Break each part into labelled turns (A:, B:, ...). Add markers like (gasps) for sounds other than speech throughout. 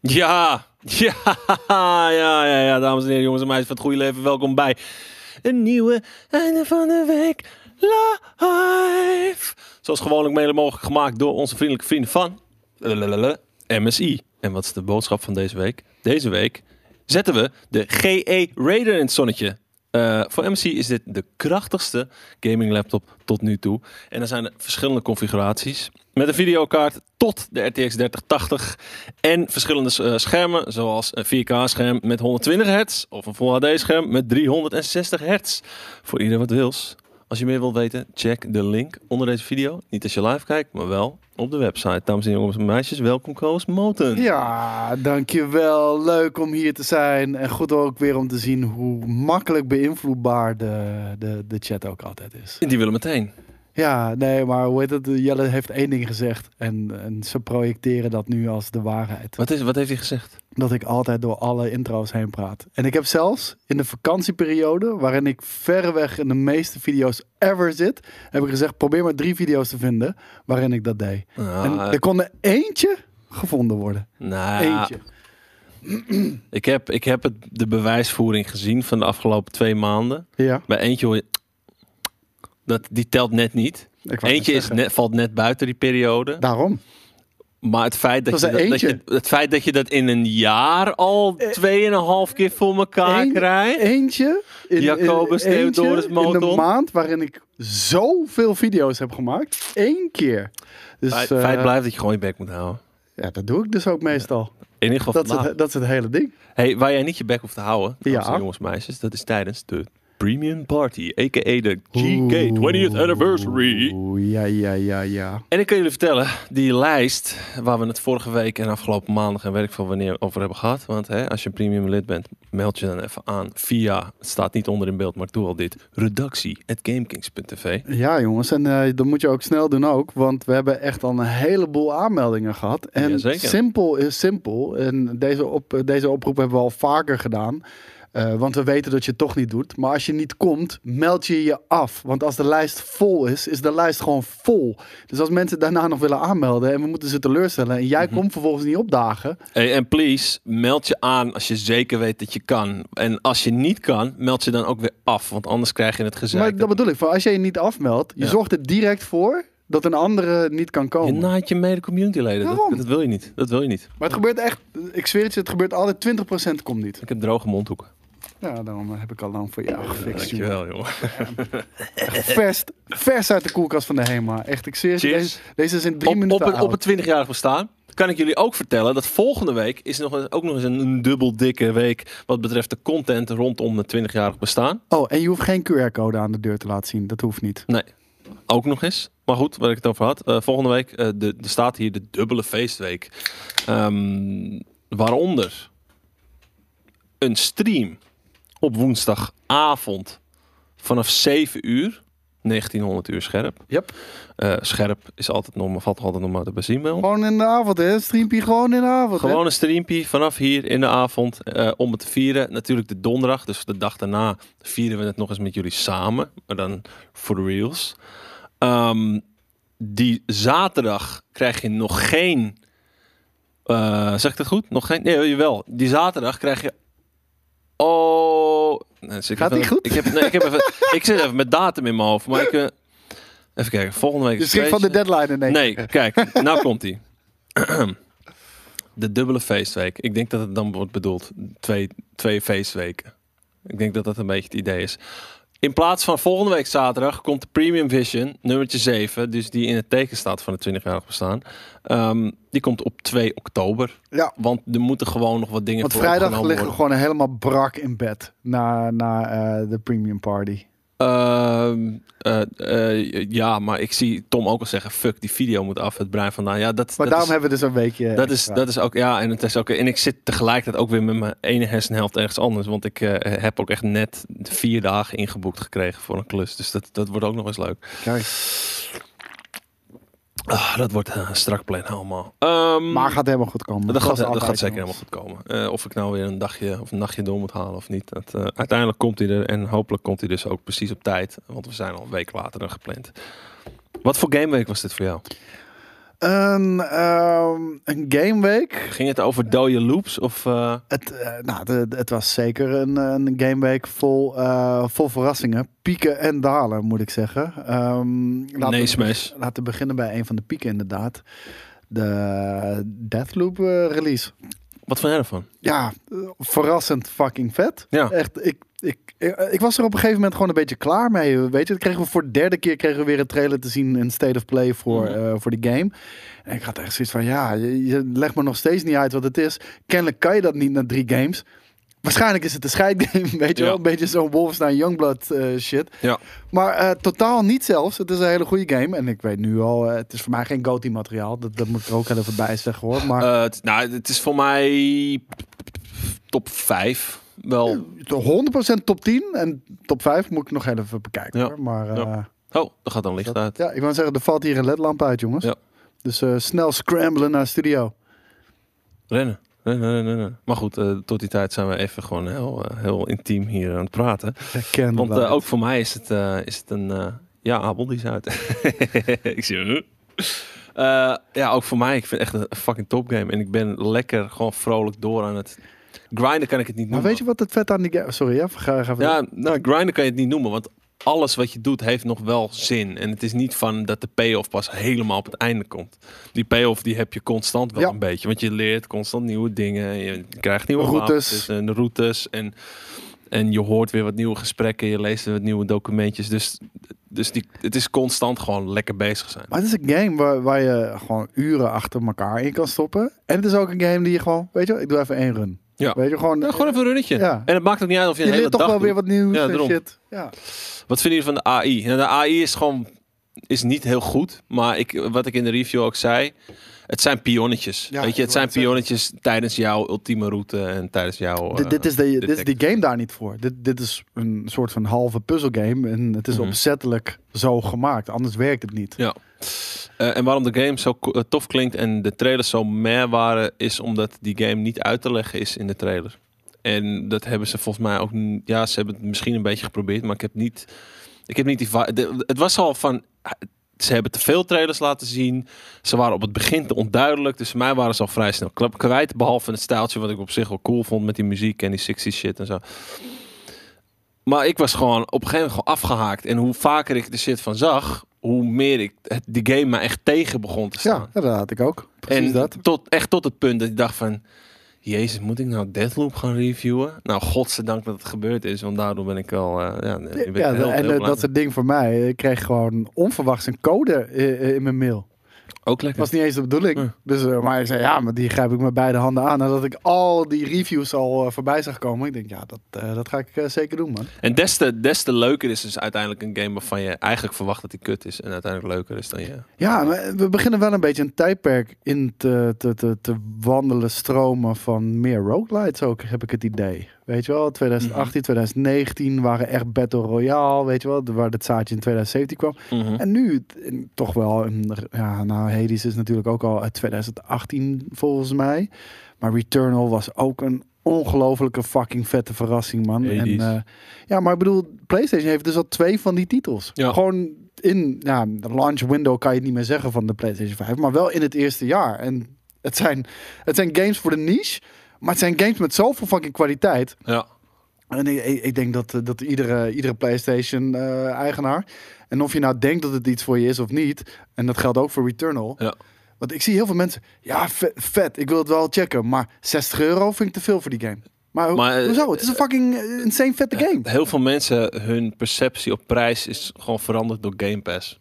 A: Ja, ja, (laughs) ja, ja, ja, dames en heren, jongens en meisjes van het goede leven. Welkom bij een nieuwe einde van de week live. Zoals gewoonlijk mede mogelijk gemaakt door onze vriendelijke vrienden van lalalala, MSI. En wat is de boodschap van deze week? Deze week zetten we de GE Raider in het zonnetje. Eh, voor MSI is dit de krachtigste gaming laptop tot nu toe. En er zijn er verschillende configuraties. Met een videokaart tot de RTX 3080. En verschillende eh, schermen, zoals een 4K-scherm met 120 hertz. Of een Full HD-scherm met 360 hertz. Voor ieder wat wils. Als je meer wilt weten, check de link onder deze video. Niet als je live kijkt, maar wel op de website. Dames en heren, jongens en meisjes, welkom Koos Moten.
B: Ja, dankjewel. Leuk om hier te zijn. En goed ook weer om te zien hoe makkelijk beïnvloedbaar de, de, de chat ook altijd is.
A: Die willen meteen.
B: Ja, nee, maar hoe heet het? Jelle heeft één ding gezegd. En, en ze projecteren dat nu als de waarheid.
A: Wat, is, wat heeft hij gezegd?
B: Dat ik altijd door alle intro's heen praat. En ik heb zelfs in de vakantieperiode, waarin ik verreweg in de meeste video's ever zit, heb ik gezegd: probeer maar drie video's te vinden waarin ik dat deed. En
A: Ah,
B: er kon er eentje gevonden worden.
A: nou,
B: Eentje.
A: Ik heb, ik heb het, de bewijsvoering gezien van de afgelopen twee maanden.
B: Ja.
A: Bij eentje hoor je... Dat, die telt net niet.
B: Ik wou
A: Eentje
B: net
A: is
B: zeggen.
A: net, valt net buiten die periode.
B: Daarom.
A: Maar het feit dat,
B: Dat
A: je
B: was
A: dat,
B: er
A: dat je,
B: eentje. Eh,
A: het feit dat je dat in een jaar al tweeënhalf keer voor elkaar
B: Eén-
A: krijgt.
B: Eentje. In,
A: Jacobus
B: in, eentje
A: Theodorus
B: In de
A: Moton.
B: maand waarin ik zoveel video's heb gemaakt. Één keer. Dus,
A: feit,
B: eh,
A: feit blijft dat je gewoon je bek moet houden.
B: Ja, dat doe ik dus ook meestal.
A: In ieder geval
B: Dat, is
A: vandaag.
B: het, dat is het hele ding.
A: Hey, waar jij niet je bek hoeft te houden,
B: Ja.
A: ja. jongens en meisjes, dat is tijdens de Premium Party, a.k.a. de GK
B: Oeh.
A: 20th Anniversary.
B: Oeh, ja, ja, ja, ja.
A: En ik kan jullie vertellen, die lijst waar we het vorige week en afgelopen maandag en werk van wanneer over hebben gehad. Want hè, als je premium lid bent, meld je dan even aan via, het staat niet onder in beeld, maar ik doe al dit, redactie at gamekings.tv.
B: Ja, jongens. En eh, dat moet je ook snel doen ook. Want we hebben echt al een heleboel aanmeldingen gehad. En
A: Jazeker.
B: simpel is simpel. En deze, op, deze oproep hebben we al vaker gedaan. Eh, want we weten dat je het toch niet doet. Maar als je niet komt, meld je je af. Want als de lijst vol is, is de lijst gewoon vol. Dus als mensen daarna nog willen aanmelden en we moeten ze teleurstellen. en jij
A: Mhm.
B: komt vervolgens niet opdagen.
A: Hey, en please, meld je aan als je zeker weet dat je kan. En als je niet kan, meld je dan ook weer af, want anders krijg je het gezeik.
B: Maar dat bedoel ik, van als jij je niet afmeldt, je
A: Ja. nou-
B: zorgt er direct voor dat een andere niet kan
A: je
B: komen.
A: naait je mede community leden. Dat,
B: Waarom?
A: dat wil je niet. Dat wil je niet.
B: Maar het gebeurt echt, ik zweer het je, het gebeurt altijd 20% komt niet.
A: Ik heb droge mondhoeken.
B: Ja, daarom heb ik al lang voor jou gefixt. jongen.
A: Dankjewel, jongen.
B: Vers, vers uit de koelkast van de HEMA. Echt, ik zweer je,
A: Cheers.
B: deze, deze is in drie
A: op, op,
B: minuten
A: het, op
B: oud.
A: het 20-jarig bestaan kan ik jullie ook vertellen dat volgende week is nog eens, ook nog eens een, een dubbel dikke week wat betreft de content rondom het 20-jarig bestaan.
B: Oh, en je hoeft geen QR-code aan de deur te laten zien. Dat hoeft niet.
A: Nee, ook nog eens. Maar goed, waar ik het over had. Eh, volgende week eh, de, er staat hier de dubbele feestweek. Ehm, waaronder een stream op woensdagavond vanaf 7 uur. 1900 uur scherp.
B: Yep.
A: Eh, scherp is altijd normaal, valt nog altijd normaal te bezien bij ons.
B: Gewoon in de avond, hè? Streampie gewoon in de avond. hè?
A: Gewoon een streampie vanaf hier in de avond eh, om het te vieren. Natuurlijk de donderdag, dus de dag daarna vieren we het nog eens met jullie samen. Maar dan voor de reels. Ehm, die zaterdag krijg je nog geen... eh zeg ik dat goed? Nog geen? Nee, jawel. Die zaterdag krijg je... Oh... Nee, zit ik
B: Gaat
A: even-
B: die goed?
A: Ik, heb, nee, ik, heb even, ik zit even met datum in mijn hoofd, maar ik... eh, even kijken, volgende week
B: Je
A: is
B: schrik van de
A: feestje.
B: deadline in één
A: Nee,
B: keer.
A: kijk, nou komt hij. (clears throat) De dubbele feestweek. Ik denk dat het dan wordt bedoeld. Twee, twee feestweken. Ik denk dat dat een beetje het idee is. In plaats van volgende week zaterdag komt de Premium Vision, nummertje 7, dus die in het teken staat van het 20-jarig bestaan. Ehm, die komt op 2 oktober.
B: Ja.
A: Want er moeten gewoon nog wat dingen
B: Want
A: voor
B: vrijdag
A: opgenomen
B: liggen we gewoon helemaal brak in bed. Na, na eh, de premium party.
A: Ehm, eh, eh, ja, maar ik zie Tom ook al zeggen, fuck, die video moet af, het brein vandaan. Ja, dat,
B: Maar
A: dat
B: daarom
A: is-
B: hebben we dus een weekje.
A: Dat is,
B: extra.
A: dat is ook, ja, en het is ook, en ik zit tegelijkertijd ook weer met mijn ene hersenhelft ergens anders, want ik eh, heb ook echt net vier dagen ingeboekt gekregen voor een klus, dus dat, dat wordt ook nog eens leuk.
B: Kijk,
A: Ah, dat wordt eh, een strak plan allemaal. Ehm,
B: maar gaat helemaal goed komen.
A: dat gaat,
B: Zoals
A: dat
B: altijd,
A: gaat zeker helemaal
B: jongens.
A: goed komen. Eh, of ik nou weer een dagje of een nachtje door moet halen of niet. Dat, eh, uiteindelijk komt hij er en hopelijk komt hij dus ook precies op tijd, want we zijn al een week later dan gepland. Wat voor gameweek was dit voor jou?
B: Een, ehm een gameweek.
A: Ging het over dode loops? Of, eh,
B: Het, eh, nou, de- de- het was zeker een, een gameweek vol, eh, vol verrassingen. Pieken en dalen, moet ik zeggen. Ehm, laten
A: nee,
B: we-
A: smash.
B: Laten we beginnen bij een van de pieken, inderdaad. De Deathloop eh, release.
A: Wat vond jij ervan?
B: Ja, eh, verrassend fucking vet.
A: Ja.
B: Echt, ik, ik, ik, ik was er op een gegeven moment gewoon een beetje klaar mee. Weet je, dat kregen we voor de derde keer kregen we weer een trailer te zien in State of Play voor,
A: Mhm.
B: eh, voor die game. En ik had echt zoiets van, ja, je, je legt me nog steeds niet uit wat het is. Kennelijk kan je dat niet na drie games. Waarschijnlijk is het een scheidgame, (laughs) weet je
A: Ja.
B: wel. Een beetje zo'n Wolfenstein Youngblood eh, shit.
A: Ja.
B: Maar eh, totaal niet zelfs. Het is een hele goede game. En ik weet nu al, eh, het is voor mij geen GOTY materiaal. Dat, dat moet ik er ook even bij zeggen hoor. Maar
A: Eh, het- nou, het is voor mij top 5. Wel.
B: 100% top 10 en top 5 moet ik nog heel even bekijken.
A: Ja.
B: Hoor. Maar eh,
A: Ja. Oh, daar gaat dan licht
B: dat-
A: uit.
B: ja, ik wou zeggen, er valt hier een ledlamp uit, jongens.
A: Ja.
B: Dus eh, snel scramblen naar studio.
A: Rennen. Rennen, rennen, rennen. Maar goed, eh, tot die tijd zijn we even gewoon heel, eh, heel intiem hier aan het praten.
B: Herken
A: Want
B: dat.
A: eh, ook voor mij is het, eh, is het een... eh, ja, Abel, die is uit. (laughs) ik zie... huh? Eh, ja, ook voor mij. Ik vind het echt een fucking topgame. En ik ben lekker gewoon vrolijk door aan het... Grinden kan ik het niet
B: Maar
A: noemen.
B: Nou, weet je wat het vet aan die game... Sorry, ja, ga, ga verder.
A: Ja, nou, grinden kan je het niet noemen. Want alles wat je doet heeft nog wel zin. En het is niet van dat de payoff pas helemaal op het einde komt. Die payoff die heb je constant wel
B: Ja.
A: een beetje. Want je leert constant nieuwe dingen. Je krijgt nieuwe
B: Routes.
A: wapens en routes. En, en je hoort weer wat nieuwe gesprekken. Je leest weer wat nieuwe documentjes. Dus, dus die, het is constant gewoon lekker bezig zijn.
B: Maar het is een game waar, waar je gewoon uren achter elkaar in kan stoppen. En het is ook een game die je gewoon... Weet je wel, ik doe even één run.
A: Ja.
B: Weet je, gewoon...
A: Ja, Nou, gewoon even een runnetje.
B: Ja.
A: En het maakt ook niet uit of je,
B: je
A: een hele
B: leert
A: dag
B: toch wel weer
A: doet.
B: wat nieuws
A: Ja,
B: en
A: daarom.
B: shit. Ja.
A: Wat vinden jullie van de AI? Nou, de AI is gewoon is niet heel goed, maar ik, wat ik in de review ook zei, het zijn pionnetjes.
B: Ja,
A: Weet je,
B: ik
A: het zijn
B: wou het zeggen.
A: pionnetjes tijdens jouw ultieme route en tijdens jouw.
B: Dit,
A: eh,
B: dit, is de, dit is die
A: detective.
B: game daar niet voor. Dit, dit is een soort van halve puzzelgame. En het is
A: Mhm.
B: opzettelijk zo gemaakt. Anders werkt het niet.
A: Eh, en waarom de game zo ko- eh, tof klinkt en de trailers zo meh waren, is omdat die game niet uit te leggen is in de trailer. En dat hebben ze volgens mij ook. n- Ja, ze hebben het misschien een beetje geprobeerd, maar ik heb niet. Ik heb niet die. va- de- het was al van. ah, Ze hebben te veel trailers laten zien. Ze waren op het begin te onduidelijk. Dus voor mij waren ze al vrij snel klap- kwijt. Behalve het stijltje wat ik op zich wel cool vond met die muziek en die 60 shit en zo. Maar ik was gewoon op een gegeven moment gewoon afgehaakt. En hoe vaker ik de shit van zag, hoe meer ik het, die game me echt tegen begon te staan.
B: Ja, dat had ik ook. Precies
A: en
B: dat.
A: Tot, echt tot het punt dat ik dacht van... Jezus, moet ik nou Deathloop gaan reviewen? Nou, godzijdank dat het gebeurd is, want daardoor ben ik al... eh, ja, ik ben
B: Ja,
A: heel- heel
B: en eh,
A: blij
B: dat
A: mee.
B: is het ding voor mij. eh, Ik kreeg gewoon onverwachts een code eh, eh, in mijn mail.
A: Ook lekker.
B: was niet eens de bedoeling.
A: Ja.
B: Dus, eh, maar ik zei, ja, maar die grijp ik met beide handen aan. Nadat ik al die reviews al eh, voorbij zag komen. Ik denk, ja, dat, eh, dat ga ik eh, zeker doen, man.
A: En des te, des te leuker is dus uiteindelijk een game waarvan je eigenlijk verwacht dat die kut is. En uiteindelijk leuker is dan je.
B: Ja, maar eh, we beginnen wel een beetje een tijdperk in te, te, te, te wandelen, stromen van meer roguelites ook, heb ik het idee. Weet je wel,
A: Mhm.
B: 2018, 2019 waren echt Battle Royale, weet je wel, waar dat zaadje in 2017 kwam.
A: Mhm.
B: En nu eh, toch wel, een, ja, nou Hades is natuurlijk ook al uit 2018 volgens mij. Maar Returnal was ook een ongelofelijke fucking vette verrassing, man. En,
A: Hades.
B: eh, ja, maar ik bedoel, PlayStation heeft dus al twee van die titels.
A: Ja.
B: Gewoon in ja, de launch window kan je het niet meer zeggen van de PlayStation 5, maar wel in het eerste jaar. En het zijn, het zijn games voor de niche, maar het zijn games met zoveel fucking kwaliteit.
A: Ja.
B: En ik, ik- ik denk dat, eh, dat iedere, iedere PlayStation-eigenaar. en of je nou denkt dat het iets voor je is of niet. En dat geldt ook voor Returnal.
A: Ja.
B: Want ik zie heel veel mensen. Ja, vet, vet, ik wil het wel checken. Maar 60 euro vind ik te veel voor die game. Maar, ho-
A: Maar, eh,
B: hoezo? Het is een fucking eh, insane vette game.
A: Heel veel mensen, hun perceptie op prijs is gewoon veranderd door Game Pass.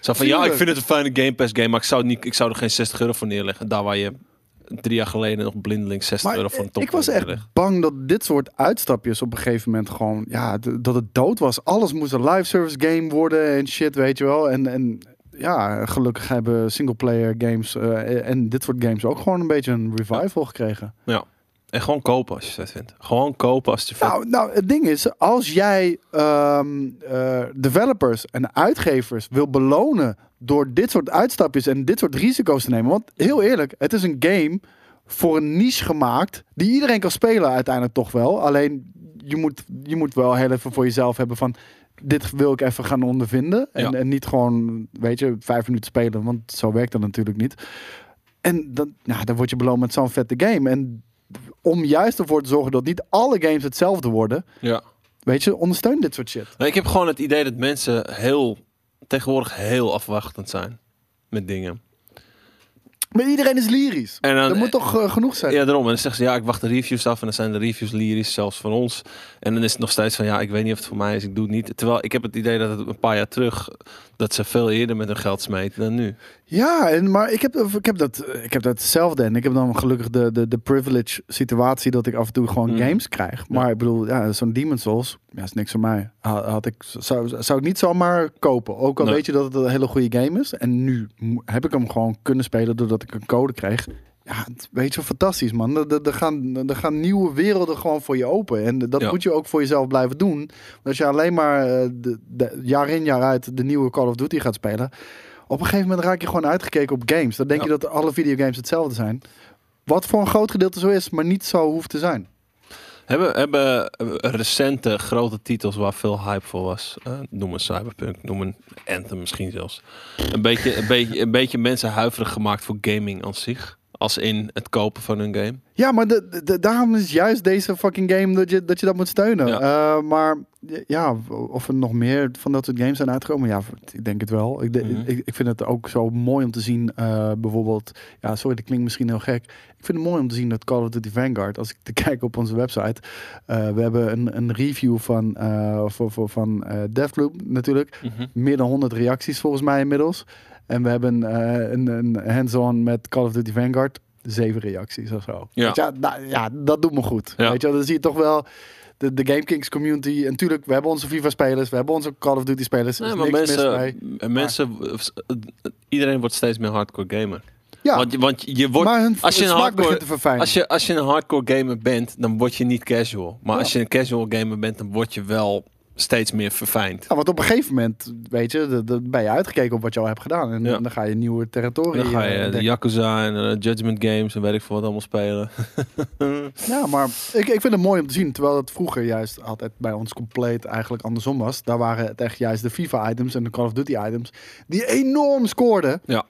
A: Zo van, ja, ik
B: Tuurlijk.
A: vind het een fijne Game Pass game, maar ik zou, het niet, ik zou er geen 60 euro voor neerleggen. Daar waar je drie jaar geleden nog blindeling 60 euro voor een top
B: ik was echt bang dat dit soort uitstapjes op een gegeven moment gewoon, ja, d- dat het dood was. Alles moest een live service game worden en shit, weet je wel. En, en ja, gelukkig hebben singleplayer games eh, en dit soort games ook gewoon een beetje een revival gekregen.
A: En gewoon kopen als je dat vindt. Gewoon kopen als je vet
B: Nou, nou, het ding is, als jij ehm, eh, developers en uitgevers wil belonen door dit soort uitstapjes en dit soort risico's te nemen. Want heel eerlijk, het is een game voor een niche gemaakt die iedereen kan spelen uiteindelijk toch wel. Alleen je moet, je moet wel heel even voor jezelf hebben van dit wil ik even gaan ondervinden. En,
A: Ja.
B: en niet gewoon, weet je, vijf minuten spelen, want zo werkt dat natuurlijk niet. En dan, nou, dan word je beloond met zo'n vette game. En om juist ervoor te zorgen dat niet alle games hetzelfde worden,
A: Ja.
B: weet je, ondersteun dit soort shit.
A: Maar ik heb gewoon het idee dat mensen heel tegenwoordig heel afwachtend zijn met dingen.
B: Maar iedereen is lyrisch.
A: En dan,
B: dat moet toch eh, genoeg zijn?
A: Ja, daarom. En dan zeggen ze, ja, ik wacht de reviews af. En dan zijn de reviews lyrisch, zelfs van ons. En dan is het nog steeds van, ja, ik weet niet of het voor mij is, ik doe het niet. Terwijl ik heb het idee dat het een paar jaar terug, dat ze veel eerder met hun geld smeten dan nu.
B: Ja, en, maar ik heb, of ik, heb dat, ik heb datzelfde. En ik heb dan gelukkig de, de, de privilege situatie dat ik af en toe gewoon
A: Mhm.
B: games krijg. Maar ik bedoel, ja, zo'n Demon Souls, ja, is niks voor mij. Ha- Had ik, zou, zou ik niet zomaar kopen. Ook al
A: Nee.
B: weet je dat het een hele goede game is. En nu mo- heb ik hem gewoon kunnen spelen doordat ik een code kreeg. Ja, het- weet je, fantastisch man. Er- Er er gaan, er gaan nieuwe werelden gewoon voor je open. En dat
A: Ja.
B: moet je ook voor jezelf blijven doen. Want als je alleen maar eh, de, de- jaar in jaar uit de nieuwe Call of Duty gaat spelen... Op een gegeven moment raak je gewoon uitgekeken op games. Dan denk
A: Ja.
B: je dat alle videogames hetzelfde zijn. Wat voor een groot gedeelte zo is, maar niet zo hoeft te zijn.
A: Hebben, hebben eh, recente grote titels waar veel hype voor was, eh, noem een Cyberpunk, noem een Anthem misschien zelfs, een beetje, een beetje, een beetje mensen huiverig gemaakt voor gaming aan zich? Als in het kopen van hun game?
B: Ja, maar de, de- daarom is juist deze fucking game dat je dat, je dat moet steunen.
A: Ja.
B: Eh, maar ja, of er nog meer van dat soort games zijn uitgekomen. Ja, ik denk het wel. Ik, de-
A: Mhm.
B: ik, ik vind het ook zo mooi om te zien. eh, bijvoorbeeld, ja, sorry, dat klinkt misschien heel gek. Ik vind het mooi om te zien dat Call of Duty Vanguard, als ik te (laughs) kijken op onze website. eh, we hebben een, een review van, eh, voor, voor, van eh, Deathloop natuurlijk. meer dan 100 reacties volgens mij inmiddels. En we hebben eh, een, een hands-on met Call of Duty Vanguard. Zeven reacties of zo.
A: Ja.
B: Weet je, nou, ja, dat doet me goed.
A: Ja.
B: Weet je, wel, dan zie je toch wel de, de Game Kings community. En natuurlijk, we hebben onze FIFA-spelers. We hebben onze Call of Duty-spelers. Er is
A: Nee, maar
B: niks mis
A: mensen,
B: mee.
A: m- mensen, eh, iedereen wordt steeds meer hardcore gamer.
B: Ja,
A: Want, je- want je wordt
B: maar hun,
A: als je
B: hun
A: een
B: smaak
A: hardcore-
B: begint te verfijnen.
A: Als je, als je een hardcore gamer bent, dan word je niet casual. Maar
B: Ja.
A: als je een casual gamer bent, dan word je wel steeds meer verfijnd.
B: Ja, want op een gegeven moment, weet je, de- de- ben je uitgekeken op wat je al hebt gedaan. En
A: Ja.
B: dan ga je nieuwe
A: En
B: territoria
A: dan ga
B: eh,
A: je de
B: ontdekken.
A: Yakuza en eh, Judgment Games en weet ik veel wat allemaal spelen.
B: Ja, maar ik, ik vind het mooi om te zien. Terwijl het vroeger juist altijd bij ons compleet eigenlijk andersom was. Daar waren het echt juist de FIFA-items en de Call of Duty-items die enorm scoorden.
A: Ja.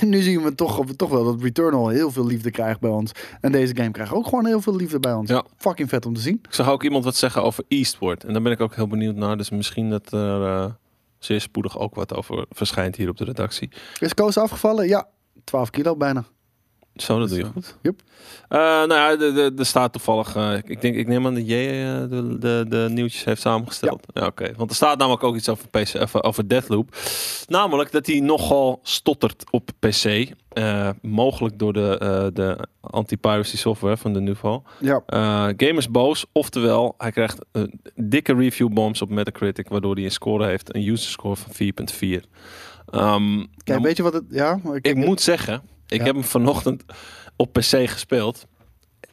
B: En nu zien we toch, toch wel dat Returnal heel veel liefde krijgt bij ons. En deze game krijgt ook gewoon heel veel liefde bij ons.
A: Ja.
B: Fucking vet om te zien.
A: Ik zag ook iemand wat zeggen over Eastward. En daar ben ik ook heel benieuwd naar. Dus misschien dat er eh, zeer spoedig ook wat over verschijnt hier op de redactie.
B: Is Koos afgevallen? Ja, 12 kilo bijna.
A: Zo, dat doe je
B: Zo.
A: goed.
B: Yep.
A: Eh, nou ja, de- de- er staat toevallig... eh, ik, denk, ik neem aan dat jij eh, de, de, de nieuwtjes heeft samengesteld. Ja, oké. Want er staat namelijk ook iets over, PC, over, over Deathloop. Namelijk dat hij nogal stottert op PC. eh, mogelijk door de, eh, de anti-piracy software van de Nuval.
B: Ja.
A: Eh gamers boos, oftewel hij krijgt eh, dikke review bombs op Metacritic, waardoor hij een score heeft, een user score van 4.4. Ehm,
B: Kijk,
A: dan-
B: weet je wat het... Ja, maar
A: ik moet zeggen, ik
B: Ja.
A: heb hem vanochtend op PC gespeeld.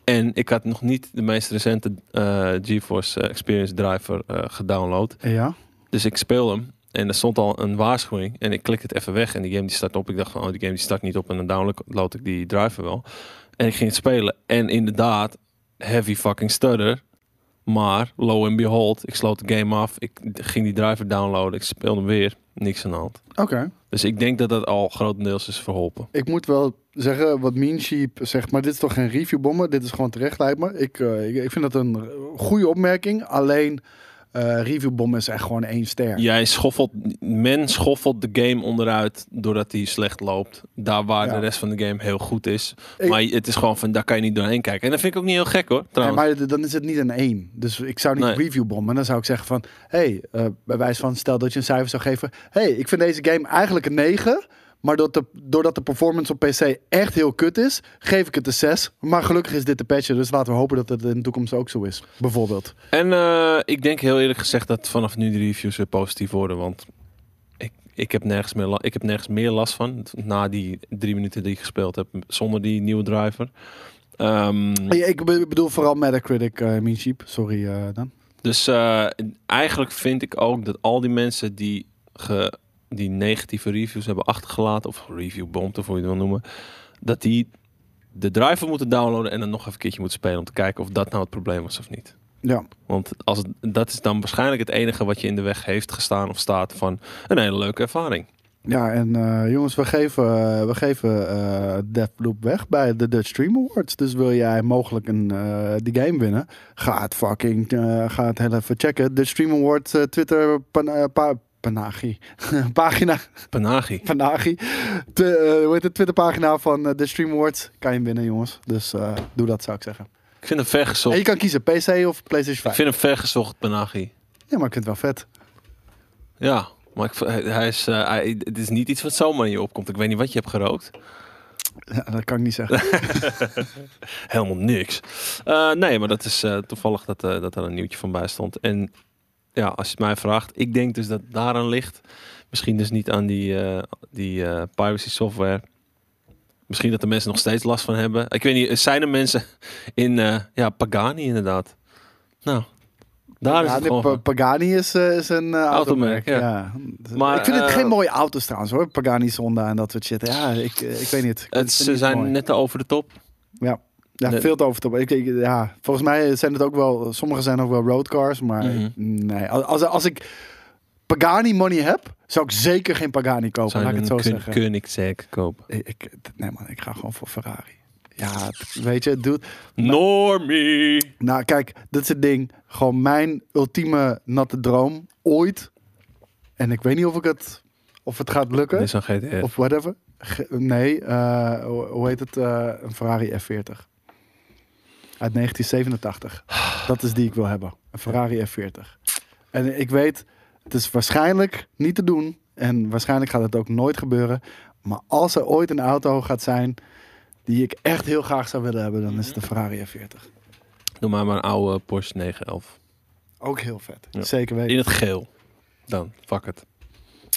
A: En ik had nog niet de meest recente eh, GeForce eh, Experience Driver eh, gedownload.
B: Ja.
A: Dus ik speel hem. En er stond al een waarschuwing. En ik klik het even weg. En die game die start op. Ik dacht van, oh, die game die start niet op. En dan download ik die driver wel. En ik ging het spelen. En inderdaad, heavy fucking stutter. Maar, lo and behold, ik sloot de game af. Ik ging die driver downloaden. Ik speelde hem weer. Niks aan de hand.
B: Oké.
A: Dus ik denk dat dat al grotendeels is verholpen.
B: Ik moet wel zeggen wat Mean Sheep zegt, maar dit is toch geen reviewbommen. Dit is gewoon terecht, lijkt me. Ik, eh, ik, ik vind dat een goede opmerking. Alleen eh reviewbommen is echt gewoon één ster.
A: Jij schoffelt, men schoffelt de game onderuit doordat hij slecht loopt. Daar waar
B: Ja.
A: de rest van de game heel goed is.
B: Ik-
A: maar het is gewoon van, daar kan je niet doorheen kijken. En dat vind ik ook niet heel gek hoor,
B: Nee,
A: trouwens.
B: maar d- dan is het niet een één. Dus ik zou niet
A: Nee.
B: reviewbommen. Dan zou ik zeggen van, hey, eh, bij wijze van, stel dat je een cijfer zou geven. hey, ik vind deze game eigenlijk een 9. Maar dat de, doordat de performance op PC echt heel kut is, geef ik het een 6. Maar gelukkig is dit de patch, dus laten we hopen dat het in de toekomst ook zo is. Bijvoorbeeld.
A: En eh, ik denk heel eerlijk gezegd dat vanaf nu de reviews weer positief worden. Want ik, ik, heb, nergens meer la- ik heb nergens meer last van. Na die drie minuten die ik gespeeld heb zonder die nieuwe driver. Ehm,
B: Ja, Ik be- bedoel vooral Metacritic, eh Mean Sheep. Sorry eh, dan.
A: Dus eh, eigenlijk vind ik ook dat al die mensen die, ge- die negatieve reviews hebben achtergelaten, of reviewbomd, of hoe je het wil noemen, dat die de driver moeten downloaden en dan nog even een keertje moeten spelen om te kijken of dat nou het probleem was of niet.
B: Ja.
A: Want als het- dat is dan waarschijnlijk het enige wat je in de weg heeft gestaan of staat van een hele leuke ervaring.
B: Ja, en eh, jongens, we geven, eh, we geven eh Deathloop weg bij de Dutch Stream Awards. Dus wil jij mogelijk een, eh, die game winnen? Ga het fucking, eh, ga het heel even checken. Dutch Stream Awards eh, Twitter pan, eh, pa- panagie. (laughs) pagina,
A: Panagi.
B: panagie. Tw- eh, hoe heet het? Twitterpagina van de Dutch Stream Awards. Kan je winnen, jongens. Dus eh, doe dat, zou ik zeggen.
A: Ik vind hem vergezocht.
B: En je kan kiezen PC of PlayStation
A: Ik
B: 5.
A: vind hem vergezocht, Panagi.
B: Ja, maar ik vind het wel vet. (laughs)
A: Ja, maar ik, v- hij- hij is, eh, hij- het is niet iets wat zomaar in je opkomt. Ik weet niet wat je hebt gerookt.
B: Ja, dat kan ik niet zeggen.
A: Helemaal niks. Eh, nee, maar dat is eh, toevallig dat, eh, dat er een nieuwtje van bij stond. En ja, als je het mij vraagt, ik denk dus dat het daaraan ligt. Misschien dus niet aan die, eh, die eh, piracy software. Misschien dat de mensen nog steeds last van hebben. Ik weet niet, eh, zijn er mensen (laughs) in eh, ja, Pagani inderdaad? Nou, daar is
B: Ja,
A: het
B: nee,
A: gewoon
B: Pa-
A: van.
B: Pagani is, eh, is een eh,
A: Automerk,
B: automerk. Ja.
A: ja.
B: Maar,
A: Maar,
B: ik vind het
A: eh,
B: geen mooie auto's trouwens hoor. Pagani Sonda en dat soort shit. Ja, ik, eh, ik weet niet. Ik vind
A: Het,
B: het
A: ze
B: niet
A: zijn
B: mooi.
A: net te over de top.
B: ja,
A: net-
B: veel te over te- ik, ik- ja, Volgens mij zijn het ook wel... Sommige zijn ook wel roadcars, maar
A: Mhm.
B: ik- nee. Als, als, als ik Pagani money heb, zou ik zeker geen Pagani kopen.
A: Zou
B: laat
A: je
B: ik het
A: een
B: zo
A: kun,
B: zeggen.
A: Koenigsegg kopen?
B: Ik, ik- nee man, ik ga gewoon voor Ferrari. Ja, het- weet je, dude.
A: Normie!
B: Nou, kijk, dat is het ding. Gewoon mijn ultieme natte droom ooit. En ik weet niet of ik het, of het gaat lukken.
A: Dit is een GTR.
B: Of whatever. Ge- nee, eh, hoe- hoe heet het? Eh, een Ferrari F40. Uit 1987. Dat is die ik wil hebben. Een Ferrari F40. En ik weet, het is waarschijnlijk niet te doen. En waarschijnlijk gaat het ook nooit gebeuren. Maar als er ooit een auto gaat zijn die ik echt heel graag zou willen hebben, dan is het een Ferrari F40.
A: Noem maar maar een oude Porsche 911.
B: Ook heel vet.
A: Ja.
B: Zeker weten.
A: In het geel. Dan, fuck het.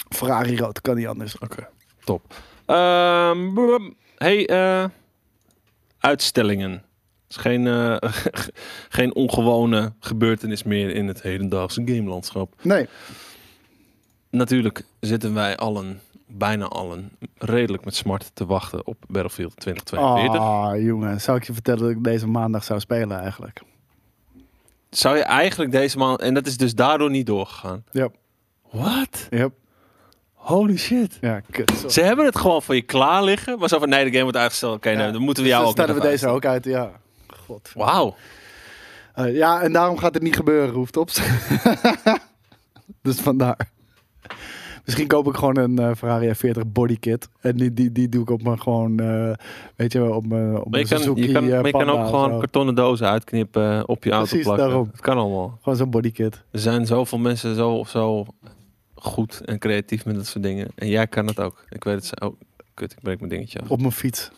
B: Ferrari rood, kan niet anders.
A: Oké. Top. Ehm, brum. hey, eh, uitstellingen. Het is geen, eh, (laughs) geen ongewone gebeurtenis meer in het hedendaagse gamelandschap.
B: Nee,
A: Natuurlijk zitten wij allen, bijna allen, redelijk met smart te wachten op Battlefield 2042.
B: ah jongen, zou ik je vertellen dat ik deze maandag zou spelen eigenlijk?
A: Zou je eigenlijk deze maand... En dat is dus daardoor niet doorgegaan.
B: Ja,
A: What?
B: ja,
A: Holy shit.
B: ja, kut. sorry.
A: Ze hebben het gewoon voor je klaar liggen. Maar zo van, nee, de game wordt uitgesteld. Oké,
B: Ja.
A: nou, dan moeten we
B: Dus
A: jou ook
B: dan stellen
A: nog
B: we
A: even
B: deze ook uit, ja. God.
A: uitstellen. Wauw.
B: Eh, ja, en daarom gaat het niet gebeuren, hoeft op. (laughs) dus vandaar. Misschien koop ik gewoon een eh, Ferrari F40 bodykit. En die, die, die doe ik op mijn gewoon, eh, weet je wel, op mijn op
A: Maar
B: mijn
A: je kan,
B: Suzuki
A: je kan,
B: eh,
A: maar je kan
B: Panda
A: ook
B: of
A: gewoon
B: zo.
A: kartonnen dozen uitknippen, eh, op je auto
B: Precies,
A: plakken.
B: daarom.
A: Het kan allemaal.
B: Gewoon zo'n bodykit.
A: Er zijn zoveel mensen zo, zo goed en creatief met dat soort dingen. En jij kan het ook. Ik weet het zo. Oh, kut, ik breek mijn dingetje af.
B: Op mijn fiets.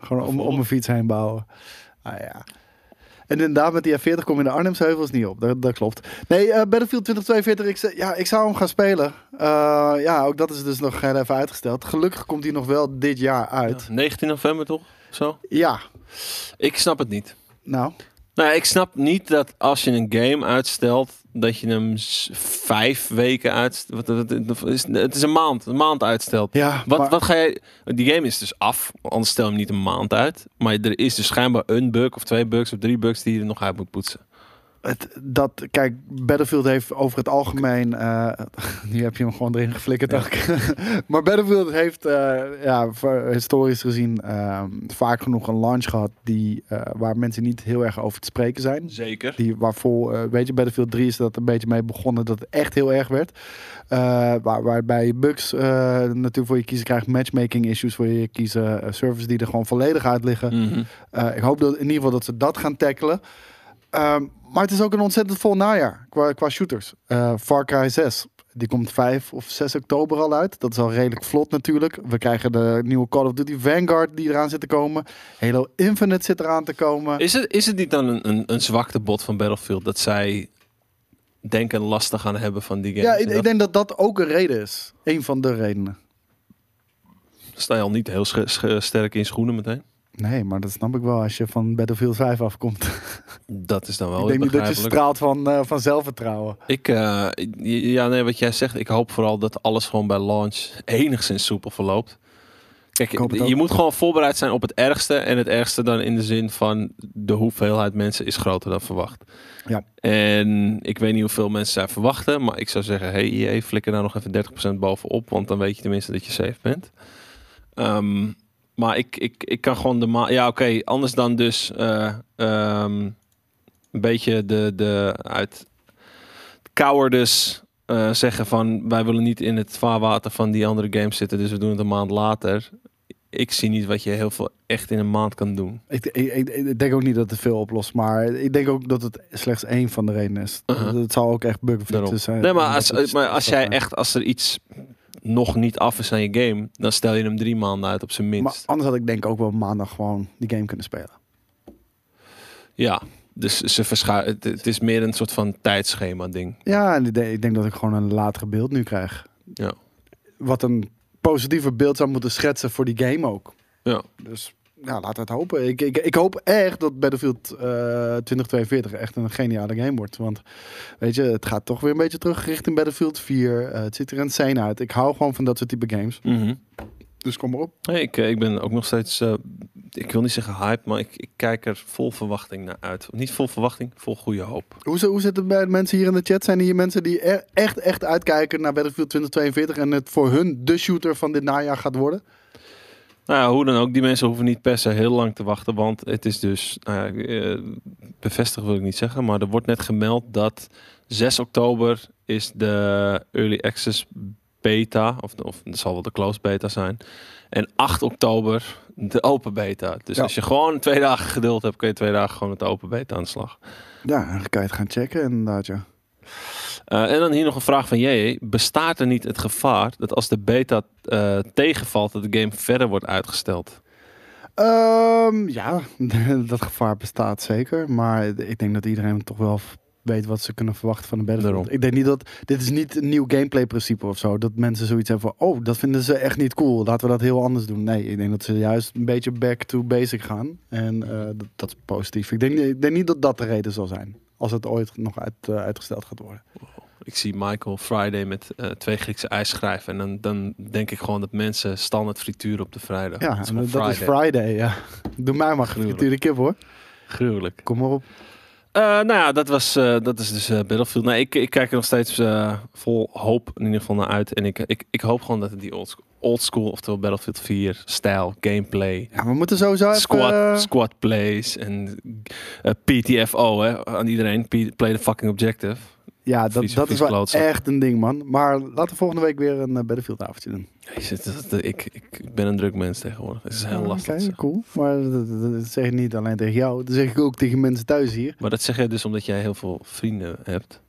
B: Gewoon om, om
A: Bijvoorbeeld.
B: mijn fiets heen bouwen. Ah ja. En inderdaad, met die F40 kom je de Arnhemse heuvels niet op. Dat, dat klopt. Nee, eh, Battlefield 2042, ik, z- ja, ik zou hem gaan spelen. Eh, ja, ook dat is dus nog heel even uitgesteld. Gelukkig komt hij nog wel dit jaar uit.
A: Ja, 19 november toch? Zo?
B: Ja,
A: Ik snap het niet.
B: nou.
A: Nou, ik snap niet dat als je een game uitstelt, dat je hem s- vijf weken uitstelt. Wat- wat- wat is- Het is een maand, een maand uitstelt.
B: Ja,
A: Wat,
B: maar-
A: wat ga jij... Die game is dus af, anders stel je hem niet een maand uit. Maar er is dus schijnbaar een bug of twee bugs of drie bugs die je er nog uit moet poetsen.
B: Het, dat, kijk, Battlefield heeft over het algemeen. eh, (laughs) nu heb je hem gewoon erin geflikkerd.
A: Ja.
B: Ook. (laughs) maar Battlefield heeft, eh, ja, voor- historisch gezien, ehm, vaak genoeg een launch gehad. Die, eh, waar mensen niet heel erg over te spreken zijn.
A: Zeker.
B: Die waarvoor, eh, weet je, Battlefield 3 is dat een beetje mee begonnen dat het echt heel erg werd. Eh, waar, waarbij je bugs eh, natuurlijk voor je kiezen krijgt, matchmaking issues voor je kiezen, eh, servers die er gewoon volledig uit liggen.
A: Mhm.
B: Eh, ik hoop dat in ieder geval dat ze dat gaan tackelen. Ehm, maar het is ook een ontzettend vol najaar qua, qua shooters. Eh, Far Cry 6. Die komt 5 of 6 oktober al uit. Dat is al redelijk vlot natuurlijk. We krijgen de nieuwe Call of Duty Vanguard die eraan zit te komen. Halo Infinite zit eraan te komen.
A: Is, het, is het niet dan een, een, een zwakte bot van Battlefield dat zij denken lastig aan hebben van die game?
B: ja, ik, ik denk dat dat ook een reden is. Een van de redenen.
A: Sta je al niet heel sche- sche- sterk in je schoenen meteen?
B: Nee, maar dat snap ik wel als je van Battlefield 5 afkomt.
A: Dat is dan wel
B: ik
A: weer
B: denk niet dat je
A: begrijpelijk.
B: straalt van, eh, van zelfvertrouwen.
A: Ik, eh, ja, nee, wat jij zegt, ik hoop vooral dat alles gewoon bij launch enigszins soepel verloopt. Kijk,
B: hoop het ook.
A: je moet gewoon voorbereid zijn op het ergste. En het ergste dan in de zin van de hoeveelheid mensen is groter dan verwacht.
B: Ja.
A: En ik weet niet hoeveel mensen daar verwachten. Maar ik zou zeggen, hey EA, flikker daar nog even 30% bovenop. Want dan weet je tenminste dat je safe bent. Ehm, maar ik, ik, ik kan gewoon de... ma- Ja, oké. anders dan dus eh, ehm, een beetje de, de uit cowardice eh, zeggen van... Wij willen niet in het vaarwater van die andere games zitten. Dus we doen het een maand later. Ik zie niet wat je heel veel echt in een maand kan doen.
B: Ik, ik, ik- ik denk ook niet dat het veel oplost, maar ik denk ook dat het slechts één van de redenen is.
A: Uh-huh.
B: Het zou ook echt bugfixes zijn.
A: Nee, maar
B: En
A: als,
B: dat het-
A: maar als jij echt... Als er iets nog niet af is aan je game... Dan stel je hem drie maanden uit op zijn
B: Maar
A: minst.
B: anders had ik denk ik ook wel maandag gewoon die game kunnen spelen.
A: Ja. Dus ze verschu- het, het is meer een soort van tijdschema ding.
B: Ja, en ik denk- ik denk dat ik gewoon een latere beeld nu krijg.
A: Ja.
B: Wat een positiever beeld zou moeten schetsen voor die game ook.
A: Ja.
B: Dus ja, laten we het hopen. Ik, ik, ik hoop echt dat Battlefield eh, 2042 echt een geniale game wordt. Want weet je, het gaat toch weer een beetje terug richting Battlefield 4. Eh, het ziet er insane uit. Ik hou gewoon van dat soort type games.
A: Mhm.
B: Dus kom maar op.
A: Nee, ik, eh, ik ben ook nog steeds, eh, ik wil niet zeggen hype, maar ik, ik kijk er vol verwachting naar uit. Niet vol verwachting, vol goede hoop.
B: Hoe, zo- hoe zit het bij de mensen hier in de chat? Zijn er hier mensen die e- echt, echt uitkijken naar Battlefield 2042 en het voor hun de shooter van dit najaar gaat worden?
A: Nou ja, hoe dan ook, die mensen hoeven niet per se heel lang te wachten, want het is dus, nou ja, eh, bevestigd wil ik niet zeggen, maar er wordt net gemeld dat 6 oktober is de Early Access beta, of, of het zal wel de closed beta zijn, en 8 oktober de open beta. Dus
B: Ja.
A: als je gewoon twee dagen geduld hebt, kun je twee dagen gewoon met de open beta aan de slag.
B: Ja, dan kan je het gaan checken inderdaad, ja.
A: Eh, en dan hier nog een vraag van JJ. Bestaat er niet het gevaar dat als de beta eh, tegenvalt, dat de game verder wordt uitgesteld?
B: Ehm, ja, (laughs) dat gevaar bestaat zeker. Maar ik denk dat iedereen toch wel v- weet wat ze kunnen verwachten van de Battlefield.
A: Daarom.
B: Ik denk niet dat... Dit is niet een nieuw gameplay principe of zo. Dat mensen zoiets hebben van... Oh, dat vinden ze echt niet cool. Laten we dat heel anders doen. Nee, ik denk dat ze juist een beetje back to basic gaan. En eh, dat, dat is positief. Ik denk, ik denk niet dat dat de reden zal zijn. Als het ooit nog uit, eh, uitgesteld gaat worden.
A: Ik zie Michael Friday met eh, twee Griekse ijs schrijven. En dan, dan denk ik gewoon dat mensen standaard frituur op de vrijdag.
B: Ja,
A: gewoon
B: en dat is Friday, ja. Doe mij maar
A: Gruwelijk.
B: gefrituurde kip, hoor.
A: Gruwelijk.
B: Kom maar op.
A: Eh, nou ja, dat, was, eh, dat is dus eh, Battlefield. Nee, ik, ik kijk er nog steeds eh, vol hoop in ieder geval naar uit. En ik, ik, ik hoop gewoon dat het die old, old school, oftewel Battlefield 4, stijl, gameplay,
B: Ja, we moeten sowieso even...
A: Squad,
B: eh,
A: squad plays en eh, PTFO hè, aan iedereen. P- play the fucking objective.
B: Ja, dat,
A: Vies-
B: dat
A: vies
B: is wel
A: klootzak.
B: echt een ding, man. Maar laten we volgende week weer een eh, Battlefield-avondje doen.
A: Jezus, dat- dat- ik, ik ben een druk mens tegenwoordig. Het is heel
B: Ja,
A: lastig.
B: oké,
A: zeg.
B: cool. Maar dat, dat- dat zeg ik niet alleen tegen jou. Dat zeg ik ook tegen mensen thuis hier.
A: Maar dat zeg jij dus omdat jij heel veel vrienden hebt.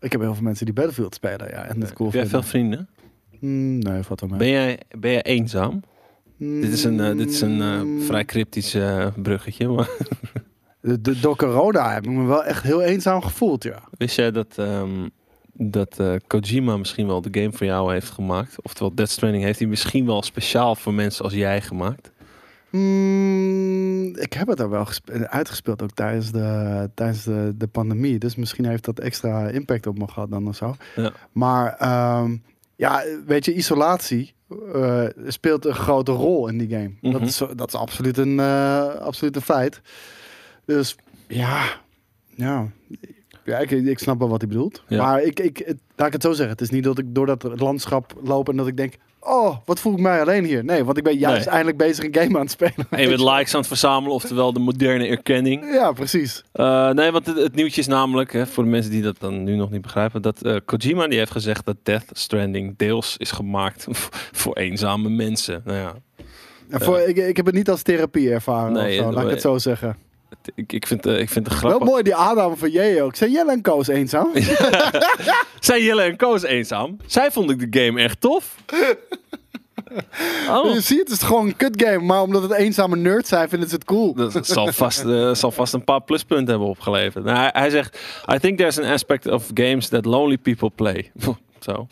B: Ik heb heel veel mensen die Battlefield spelen, ja. En dat cool
A: Heb jij veel
B: vinden.
A: vrienden?
B: Mm, nee, valt wel mee.
A: Ben, jij, ben jij eenzaam? Dit is een, eh, dit is een eh,
B: Mm,
A: vrij cryptisch eh, bruggetje. Maar (laughs)
B: de- de- Door corona heb ik me wel echt heel eenzaam gevoeld, ja.
A: wist jij dat, ehm, dat eh, Kojima misschien wel de game voor jou heeft gemaakt? Oftewel, Death Stranding heeft hij misschien wel speciaal voor mensen als jij gemaakt.
B: Mm, ik heb het daar wel gesp- uitgespeeld ook tijdens, de, tijdens de, de pandemie. Dus misschien heeft dat extra impact op me gehad dan of zo.
A: Ja.
B: Maar ehm, ja, weet je, isolatie eh, speelt een grote rol in die game.
A: Mhm.
B: dat, is, dat is absoluut een, eh, absoluut een feit. Dus ja, ja. Ja, ik, ik snap wel wat hij bedoelt.
A: Ja.
B: Maar ik, ik, het- laat ik het zo zeggen. Het is niet dat ik door dat landschap loop en dat ik denk... Oh, wat voel ik mij alleen hier? Nee, want ik ben juist
A: Nee.
B: eindelijk bezig een game aan het spelen.
A: En je bent likes aan het verzamelen, oftewel de moderne erkenning.
B: (laughs) Ja, precies.
A: Eh, nee, want het, het nieuwtje is namelijk, hè, voor de mensen die dat dan nu nog niet begrijpen, dat eh, Kojima die heeft gezegd dat Death Stranding deels is gemaakt (laughs) voor eenzame mensen. Nou ja,
B: En voor, ik, ik heb het niet als therapie ervaren
A: Nee,
B: of zo, laat ik
A: eh,
B: het zo zeggen.
A: het- ik, ik, vind, eh, ik vind het
B: Wel
A: grappig.
B: mooi die aanname van jij ook. Zijn Jelle en Koos eenzaam?
A: Zijn Jelle en Koos eenzaam? Zij vond ik de game echt tof. Oh,
B: (laughs) Je ziet, het is gewoon een kut game. Maar omdat het eenzame nerds zijn, vinden ze het cool.
A: dat zal vast, eh, zal vast een paar pluspunten hebben opgeleverd. Nou, hij, hij zegt, I think there's an aspect of games that lonely people play. (laughs) Zo,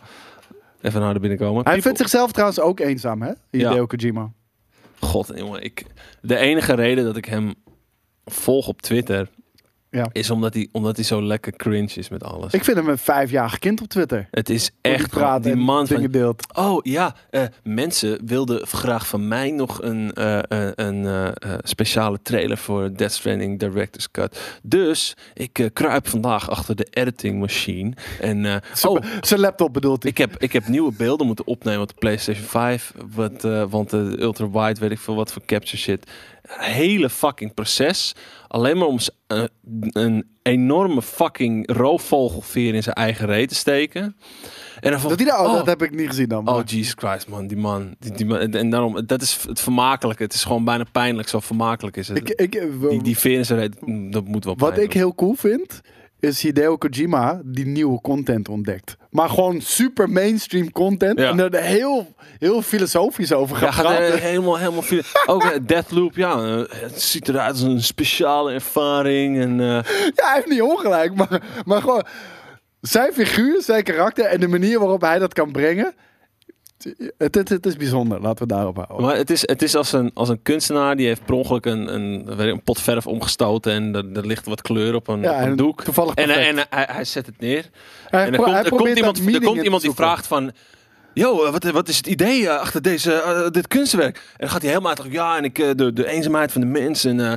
A: even harder binnenkomen.
B: Hij
A: People-
B: vindt zichzelf trouwens ook eenzaam, hè? Hideo Kojima.
A: God, jongen, ik, de enige reden dat ik hem volg op Twitter
B: Ja.
A: Is omdat hij, omdat hij zo lekker cringe is met alles.
B: Ik vind hem een vijfjarig kind op Twitter.
A: het is
B: die
A: echt
B: praat
A: gewoon- die
B: en
A: man
B: dingen
A: van...
B: deelt.
A: Oh ja, eh, mensen wilden graag van mij nog een, eh, eh, een eh, eh, speciale trailer voor Death Stranding Director's Cut. Dus ik eh, kruip vandaag achter de editing machine. En eh, oh,
B: Zijn laptop bedoelt hij.
A: ik heb, ik heb nieuwe beelden moeten opnemen op de PlayStation 5. Wat, eh, want de ultra wide, weet ik veel wat voor capture shit. Hele fucking proces. Alleen maar om s- eh, een enorme fucking roofvogelveer in zijn eigen reet te steken. En dan van,
B: Dat, hij daar, oh,
A: oh,
B: dat heb ik niet gezien dan.
A: Oh
B: maar-
A: Jesus Christ man, die man. Die, die man en, en daarom, dat is het vermakelijke. Het is gewoon bijna pijnlijk, zo vermakelijk is het.
B: ik, ik,
A: die, die veer in zijn reet, mm, dat moet wel
B: Wat ik
A: pijnlijk.
B: heel cool vind, is Hideo Kojima die nieuwe content ontdekt. Maar gewoon super mainstream content.
A: Ja.
B: En er heel, heel filosofisch over
A: Ja,
B: gaat
A: gaat
B: praten.
A: eh, helemaal, helemaal veel. Ook eh, Deathloop, ja. eh, Het ziet eruit als een speciale ervaring. En, eh,
B: Ja, hij heeft niet ongelijk, maar, maar gewoon... Zijn figuur, zijn karakter en de manier waarop hij dat kan brengen... Het, het, het is bijzonder, laten we daarop houden.
A: maar het is, het is als, een, als een kunstenaar die heeft per ongeluk een, een, weet ik, een pot verf omgestoten. En er, er ligt wat kleur op een,
B: Ja,
A: op een
B: en
A: doek.
B: toevallig
A: En,
B: perfect.
A: en hij, hij zet het neer.
B: Hij
A: En
B: pro-
A: er komt,
B: hij
A: er
B: probeert
A: komt
B: daar
A: iemand, er
B: meaning
A: komt
B: in
A: iemand
B: te
A: die
B: zoeken.
A: vraagt van... Yo, eh, wat, wat is het idee eh, achter deze, eh, dit kunstwerk? En dan gaat hij helemaal terug. Ja, en ik, eh, de, de eenzaamheid van de mens. En, eh,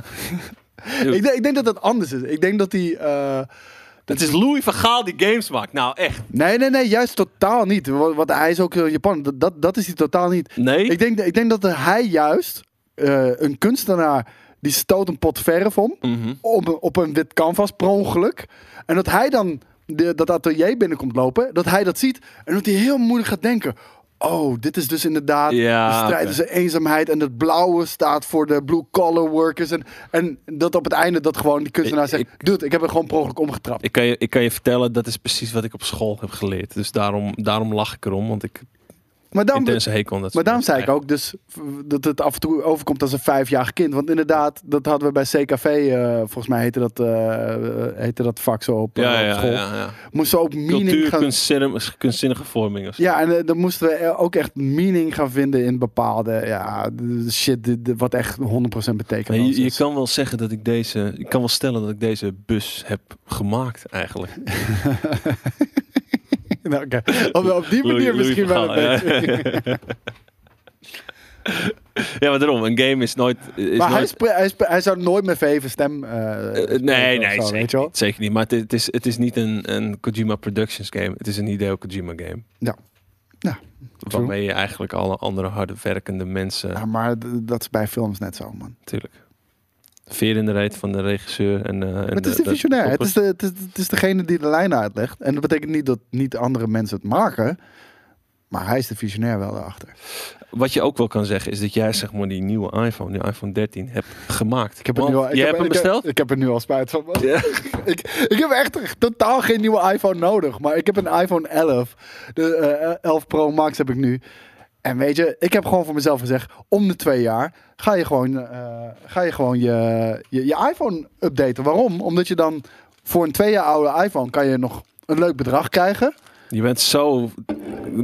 B: Ik, denk- ik denk dat dat anders is. Ik denk dat hij... eh,
A: het is Louis van Gaal die games maakt. Nou, echt.
B: Nee, nee, nee, juist totaal niet. Want want hij is ook eh, Japan. Dat, dat, dat is hij totaal niet.
A: Nee?
B: Ik denk, ik denk dat hij juist eh, een kunstenaar die stoot een pot verf om
A: Mhm.
B: op, een- op een wit canvas per ongeluk. En dat hij dan de, dat atelier binnenkomt lopen, dat hij dat ziet en dat hij heel moeilijk gaat denken. Oh, dit is dus inderdaad
A: Ja,
B: de strijd
A: oké.
B: tussen eenzaamheid en het blauwe staat voor de blue collar workers. En, en dat op het einde dat gewoon die kunstenaar
A: Ik-
B: zegt, dude, ik heb er gewoon per ongeluk omgetrapt.
A: Ik kan, je, ik kan je vertellen, dat is precies wat ik op school heb geleerd. Dus daarom, daarom lach ik erom, want ik
B: maar
A: heb
B: dan,
A: intense hekel aan dat soort
B: Maar daarom zei ik
A: mensen.
B: ook dus v- dat het af en toe overkomt als een vijfjarig kind. Want inderdaad, dat hadden we bij CKV, eh, volgens mij heette dat, eh, heette dat vak zo op, eh,
A: Ja,
B: op
A: ja,
B: school.
A: ja. ja, ja.
B: Moesten we ook meaning
A: Cultuur,
B: gaan...
A: kunstzinnig- kunstzinnige vorming. of zo.
B: Ja, en eh, dan moesten we eh, ook echt meaning gaan vinden in bepaalde ja, d- shit, d- d- wat echt 100% betekent.
A: Nee, je, je
B: is.
A: kan wel zeggen dat ik deze, ik kan wel stellen dat ik deze bus heb gemaakt eigenlijk.
B: (laughs) Nou, oké. op, op die manier
A: Louis-
B: misschien
A: Louis
B: wel
A: van
B: een beetje.
A: Gaal, ja. ja, maar daarom, een game is nooit. (laughs) Is
B: Maar hij,
A: nooit
B: spre- hij, spre- hij zou nooit met VV stem eh,
A: eh,
B: spreken
A: nee,
B: of
A: nee,
B: zo, weet je
A: zeker,
B: wel?
A: niet, zeker niet. Maar het, het, is, het is niet een, een Kojima Productions game. Het is een Hideo Kojima game.
B: Ja. Ja, true.
A: Waarmee je eigenlijk alle andere harde werkende mensen...
B: Ja, maar d- dat is bij films net zo, man.
A: Natuurlijk. Veer in de reet van de regisseur. En, eh, en
B: Maar het is
A: de-
B: de visionair.
A: de-
B: Het is, de, het, is, het is degene die de lijn uitlegt. En dat betekent niet dat niet andere mensen het maken. Maar hij is de visionair wel daarachter.
A: Wat je ook wel kan zeggen is dat jij zeg maar die nieuwe iPhone, die iPhone 13, hebt gemaakt.
B: Ik heb er nu
A: Want
B: al, ik
A: jij
B: heb,
A: hebt hem
B: ik heb-
A: besteld?
B: Ik, heb er nu al spijt van. man.
A: Ja.
B: (laughs) ik, ik heb echt totaal geen nieuwe iPhone nodig. Maar ik heb een iPhone 11. De eh, 11 Pro Max heb ik nu. En weet je, ik heb gewoon voor mezelf gezegd... om de twee jaar ga je gewoon, eh, ga je, gewoon je, je, je iPhone updaten. Waarom? Omdat je dan voor een twee jaar oude iPhone... kan je nog een leuk bedrag krijgen...
A: Je bent zo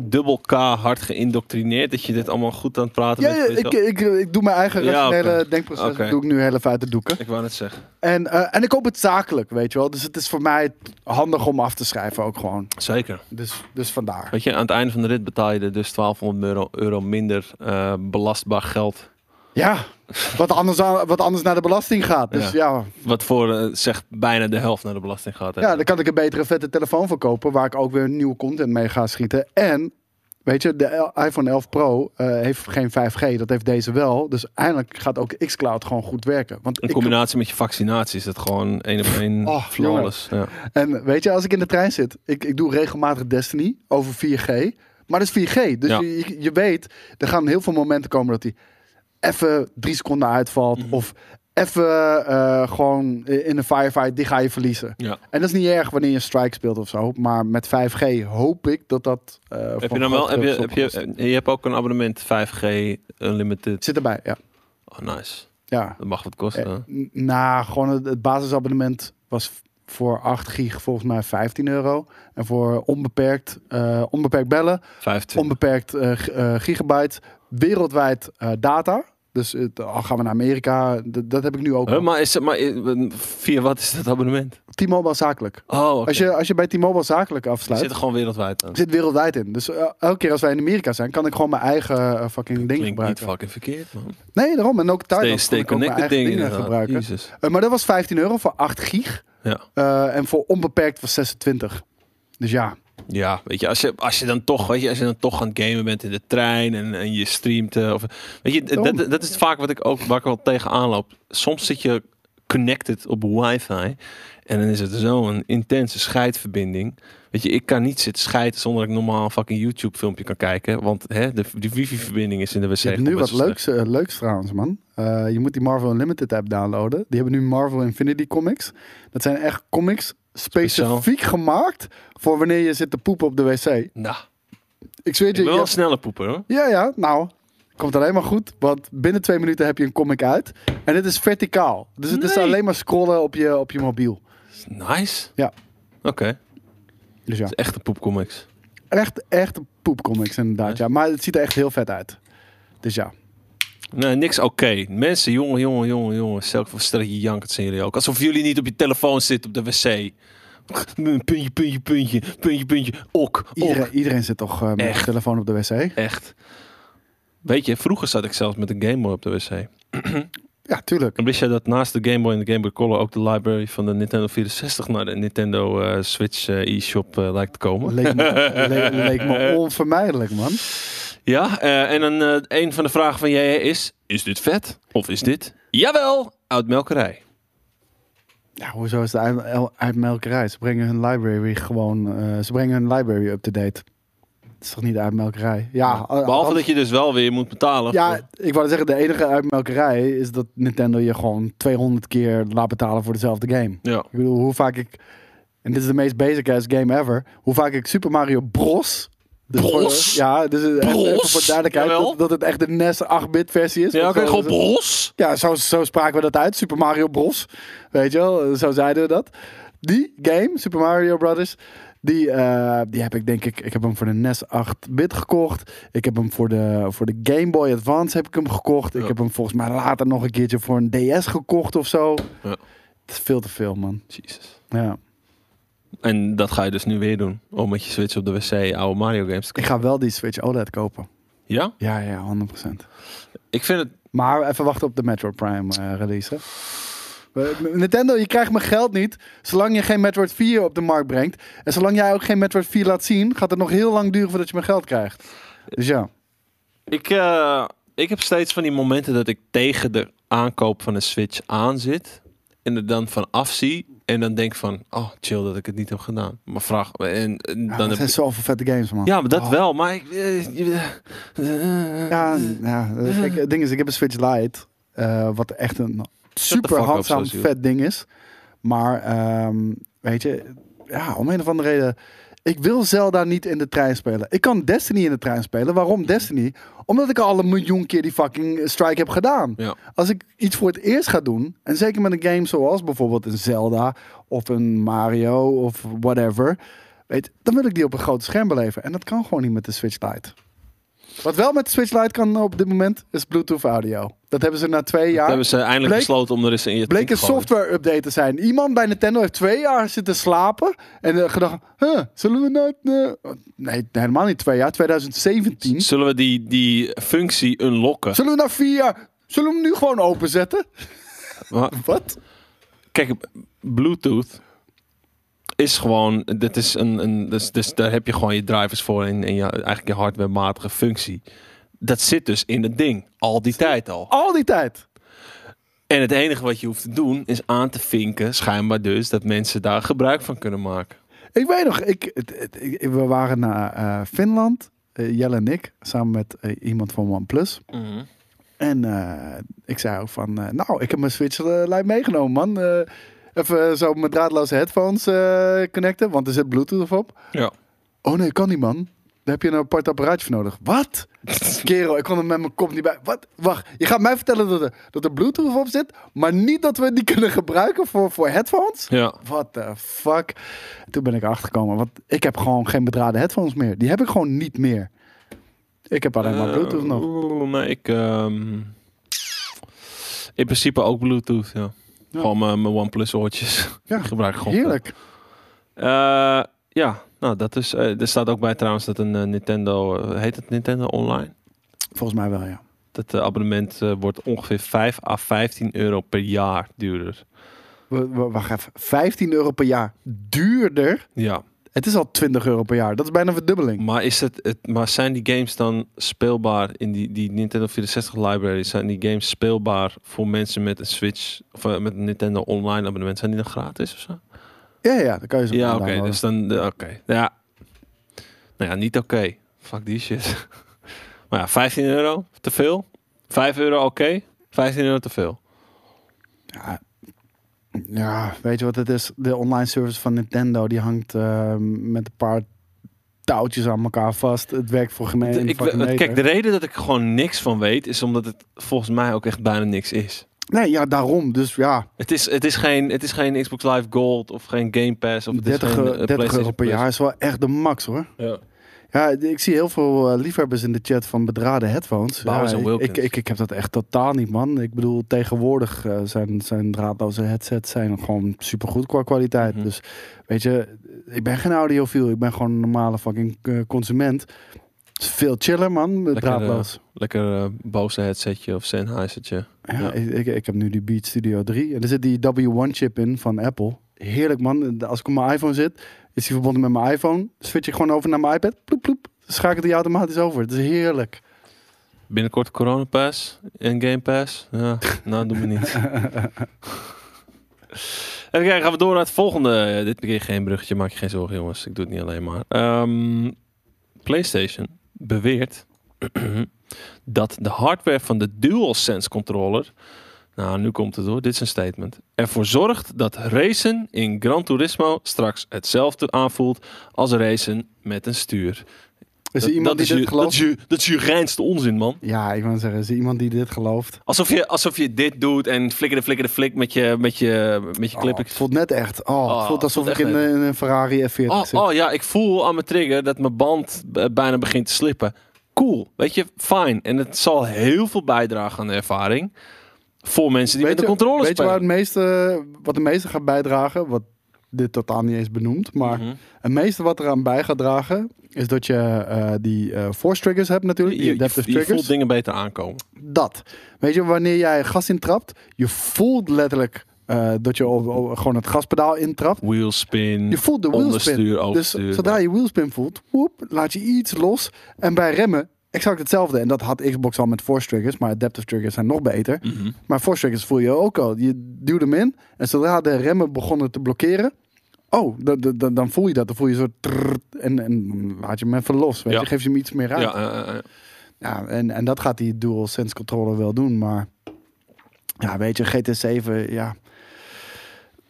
A: dubbel K hard geïndoctrineerd dat je dit allemaal goed aan het praten
B: Ja,
A: bent.
B: ja,
A: voor
B: ik,
A: jezelf.
B: ik, ik doe mijn eigen
A: Ja,
B: rationele
A: oké.
B: denkproces.
A: Oké.
B: Doe ik nu heel even uit de doeken.
A: ik wou net zeggen.
B: En, eh, en ik koop het zakelijk, weet je wel. Dus het is voor mij handig om af te schrijven ook gewoon.
A: Zeker.
B: Dus, dus vandaar.
A: Weet je, aan het einde van de rit betaal je er dus 1200 euro, euro minder eh, belastbaar geld.
B: Ja, wat anders, aan- wat anders naar de belasting gaat. Dus ja,
A: Wat voor, eh, zegt, bijna de helft naar de belasting gaat. hè.
B: ja, dan kan ik een betere vette telefoon voor kopen... waar ik ook weer nieuwe content mee ga schieten. En, weet je, de iPhone 11 Pro eh, heeft geen 5G. Dat heeft deze wel. Dus eindelijk gaat ook xCloud gewoon goed werken. Want
A: in
B: ik-
A: combinatie met je vaccinatie is het gewoon één op één
B: (laughs) Oh,
A: flawless. Ja.
B: En weet je, als ik in de trein zit, ik, ik doe regelmatig Destiny over 4G. Maar dat is 4G. Dus
A: Ja.
B: je, je- je weet, er gaan heel veel momenten komen dat hij even drie seconden uitvalt.
A: Mhm.
B: Of even eh, gewoon in een firefight, die ga je verliezen.
A: Ja.
B: En dat is niet erg wanneer je strike speelt of zo. Maar met 5G hoop ik dat dat. eh,
A: Heb
B: voor
A: je dan wel,
B: groot
A: heb je,
B: deel is
A: heb je,
B: opgelost.
A: je hebt ook een abonnement 5G Unlimited.
B: Zit erbij, ja.
A: Oh, nice.
B: ja.
A: Dat mag wat kosten. hè.
B: Eh, n- nou, gewoon het, het basisabonnement was v- voor 8 gig volgens mij 15 euro. En voor onbeperkt, eh, onbeperkt bellen
A: 25.
B: onbeperkt eh, g- eh, gigabyte wereldwijd eh, data. Dus het- al gaan we naar Amerika, d- dat heb ik nu ook.
A: Huh,
B: al.
A: maar, is, het- maar eh, via wat is dat abonnement?
B: T-Mobile zakelijk.
A: Oh, oké.
B: Als, je, als je bij T-Mobile zakelijk
A: Je
B: afsluit,
A: zit er gewoon wereldwijd aan.
B: zit wereldwijd in. Dus eh, elke keer als wij in Amerika zijn, kan ik gewoon mijn eigen eh, fucking ding
A: Klinkt niet
B: gebruiken.
A: fucking verkeerd, man.
B: Nee, daarom. En ook
A: Stay,
B: Thailand kan
A: stay
B: ik ook mijn
A: connected dingen
B: eigen dingen
A: inderdaad.
B: gebruiken.
A: Jezus.
B: Eh, maar dat was 15 euro voor 8 gig.
A: Ja.
B: Eh, en voor onbeperkt was 26. Dus ja,
A: Ja, weet je, als je, als je dan toch, weet je, als je dan toch aan het gamen bent in de trein en, en je streamt, eh, of, weet je,
B: Daarom.
A: dat, dat is vaak wat ik ook, waar ik wel tegenaan loop. Soms zit je connected op wifi en dan is het zo'n intense scheidverbinding. Weet je, ik kan niet zitten scheiden zonder dat ik normaal een fucking YouTube filmpje kan kijken, want hè, de, die wifi verbinding is in de wc.
B: je hebt nu
A: gewoon
B: wat
A: best wel slecht.
B: leuks, eh, leuks trouwens, man. Eh, je moet die Marvel Unlimited app downloaden. Die hebben nu Marvel Infinity Comics. Dat zijn echt comics specifiek gemaakt voor wanneer je zit te poepen op de wc.
A: Nou,
B: Ik zweer
A: ik
B: je,
A: ben wel
B: je-
A: een snelle poeper hoor.
B: Ja, ja, nou. Komt alleen maar goed, want binnen twee minuten heb je een comic uit. En dit is verticaal. Dus het is
A: Nee.
B: alleen maar scrollen op je, op je mobiel.
A: Nice.
B: Ja.
A: Oké,
B: Dus ja,
A: dat is echt een poepcomics.
B: echt, echt poepcomics inderdaad. Ja. Maar het ziet er echt heel vet uit. Dus ja.
A: Nee, niks oké. Mensen, jongen, jongen, jongen, jongen. Stel, stel dat je jankt, dat zijn jullie ook. Alsof jullie niet op je telefoon zitten op de wc. (laughs) Puntje, puntje, puntje, puntje, puntje. Ok, ok.
B: Iedereen, iedereen zit toch eh, met
A: Echt.
B: de telefoon op de wc?
A: Echt. Weet je, vroeger zat ik zelfs met een Game Boy op de wc.
B: Ja, tuurlijk.
A: En wist jij dat naast de Game Boy en de Game Boy Color ook de library van de Nintendo 64 naar de Nintendo eh, Switch eh, e-shop eh, lijkt te komen?
B: Leek me, le- leek (laughs) me onvermijdelijk, man.
A: Ja, eh, en dan eh, een van de vragen van jij is, is dit vet? Of is dit, jawel, oud-melkerij?
B: Ja, hoezo is het uit, el- uit melkerij? Ze brengen hun library gewoon... eh, ze brengen hun library up-to-date. Het is toch niet uit melkerij? Ja, eh,
A: Behalve dat je dus wel weer moet betalen. voor-
B: Ah, Ja, ik wou zeggen, de enige uitmelkerij is dat Nintendo je gewoon 200 keer laat betalen voor dezelfde game.
A: Ja.
B: Ik bedoel, hoe vaak ik, en dit is de meest basic ass game ever, hoe vaak ik Super Mario Bros. Dus voor-
A: Bros?
B: ja, dus even
A: Bros?
B: voor duidelijkheid
A: Jawel.
B: dat, dat het echt de E NES 8-bit versie is.
A: Ja,
B: Want
A: oké,
B: zo-
A: gewoon
B: zo-
A: bros.
B: Ja, zo, zo spraken we dat uit, Super Mario Bros. Weet je wel, zo zeiden we dat. Die game, Super Mario Brothers, die, eh, die heb ik denk ik, ik heb hem voor de E NES 8-bit gekocht. Ik heb hem voor de, voor de Game Boy Advance heb ik hem gekocht. Ik
A: Ja.
B: heb hem volgens mij later nog een keertje voor een DS gekocht of zo.
A: Ja.
B: Het is veel te veel, man.
A: Jezus.
B: Ja.
A: En dat ga je dus nu weer doen. Om met je Switch op de wc oude Mario games te
B: Ik
A: kopen.
B: ga wel die Switch OLED kopen.
A: Ja?
B: Ja, ja, 100%.
A: Ik vind het...
B: Maar even wachten op de Metro Prime eh, release. hè. We- Nintendo, je krijgt mijn geld niet. Zolang je geen Metroid 4 op de markt brengt. En zolang jij ook geen Metroid 4 laat zien, gaat het nog heel lang duren voordat je mijn geld krijgt. Dus ja.
A: Ik, eh, ik heb steeds van die momenten dat ik tegen de aankoop van een Switch aan zit. En er dan van afzie. En dan denk van, oh chill dat ik het niet heb gedaan. Maar vraag... En, en
B: ja
A: dan
B: dat
A: heb
B: zijn zoveel vette games, man.
A: Ja, maar dat
B: Oh.
A: wel. Maar ik... eh, je- eh,
B: Ja, ja. eh, Kijk, het ding is, ik heb een Switch Lite. eh, wat echt een super
A: fuck up,
B: handzaam
A: Sosiel.
B: vet ding is. Maar, ehm, weet je, ja, om een of andere reden. Ik wil Zelda niet in de trein spelen. Ik kan Destiny in de trein spelen.
A: Mhm.
B: Waarom Destiny? Omdat ik al een miljoen keer die fucking strike heb gedaan.
A: Ja.
B: Als ik iets voor het eerst ga doen, en zeker met een game zoals bijvoorbeeld een Zelda of een Mario of whatever, weet, dan wil ik die op een groot scherm beleven. En dat kan gewoon niet met de Switch Lite. Wat wel met de Switch Lite kan op dit moment, is Bluetooth audio. Dat hebben ze na twee
A: Dat
B: jaar.
A: hebben ze eindelijk
B: Bleek-
A: besloten om er eens in je
B: Bleek
A: te
B: een software update te zijn. Iemand bij Nintendo heeft twee jaar zitten slapen. En eh, gedacht, huh, zullen we nou... eh, nee, helemaal niet twee jaar. 2017.
A: Zullen we die, die functie unlocken?
B: Zullen we nou vier jaar... Zullen we hem nu gewoon openzetten? (laughs)
A: Maar-
B: Wat?
A: Kijk, Bluetooth is gewoon, dat is een, een dus, dus daar heb je gewoon je drivers voor en, en je, eigenlijk je hardwarematige functie. Dat zit dus in het ding, al die tijd al.
B: Al die tijd.
A: En het enige wat je hoeft te doen is aan te vinken, schijnbaar dus, dat mensen daar gebruik van kunnen maken.
B: Ik weet nog, ik, het- het- ik- we waren naar eh, Finland. eh, Jelle en ik, samen met eh, iemand van OnePlus. En eh, ik zei ook van, eh, nou, ik heb mijn Switch eh, Lite meegenomen, man. Eh, even zo mijn draadloze headphones eh, connecten, want er zit Bluetooth op.
A: Ja.
B: Oh nee, kan niet, man. Daar heb je een apart apparaatje voor nodig. Wat? Kerel, ik kon er met mijn kop niet bij. Wat? Wacht, je gaat mij vertellen dat er, dat er Bluetooth op zit, maar niet dat we die kunnen gebruiken voor, voor headphones?
A: Ja.
B: What the fuck? Toen ben ik erachter gekomen, want ik heb gewoon geen bedrade headphones meer. Die heb ik gewoon niet meer. Ik heb alleen maar Bluetooth nog.
A: Eh, oeh, Maar ik, ehm, In principe ook Bluetooth, ja.
B: Ja.
A: Gewoon mijn mijn OnePlus oortjes.
B: Ja,
A: Ik (laughs) gebruik ik gewoon.
B: Heerlijk.
A: Eh, ja, nou dat is. eh, er staat ook bij trouwens dat een eh, Nintendo. eh, heet het Nintendo Online?
B: Volgens mij wel, ja.
A: Dat eh, abonnement eh, wordt ongeveer 5 à 15 euro per jaar duurder.
B: W- w- Wacht even. 15 euro per jaar duurder.
A: Ja,
B: Het is al 20 euro per jaar. Dat is bijna een verdubbeling.
A: maar, is het, het, maar zijn die games dan speelbaar in die, die Nintendo 64 library? Zijn die games speelbaar voor mensen met een Switch of eh, met een Nintendo Online abonnement? Zijn die dan gratis of zo?
B: Ja, ja, ja, dan kan je ze
A: Ja,
B: gewoon
A: oké.
B: downloaden.
A: dus dan, eh, oké. Ja. Nou ja, niet oké. Fuck die shit. (laughs) maar ja, 15 euro te veel. 5 euro oké. 15 euro te veel.
B: Ja.
A: dus-
B: Ja, weet je wat het is? De online service van Nintendo die hangt eh, met een paar touwtjes aan elkaar vast. Het werkt voor
A: De-
B: gemeen.
A: ik,
B: fucking
A: we-
B: meter.
A: kijk, de reden dat ik er gewoon niks van weet, is omdat het volgens mij ook echt bijna niks is.
B: Nee, ja, daarom. Dus ja,
A: Het is, het is, geen, het is geen Xbox Live Gold of geen Game Pass of het is
B: 30,
A: geen, eh,
B: euro- 30
A: PlayStation
B: euro per
A: Plus.
B: jaar is wel echt de max hoor.
A: Ja.
B: Ja, ik zie heel veel eh, liefhebbers in de chat van bedrade headphones.
A: Bowers
B: ja,
A: en Wilkins.
B: Ik, ik, ik heb dat echt totaal niet, man. Ik bedoel, tegenwoordig eh, zijn, zijn draadloze headsets zijn gewoon supergoed qua kwaliteit.
A: Mhm.
B: Dus weet je, ik ben geen audiofiel. Ik ben gewoon een normale fucking eh, consument. Het is veel chiller, man, met
A: Lekker, eh,
B: draadloos.
A: Lekker eh Bose headsetje of Sennheisertje.
B: ja,
A: ja.
B: Ik, ik, ik heb nu die Beat Studio 3. En er zit die W1-chip in van Apple. Heerlijk, man. Als ik op mijn iPhone zit, is die verbonden met mijn iPhone. Switch ik gewoon over naar mijn iPad. Ploep, ploep. Schakelt die automatisch over. Het is heerlijk.
A: Binnenkort Corona Pass en Game Pass. Ja, nou, doen we niet. Even kijken, gaan we door naar het volgende. Ja, dit keer geen bruggetje, maak je geen zorgen jongens. Ik doe het niet alleen maar. Ehm, PlayStation beweert (clears throat) dat de hardware van de DualSense controller... Nou, nu komt het hoor. Dit is een statement. Ervoor zorgt dat racen in Gran Turismo straks hetzelfde aanvoelt als racen met een stuur.
B: Is er iemand die
A: is
B: dit
A: je, dat,
B: gelooft?
A: is je, dat is je reinste onzin, man.
B: Ja, ik wou zeggen, is er iemand die dit gelooft?
A: Alsof je, alsof je dit doet en flikkerde, flikkerde, flik met je, met je, met je
B: Oh,
A: clip.
B: het voelt net echt. Oh,
A: Oh,
B: het
A: het
B: voelt alsof
A: voelt
B: ik in,
A: echt
B: eh, in een Ferrari F40
A: oh,
B: zit.
A: oh ja, ik voel aan mijn trigger dat mijn band eh, bijna begint te slippen. Cool, weet je, fijn. En het zal heel veel bijdragen aan de ervaring voor mensen die
B: Weet
A: met
B: je-
A: de controller
B: Weet je
A: spelen.
B: waar het meeste, wat de meeste gaat bijdragen? Wat dit totaal niet eens benoemd. Maar
A: Mhm.
B: het meeste wat eraan bij gaat dragen... is dat je eh, die eh, force triggers hebt natuurlijk. Die
A: je, je,
B: adaptive
A: je voelt
B: triggers.
A: dingen beter aankomen.
B: Dat. Weet je, wanneer jij gas intrapt... je voelt letterlijk eh, dat je op- op- gewoon het gaspedaal intrapt.
A: Wheelspin,
B: Je voelt de wheelspin.
A: onderstuur,
B: Dus
A: overstuur.
B: zodra je wheelspin voelt, woep, laat je iets los. En bij remmen, exact hetzelfde. En dat had Xbox al met force triggers, maar adaptive triggers zijn nog beter.
A: Mhm.
B: Maar force triggers voel je ook al. Je duwt hem in en zodra de remmen begonnen te blokkeren, oh, dan, dan- dan, dan voel je dat. Dan voel je zo trrrt en, en laat je hem even los. Weet
A: Ja.
B: je, geef je hem iets meer
A: Ja,
B: ruimte. Ja.
A: eh, eh, eh.
B: en, en dat gaat die dual sense controller wel doen, maar ja, weet je, GT7, ja.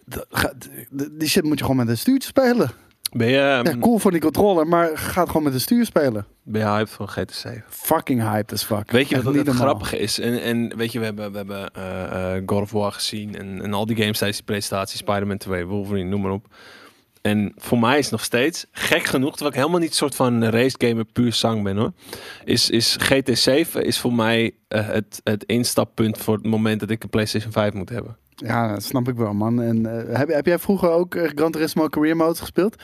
B: Dat gaat- Die shit moet je gewoon met een stuurtje spelen.
A: ben, je,
B: Ja, cool voor die controller, maar gaat gewoon met de stuur spelen.
A: ben je hyped van GT7?
B: Fucking hyped as fuck.
A: Weet je
B: Echt
A: wat het
B: normaal.
A: grappige is? En, en weet je, we hebben, we hebben eh, eh, God of War gezien en, en al die games tijdens die presentatie. Spider-Man 2, Wolverine, noem maar op. En voor mij is nog steeds, gek genoeg, terwijl ik helemaal niet een soort van race gamer puur zang ben hoor. Is, is GT7 is voor mij eh, het, het instappunt voor het moment dat ik een PlayStation 5 moet hebben.
B: Ja, dat snap ik wel, man. En eh, heb, heb jij vroeger ook eh, Gran Turismo Career Mode gespeeld?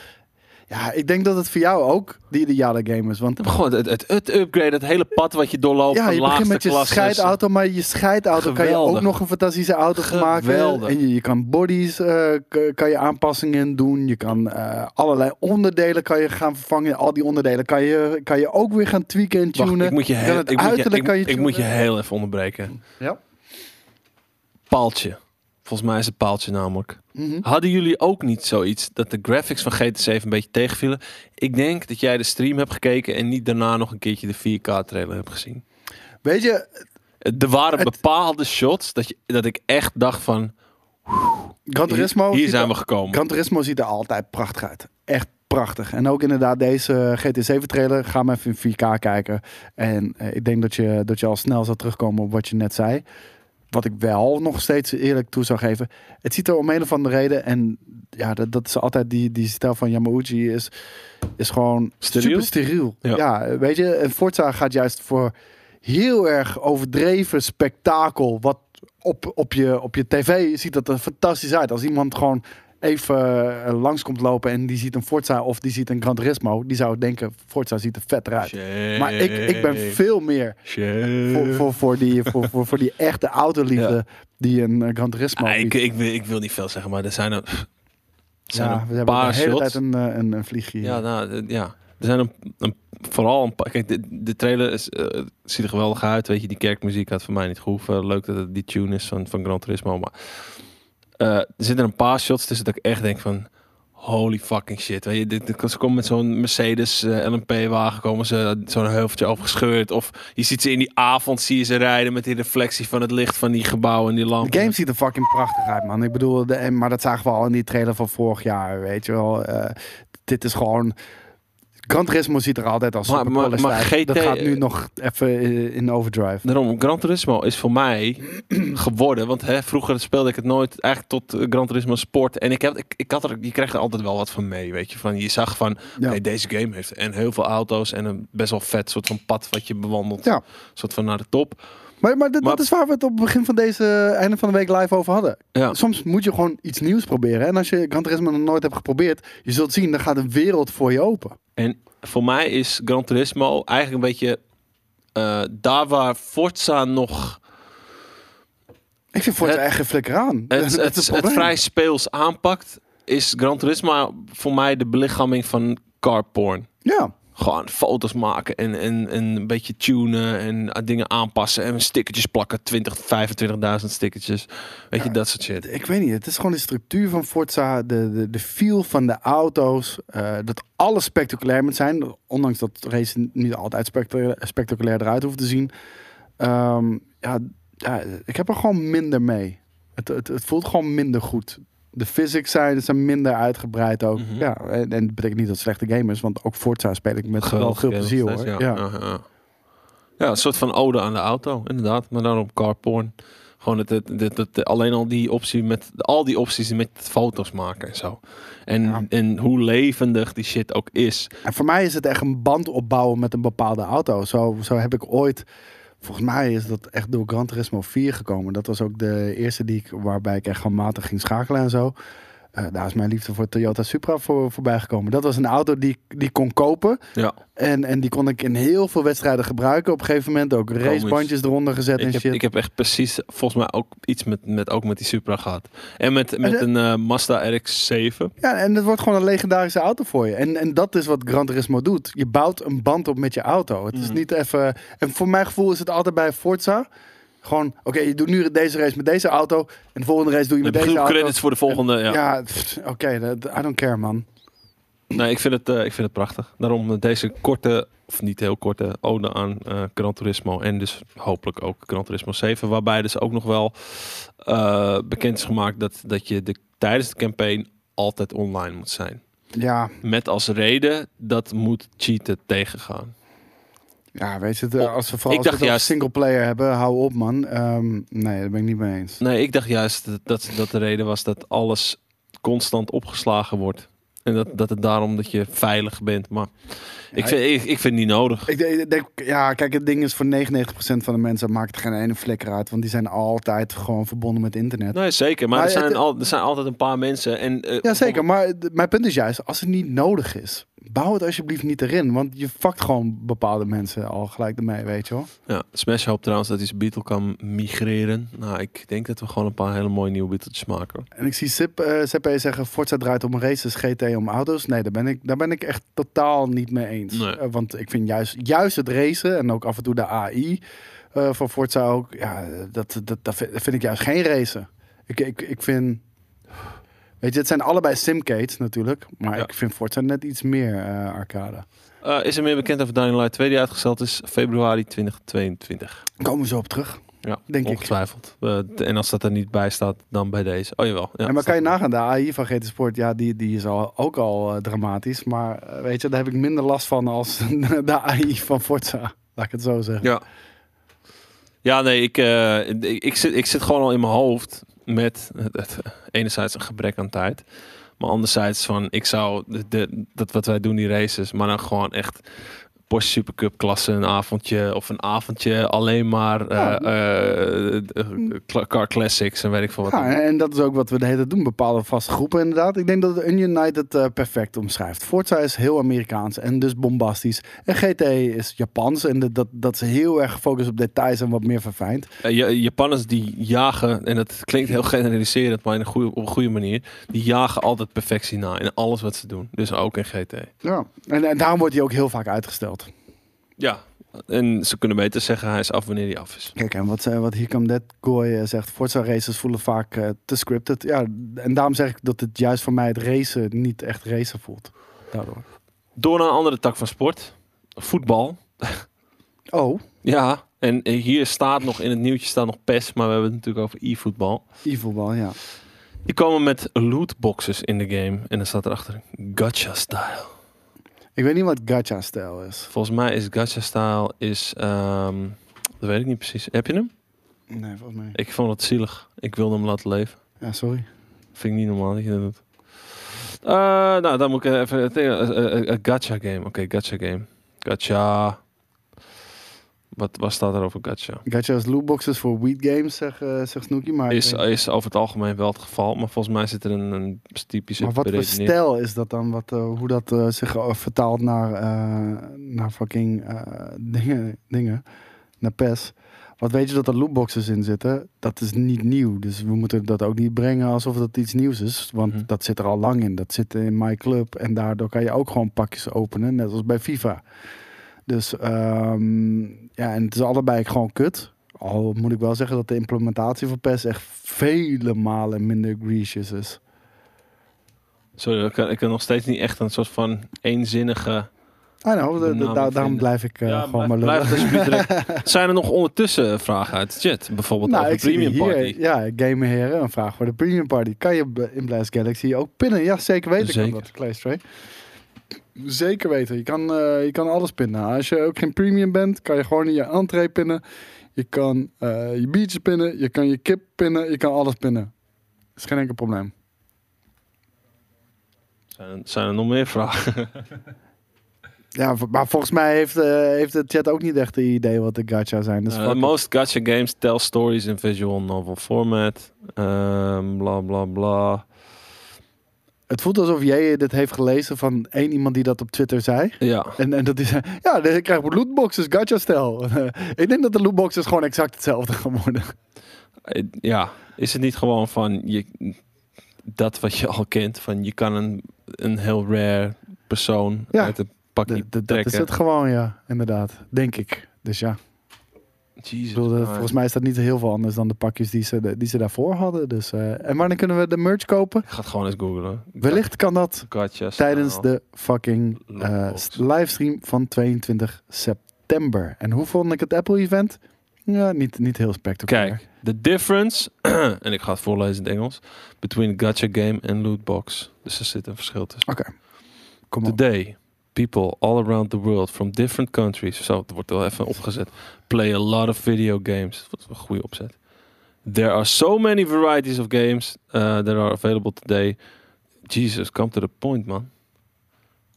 B: Ja, ik denk dat het voor jou ook de ideale game is. Want
A: Gewoon het, het, het upgrade, het hele pad wat je doorloopt
B: ja,
A: van
B: je
A: laagste
B: begint met je
A: klasses.
B: scheidauto, maar je scheidauto kan je
A: Geweldig.
B: ook nog een fantastische auto gaan maken.
A: Geweldig.
B: En je, je kan bodies, eh, k- kan je aanpassingen in doen. Je kan eh, allerlei onderdelen kan je gaan vervangen. Al die onderdelen kan je, kan je ook weer gaan tweaken en
A: Wacht,
B: tunen.
A: ik moet je,
B: Dan
A: heel,
B: het
A: ik, moet je,
B: uiterlijk
A: ik-
B: kan je
A: ik moet je
B: tunen.
A: heel even onderbreken.
B: Ja.
A: paaltje. Volgens mij is het paaltje namelijk.
B: Mhm.
A: Hadden jullie ook niet zoiets dat de graphics van GT7 een beetje tegenvielen? Ik denk dat jij de stream hebt gekeken en niet daarna nog een keertje de 4K trailer hebt gezien.
B: Weet je,
A: Er waren
B: Het-
A: bepaalde shots dat, je, dat ik echt dacht van,
B: Gran Turismo,
A: hier, hier
B: ziet
A: zijn
B: er,
A: we gekomen.
B: Gran Turismo ziet er altijd prachtig uit. Echt prachtig. En ook inderdaad deze GT7 trailer. Ga maar even in 4K kijken. En eh, ik denk dat je, dat je al snel zal terugkomen op wat je net zei. Wat ik wel nog steeds eerlijk toe zou geven. Het ziet er om een of andere reden. En ja, dat, dat is altijd die, die stijl van Yamauchi is, is gewoon
A: Steriel?
B: super steriel.
A: Ja.
B: Ja. weet je. En Forza gaat juist voor heel erg overdreven spektakel. Wat op, op, je, op je tv ziet dat er fantastisch uit. Als iemand gewoon even eh, langs komt lopen en die ziet een Forza of die ziet een Gran Turismo. Die zou denken, Forza ziet er vetter uit. Maar ik, ik ben veel meer
A: Shit.
B: voor, voor, voor,
A: (laughs)
B: die, voor, voor, voor die echte autoliefde die een eh, Gran Turismo
A: Ah, ik,
B: biedt.
A: ik, wil- ik wil niet veel zeggen, maar er zijn er, pff, er zijn
B: Ja, we
A: een
B: hebben de
A: paar
B: hele tijd
A: shots.
B: een, eh, een, een vliegje. hier.
A: Ja, nou, eh, ja. Er zijn een, een- vooral een paar... Kijk, de, de trailer is, eh, ziet er geweldig uit. Weet je, die kerkmuziek had voor mij niet gehoeven. Eh, Leuk dat het die tune is van, van Gran Turismo. Maar eh, er zitten een paar shots tussen dat ik echt denk van... Holy fucking shit. Weet je, dit, dit- ze komen met zo'n Mercedes eh, LMP-wagen. Komen ze zo'n heuveltje overgescheurd. Of je ziet ze in die avond, zie je ze rijden met die reflectie van het licht van die gebouwen en die lampen.
B: De game ziet er fucking prachtig uit, man. Ik bedoel, de, en- maar dat zagen we al in die trailer van vorig jaar, weet je wel. Eh, dit is gewoon... Gran Turismo ziet er altijd als
A: Maar-
B: super
A: maar-
B: polished
A: maar
B: uit.
A: GT
B: Dat gaat nu nog even eh, in overdrive.
A: Daarom, Gran Turismo is voor mij geworden. Want hè, vroeger speelde ik het nooit eigenlijk tot eh, Gran Turismo Sport. En ik, heb, ik, ik had er, je kreeg er altijd wel wat van mee. Weet je, van, je zag van,
B: Ja.
A: oké, deze game heeft en heel veel auto's en een best wel vet soort van pad wat je bewandelt.
B: Ja.
A: soort van naar de top.
B: Maar, maar, dit-
A: Maar-
B: dat is waar we het op het begin van deze einde van de week live over hadden.
A: Ja.
B: Soms moet je gewoon iets nieuws proberen. En als je Gran Turismo nog nooit hebt geprobeerd, je zult zien, dan gaat een wereld voor je open.
A: En voor mij is Gran Turismo eigenlijk een beetje eh, daar waar Forza
B: (laughs)
A: nog
B: Ik vind Forza
A: Het-
B: echt geen flikker aan.
A: het,
B: (laughs) Dat is
A: het, het,
B: probleem.
A: vrij speels aanpakt, is Gran Turismo voor mij de belichaming van carporn.
B: Ja,
A: Gewoon foto's maken en, en, en een beetje tunen en eh, dingen aanpassen en stickertjes plakken. 20, 25.000 stickertjes. Weet je, dat soort shit.
B: ik weet niet. Het is gewoon de structuur van Forza, de, de, de feel van de auto's. eh, dat alles spectaculair moet zijn. Ondanks dat race niet altijd spectaculair, spectaculair eruit hoeft te zien. Ehm, ja, ja, ik heb er gewoon minder mee. Het, het, het voelt gewoon minder goed. De physics zijn, zijn minder uitgebreid ook.
A: Mhm.
B: Ja, en, en dat betekent niet dat het slechte game is. Want ook Forza speel ik met wel veel
A: game
B: plezier
A: nog
B: hoor.
A: steeds, Ja.
B: Ja.
A: Ja, ja. Ja, een soort van ode aan de auto, inderdaad. Maar dan op carporn. Gewoon het, het, het- het- alleen al die optie met al die opties met foto's maken en zo. En,
B: Ja.
A: en hoe levendig die shit ook is.
B: En voor mij is het echt een band opbouwen met een bepaalde auto. Zo, zo heb ik ooit, volgens mij is dat echt door Gran Turismo 4 gekomen. Dat was ook de eerste die ik, waarbij ik echt gewoon matig ging schakelen en zo. Eh, daar is mijn liefde voor Toyota Supra voor, voorbij gekomen. Dat was een auto die, ik- die ik kon kopen.
A: Ja.
B: En, en die kon ik in heel veel wedstrijden gebruiken. Op een gegeven moment ook racebandjes eronder gezet en
A: Ik heb,
B: shit.
A: ik heb echt precies, volgens mij ook iets met, met, ook met die Supra gehad. En met, met
B: de-
A: een eh, Mazda RX-7.
B: Ja, en het wordt gewoon een legendarische auto voor je. En, en dat is wat Gran Turismo doet. Je bouwt een band op met je auto. Het is
A: Mhm.
B: niet even... En voor mijn gevoel is het altijd bij Forza... Gewoon, oké, je doet nu deze race met deze auto... en de volgende race doe je
A: Dan
B: met
A: heb je
B: deze
A: genoeg
B: auto.
A: credits voor de volgende. Ja.
B: Ja, pff, oké, dat- I don't care, man.
A: Nee, ik vind, het, eh, ik vind het prachtig. Daarom eh, deze korte, of niet heel korte, ode aan eh Gran Turismo. En dus hopelijk ook Gran Turismo 7. Waarbij dus ook nog wel eh, bekend is gemaakt dat, dat je de, tijdens de campaign altijd online moet zijn.
B: Ja,
A: Met als reden dat moet cheaten tegengaan.
B: ja weet je, de- als we
A: Oh, Ik
B: vooral
A: dacht
B: als we het over
A: juist-
B: singleplayer hebben... hou op, man. Ehm, nee, daar ben ik niet mee eens.
A: Nee, ik dacht juist dat, dat, dat de reden was dat alles constant opgeslagen wordt. En dat, dat het daarom dat je veilig bent. Maar ik
B: Ja,
A: vind, ik, ik vind het niet nodig.
B: Ik denk- ik denk, ja, kijk, het ding is voor 99% van de mensen maakt het geen ene flikker uit. Want die zijn altijd gewoon verbonden met internet.
A: Nee, zeker. Maar,
B: Maar
A: er, zijn
B: het-
A: al, er zijn altijd een paar mensen. En, eh,
B: Ja, zeker. Maar d- mijn punt is juist, als het niet nodig is, bouw het alsjeblieft niet erin. Want je fuckt gewoon bepaalde mensen al gelijk ermee, weet je wel.
A: Ja, Smash hoopt trouwens dat hij zijn Beatle kan migreren. Nou, ik denk dat we gewoon een paar hele mooie nieuwe Beatles maken. hoor.
B: En ik zie Sip, eh, CP zeggen, Forza draait om races, GT om auto's. Nee, daar ben ik, daar ben ik echt totaal niet mee eens.
A: Nee.
B: Eh, want ik vind juist, juist het racen en ook af en toe de AI eh, van Forza ook, ja, dat, dat, dat, vind, dat vind ik juist geen racen. Ik, ik, ik vind... Weet je, het zijn allebei simcades natuurlijk. Maar
A: Ja.
B: ik vind Forza net iets meer eh, arcade.
A: Eh, is er meer bekend over Dying Light 2 die uitgesteld is? Februari 2022.
B: Komen we zo op terug.
A: Ja,
B: Denk ik.
A: ongetwijfeld. Eh, t- en als dat er niet bij staat, dan bij deze. Oh jawel. Ja,
B: en maar kan je
A: staat
B: nagaan, de AI van GT Sport, ja, die, die is al, ook al eh, dramatisch. Maar eh, weet je, daar heb ik minder last van als (laughs) de AI van Forza. Laat ik het zo zeggen.
A: Ja. Ja, nee, ik, eh, ik, ik zit, ik zit gewoon al in mijn hoofd met het, het- enerzijds een gebrek aan tijd. Maar anderzijds van, ik zou de, de- dat wat wij doen, die races, maar dan gewoon echt Porsche Supercup klasse een avondje. Of een avondje alleen maar eh
B: Ja.
A: eh, eh, cla- car classics en weet ik veel wat. Eh,
B: Ja, en dat is ook wat we de hele tijd doen. Bepaalde vaste groepen inderdaad. Ik denk dat de United het eh, perfect omschrijft. Forza is heel Amerikaans en dus bombastisch. En GT is Japans en de- dat, dat is heel erg gefocust op details en wat meer verfijnd.
A: Eh, Ja- Japanners die jagen, en dat klinkt heel generaliserend, maar in een goede, op een goede manier. Die jagen altijd perfectie na in alles wat ze doen. Dus ook in GT.
B: Ja. En, en daarom wordt hij ook heel vaak uitgesteld.
A: Ja, en ze kunnen beter zeggen hij is af wanneer hij af is.
B: Kijk, en wat, eh, wat Here Come That Goy eh, zegt, Forza races voelen vaak eh, te scripted. Ja, en daarom zeg ik dat het juist voor mij het racen niet echt racen voelt. Daardoor.
A: Door naar een andere tak van sport. Voetbal.
B: Oh,
A: Ja, en hier staat nog in het nieuwtje staat nog PES, maar we hebben het natuurlijk over e-voetbal.
B: e-voetbal, ja.
A: Die komen met lootboxes in de game en dan staat erachter gacha style.
B: Ik weet niet wat gacha-stijl is.
A: Volgens mij is gacha style is ehm, dat weet ik niet precies. Heb je hem?
B: Nee, volgens mij.
A: Ik vond het zielig. Ik wilde hem laten leven.
B: Ja, sorry.
A: Vind ik niet normaal dat je dat doet. Eh, nou, dan moet ik even het ding- eh, eh, eh, gacha game. Oké, gacha game. Gacha. Wat, wat staat er over gacha?
B: Gacha is lootboxes voor weed games, zegt, eh, zegt Snooki. Maar, ik
A: Is,
B: weet-
A: is over het algemeen wel het geval, maar volgens mij zit er een, een typische
B: maar wat voor
A: beredeneer-
B: stijl is dat dan? Wat, eh, hoe dat eh, zich eh, vertaalt naar, eh, naar fucking eh, dingen, dingen, naar PES. Wat weet je dat er lootboxes in zitten? Dat is niet nieuw. Dus we moeten dat ook niet brengen alsof dat iets nieuws is. Want
A: Mhm.
B: dat zit er al lang in. Dat zit in My Club. En daardoor kan je ook gewoon pakjes openen, net als bij FIFA. Dus ehm, ja, en het is allebei gewoon kut. Al moet ik wel zeggen dat de implementatie van PES echt vele malen minder gracious is.
A: Sorry, ik kan, ik kan nog steeds niet echt een soort van eenzinnige...
B: I know,
A: de
B: nou, da- da-
A: naam
B: da-
A: Nou,
B: daarom
A: vinden.
B: blijf ik eh, gewoon maar lullen.
A: blijf het alsjeblieft direct. (laughs) Zijn er nog ondertussen vragen uit de chat? Bijvoorbeeld over
B: Nou, zie
A: Premium
B: hier,
A: Party.
B: Ja, Game Heren, een vraag voor de Premium Party. Kan je b- in Blast Galaxy ook pinnen? Ja, zeker weten
A: Zeker.
B: kan dat, Claystray. Zeker weten. Je kan, eh, je kan alles pinnen. Als je ook geen premium bent, kan je gewoon in je entree pinnen. Je kan eh, je biertje pinnen. Je kan je kip pinnen. Je kan alles pinnen. Is geen enkel probleem.
A: Zijn, er- zijn er nog meer vragen?
B: Ja, v- maar volgens mij heeft, eh, heeft de chat ook niet echt een idee wat de gacha zijn. Dus
A: Eh,
B: fuck it.
A: most gacha games tell stories in visual novel format. Ehm, bla bla bla.
B: Het voelt alsof jij dit heeft gelezen van één iemand die dat op Twitter zei.
A: Ja,
B: En, en dat is, ja, dan krijg je lootboxes, gacha-stijl. (laughs) ik denk dat de lootboxes gewoon exact hetzelfde gaan worden.
A: Eh, ja. Is het niet gewoon van je, dat wat je al kent? Van je kan een, een heel rare persoon
B: Ja.
A: uit het pakje
B: De- de- dat
A: trekken.
B: is het gewoon, ja, inderdaad. Denk ik. Dus ja, ik
A: Jezus,
B: bedoel, eh,
A: maar-
B: volgens mij is dat niet heel veel anders dan de pakjes die ze, die ze daarvoor hadden. Dus, eh, en wanneer kunnen we de merch kopen?
A: Ik ga het gewoon eens googlen.
B: Wellicht kan dat
A: Gotcha.
B: tijdens de fucking eh,
A: Lootbox.
B: livestream van 22 september. En hoe vond ik het Apple-event? Ja, niet, niet heel spectaculair.
A: Kijk, the difference, (clears throat) en ik ga het voorlezen in het Engels, between gacha game en lootbox. Dus er zit een verschil tussen.
B: Oké, kom op.
A: Today, people all around the world from different countries, zo, het wordt wel even opgezet, play a lot of video games. Wat een goede opzet. There are so many varieties of games uh, that are available today. Jesus, come to the point, man.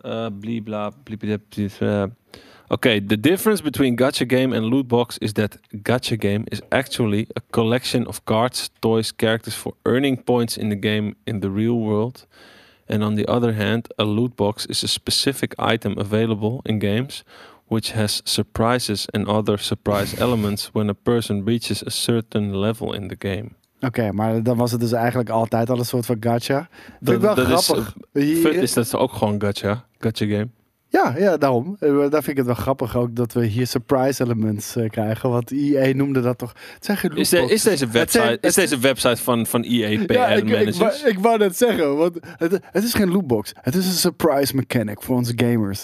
A: Uh, blibla, blibla, blibla. Okay, the difference between Gacha Game and Loot Box is that Gacha Game is actually a collection of cards, toys, characters for earning points in the game in the real world. And on the other hand, a loot box is a specific item available in games which has surprises and other
B: (laughs)
A: surprise elements when a person reaches a certain level in the game.
B: Oké, maar dan was het dus eigenlijk altijd al een soort van gacha. Vind ik wel
A: is-
B: grappig.
A: Vet
B: Hier-
A: is dat ook gewoon gacha, gacha game.
B: Ja, ja, daarom. Eh, Daar vind ik het wel grappig ook dat we hier surprise elements eh, krijgen. Want EA noemde dat toch... Het zijn geen
A: Is, de-
B: lootboxes.
A: is deze
B: Het zijn-
A: website, is
B: het-
A: deze website van, E van EA PR
B: ja, ik, ik,
A: managers?
B: wou- ik wou net zeggen, want het, het is geen lootbox. Het is een surprise mechanic voor onze
A: (laughs)
B: gamers.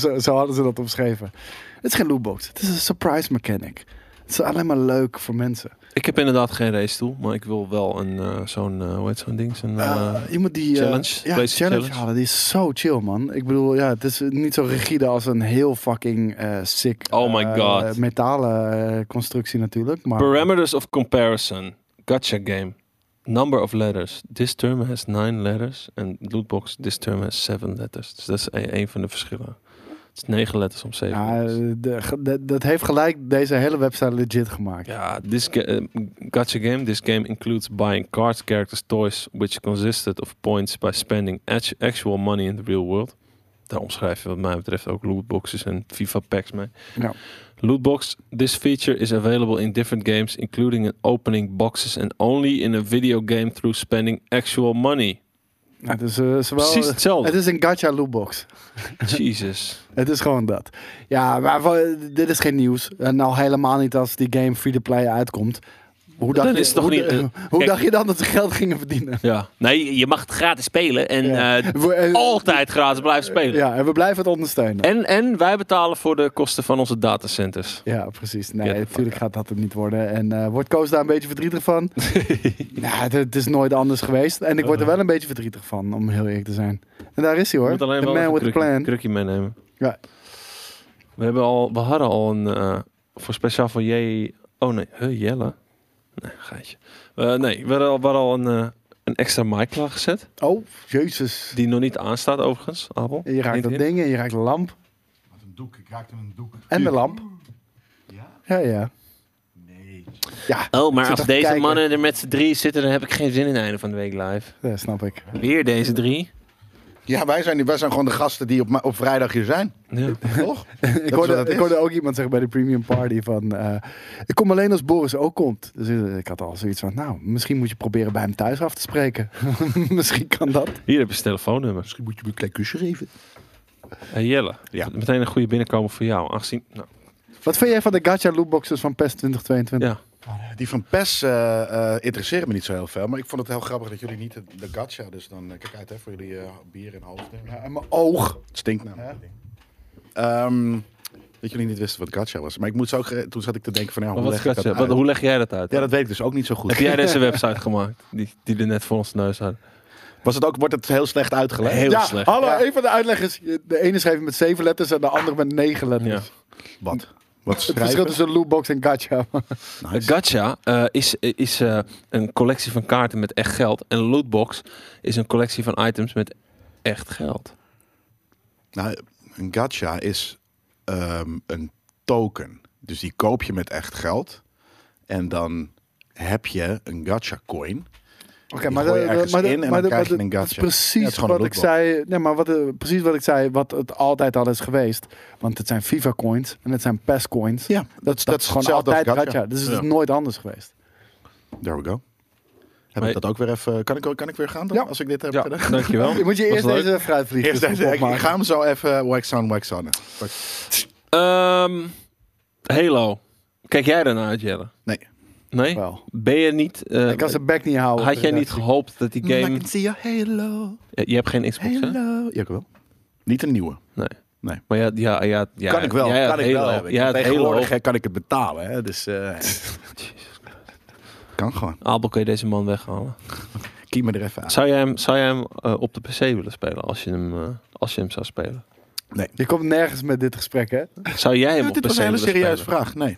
B: zo, zo hadden ze dat omschreven. Het is geen lootbox. Het is een surprise mechanic. Het is alleen maar leuk voor mensen.
A: Ik heb inderdaad geen race tool, maar ik wil wel een eh, zo'n eh, hoe heet zo'n ding, zo'n
B: Eh,
A: eh,
B: iemand die eh,
A: challenge?
B: ja,
A: Place
B: challenge,
A: challenge?
B: halen, die is zo chill man. Ik bedoel, ja, het is niet zo rigide als een heel fucking eh, sick
A: Oh my
B: eh,
A: God.
B: metalen eh, constructie natuurlijk. Maar
A: Parameters of comparison. Gacha game. Number of letters. This term has nine letters. En lootbox, this term has seven letters. Dus dat is e- een van de verschillen. Het is negen letters om zeven.
B: Ja, eh,
A: letters.
B: de- ge- de- dat heeft gelijk deze hele website legit gemaakt.
A: Ja, this ga- eh, gacha game. This game includes buying cards, characters, toys, which consisted of points by spending act- actual money in the real world. Daar omschrijven wat mij betreft ook lootboxes en FIFA packs mee.
B: Ja.
A: Lootbox. This feature is available in different games, including in opening boxes and only in a video game through spending actual money.
B: Ja, het is, eh, zowel-
A: Precies
B: het
A: hetzelfde.
B: is een gacha lootbox.
A: Jesus.
B: Het is gewoon dat. Ja, maar voor- dit is geen nieuws. En nou helemaal niet als die game free to play uitkomt. Hoe dacht,
A: Dan
B: je,
A: is het toch
B: hoe,
A: niet-
B: eh, hoe
A: kijk.
B: dacht je dan dat ze geld gingen verdienen?
A: Ja. Nee, je mag het gratis spelen en
B: Ja.
A: eh,
B: We- eh,
A: altijd gratis blijven spelen.
B: Ja, en we blijven het ondersteunen.
A: En, en wij betalen voor de kosten van onze datacenters.
B: Ja, precies. Nee,
A: Get the fuck
B: natuurlijk gaat dat het niet worden. En eh, wordt Koos daar een beetje verdrietig
A: (laughs)
B: van? nou, het, het is nooit anders geweest. En ik word er
A: Oh.
B: wel een beetje verdrietig van, om heel eerlijk te zijn. En daar is hij hoor.
A: Moet
B: The
A: alleen wel
B: man
A: even
B: with the
A: een krukje,
B: plan.
A: krukje meenemen.
B: Ja.
A: We, hebben al, we hadden al een eh, voor speciaal voor J. Oh nee, huh, Jelle. Nee, geitje. Eh, nee, we hadden al, we hadden al een, eh, een extra mic klaargezet.
B: Oh, jezus.
A: Die nog niet aanstaat overigens, Abel.
B: Je raakt
A: Hint,
B: dat
A: hint.
B: ding en je raakt de lamp.
C: Wat een doek, ik raakte een doek.
B: En de lamp.
C: Ja?
B: Ja, ja.
C: Nee.
B: Ja,
A: Oh, maar
B: zit
A: als
B: even
A: deze
B: kijken.
A: mannen er met z'n drie zitten, dan heb ik geen zin in het einde van de week live.
B: dat snap ik.
A: Weer deze drie.
D: Ja, wij zijn, wij zijn gewoon de gasten die op, ma- op vrijdag hier zijn.
A: Ja.
D: Toch?
B: ik,
D: is
B: hoorde,
D: wat het
B: ik
D: is.
B: hoorde ook iemand zeggen bij de premium party van... eh, ik kom alleen als Boris ook komt. Dus eh, ik had al zoiets van... Nou, misschien moet je proberen bij hem thuis af te spreken. (laughs) misschien kan dat.
A: Hier heb je zijn telefoonnummer.
D: (laughs) Misschien moet je me een klein kusje geven.
A: Hey, Jelle,
D: Ja.
A: meteen een goede binnenkomen voor jou. Aangezien, nou,
B: Wat vind jij van de gacha lootboxes van PES 2022?
A: ja.
D: Die van PES eh eh interesseert me niet zo heel veel. Maar ik vond het heel grappig dat jullie niet de, de gacha... Dus dan eh, kijk uit hè, voor jullie eh, bier en hoofden.
B: Ja, en mijn oog.
D: Het stinkt namelijk. dat ding. Ehm, dat jullie niet wisten wat gacha was. Maar ik moet zo, ook, eh, toen zat ik te denken van... Ja,
A: Maar
D: hoe
A: wat
D: leg
A: schat
D: ik dat
A: je?
D: uit?
A: Wat- hoe leg jij dat uit?
D: Ja, dat weet ik dus ook niet zo goed.
A: Heb
D: (laughs)
A: jij deze website gemaakt? Die, die er net voor ons neus hadden.
D: Was het ook, wordt het heel slecht uitgelegd?
A: Heel
B: ja,
A: slecht.
B: hallo,
D: Ja.
B: een van de uitleggers. De ene schreef met zeven letters en de andere met negen
A: Ja.
B: letters.
D: Wat? Wat
B: Het verschil
D: schrijven?
B: tussen lootbox en gacha.
A: Een Gacha eh, is, is eh, een collectie van kaarten met echt geld. En lootbox is een collectie van items met echt geld.
D: Nou, een gacha is ehm, een token. Dus die koop je met echt geld. En dan heb je een gacha coin.
B: Oké,
D: Die gooi je ergens in en dan krijg je
B: dat- dat is
D: een gacha. Ja, het
B: precies
D: is gewoon
B: wat
D: een
B: ik
D: lootbox.
B: zei. Nee, maar wat, eh, precies wat ik zei, wat het altijd al is geweest. Want het zijn FIFA coins en het zijn PES coins.
D: Ja,
B: dat, dat, is gewoon altijd gacha. Dus het is
D: Ja.
B: nooit anders geweest.
D: There we go. Heb
A: Maar-
D: ik dat ook weer even... Kan ik, ook- kan ik weer gaan dan,
B: Ja.
D: als ik dit heb
A: Ja, dus
D: gedaan?
A: dankjewel.
B: (laughs) Je moet je
A: Was
B: eerst
A: leuk.
B: deze dus fruitvliegen.
D: (laughs) Eerst deze, ik, ik ga hem zo even wax on, wax on.
A: Ehm, Halo. Kijk jij ernaar uit, Jelle?
D: Nee.
A: Nee?
B: Wel.
A: Ben je niet... eh,
B: Ik kan zijn bek niet houden.
A: had jij niet gehoopt dat die game...
D: I can see your halo,
A: Ja, Je hebt geen Xbox, hè?
D: halo. Ja, ik wel. Niet een nieuwe.
A: Maar ja, ja, ja, ja
D: kan ik wel,
A: jij had
D: kan ik wel
A: Halo.
D: hebben.
A: Jij had Halo.
D: Tegenwoordig hè, kan ik het betalen, hè.
B: (laughs)
D: Dus... eh, kan gewoon.
A: Abel, kun je deze man weghalen?
D: Kiem me er even aan.
A: Zou jij hem, zou jij hem eh, op de PC willen spelen als je hem, eh, als je hem zou spelen?
B: Je komt nergens met dit gesprek, hè?
A: Zou jij hem
D: Ja,
A: op
D: dit
A: PC
D: was een hele
A: willen
D: serieuze
A: spelen?
D: vraag. Nee.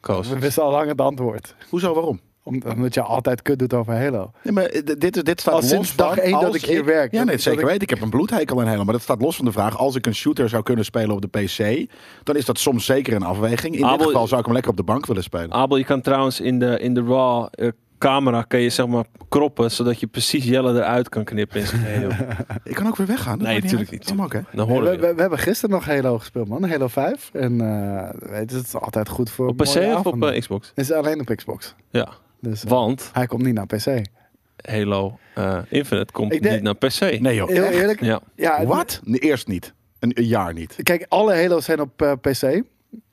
A: Koos.
B: We wisten al lang het antwoord.
D: Hoezo, waarom?
B: Om- Omdat je altijd kut doet over Halo.
D: Nee, maar eh, d- dit, dit staat
B: Al
D: los
B: sinds
D: van
B: dag één dat
D: als
B: ik hier werk.
D: Ja,
B: Dat-
D: nee,
B: dat
D: zeker
B: ik-
D: weten. Ik heb een bloedhekel aan helemaal. Maar dat staat los van de vraag. Als ik een shooter zou kunnen spelen op de PC, dan is dat soms zeker een afweging. In
A: Abel-
D: dit geval zou ik hem lekker op de bank willen
B: Ah.
D: spelen.
A: Abel, je kan trouwens in de, in de RAW eh, camera kan je zeg maar kroppen, zodat je precies Jelle eruit kan knippen in zijn geheel.
D: Ik kan ook weer weggaan. dat
A: Nee,
D: maakt niet
A: tuurlijk
D: uit.
A: niet.
D: Kom ook, hè.
A: Dan
B: We,
A: horen we. je.
B: we- we hebben gisteren nog Halo gespeeld, man. Halo 5. En eh, weet je, het is altijd goed voor
A: Op PC of op
B: Het
A: eh, Xbox?
B: is alleen op Xbox.
A: Ja,
B: Dus eh,
A: want
B: hij komt niet naar
A: Oh,
B: PC.
A: Halo eh, Infinite komt
B: Ik denk-
A: niet naar PC.
D: Nee, joh.
B: Heel
D: Echt?
B: eerlijk.
A: Ja,
B: Ja, het-
D: Wat? Nee, Eerst niet. Een, een jaar niet.
B: Kijk, alle Halo's zijn op eh, PC.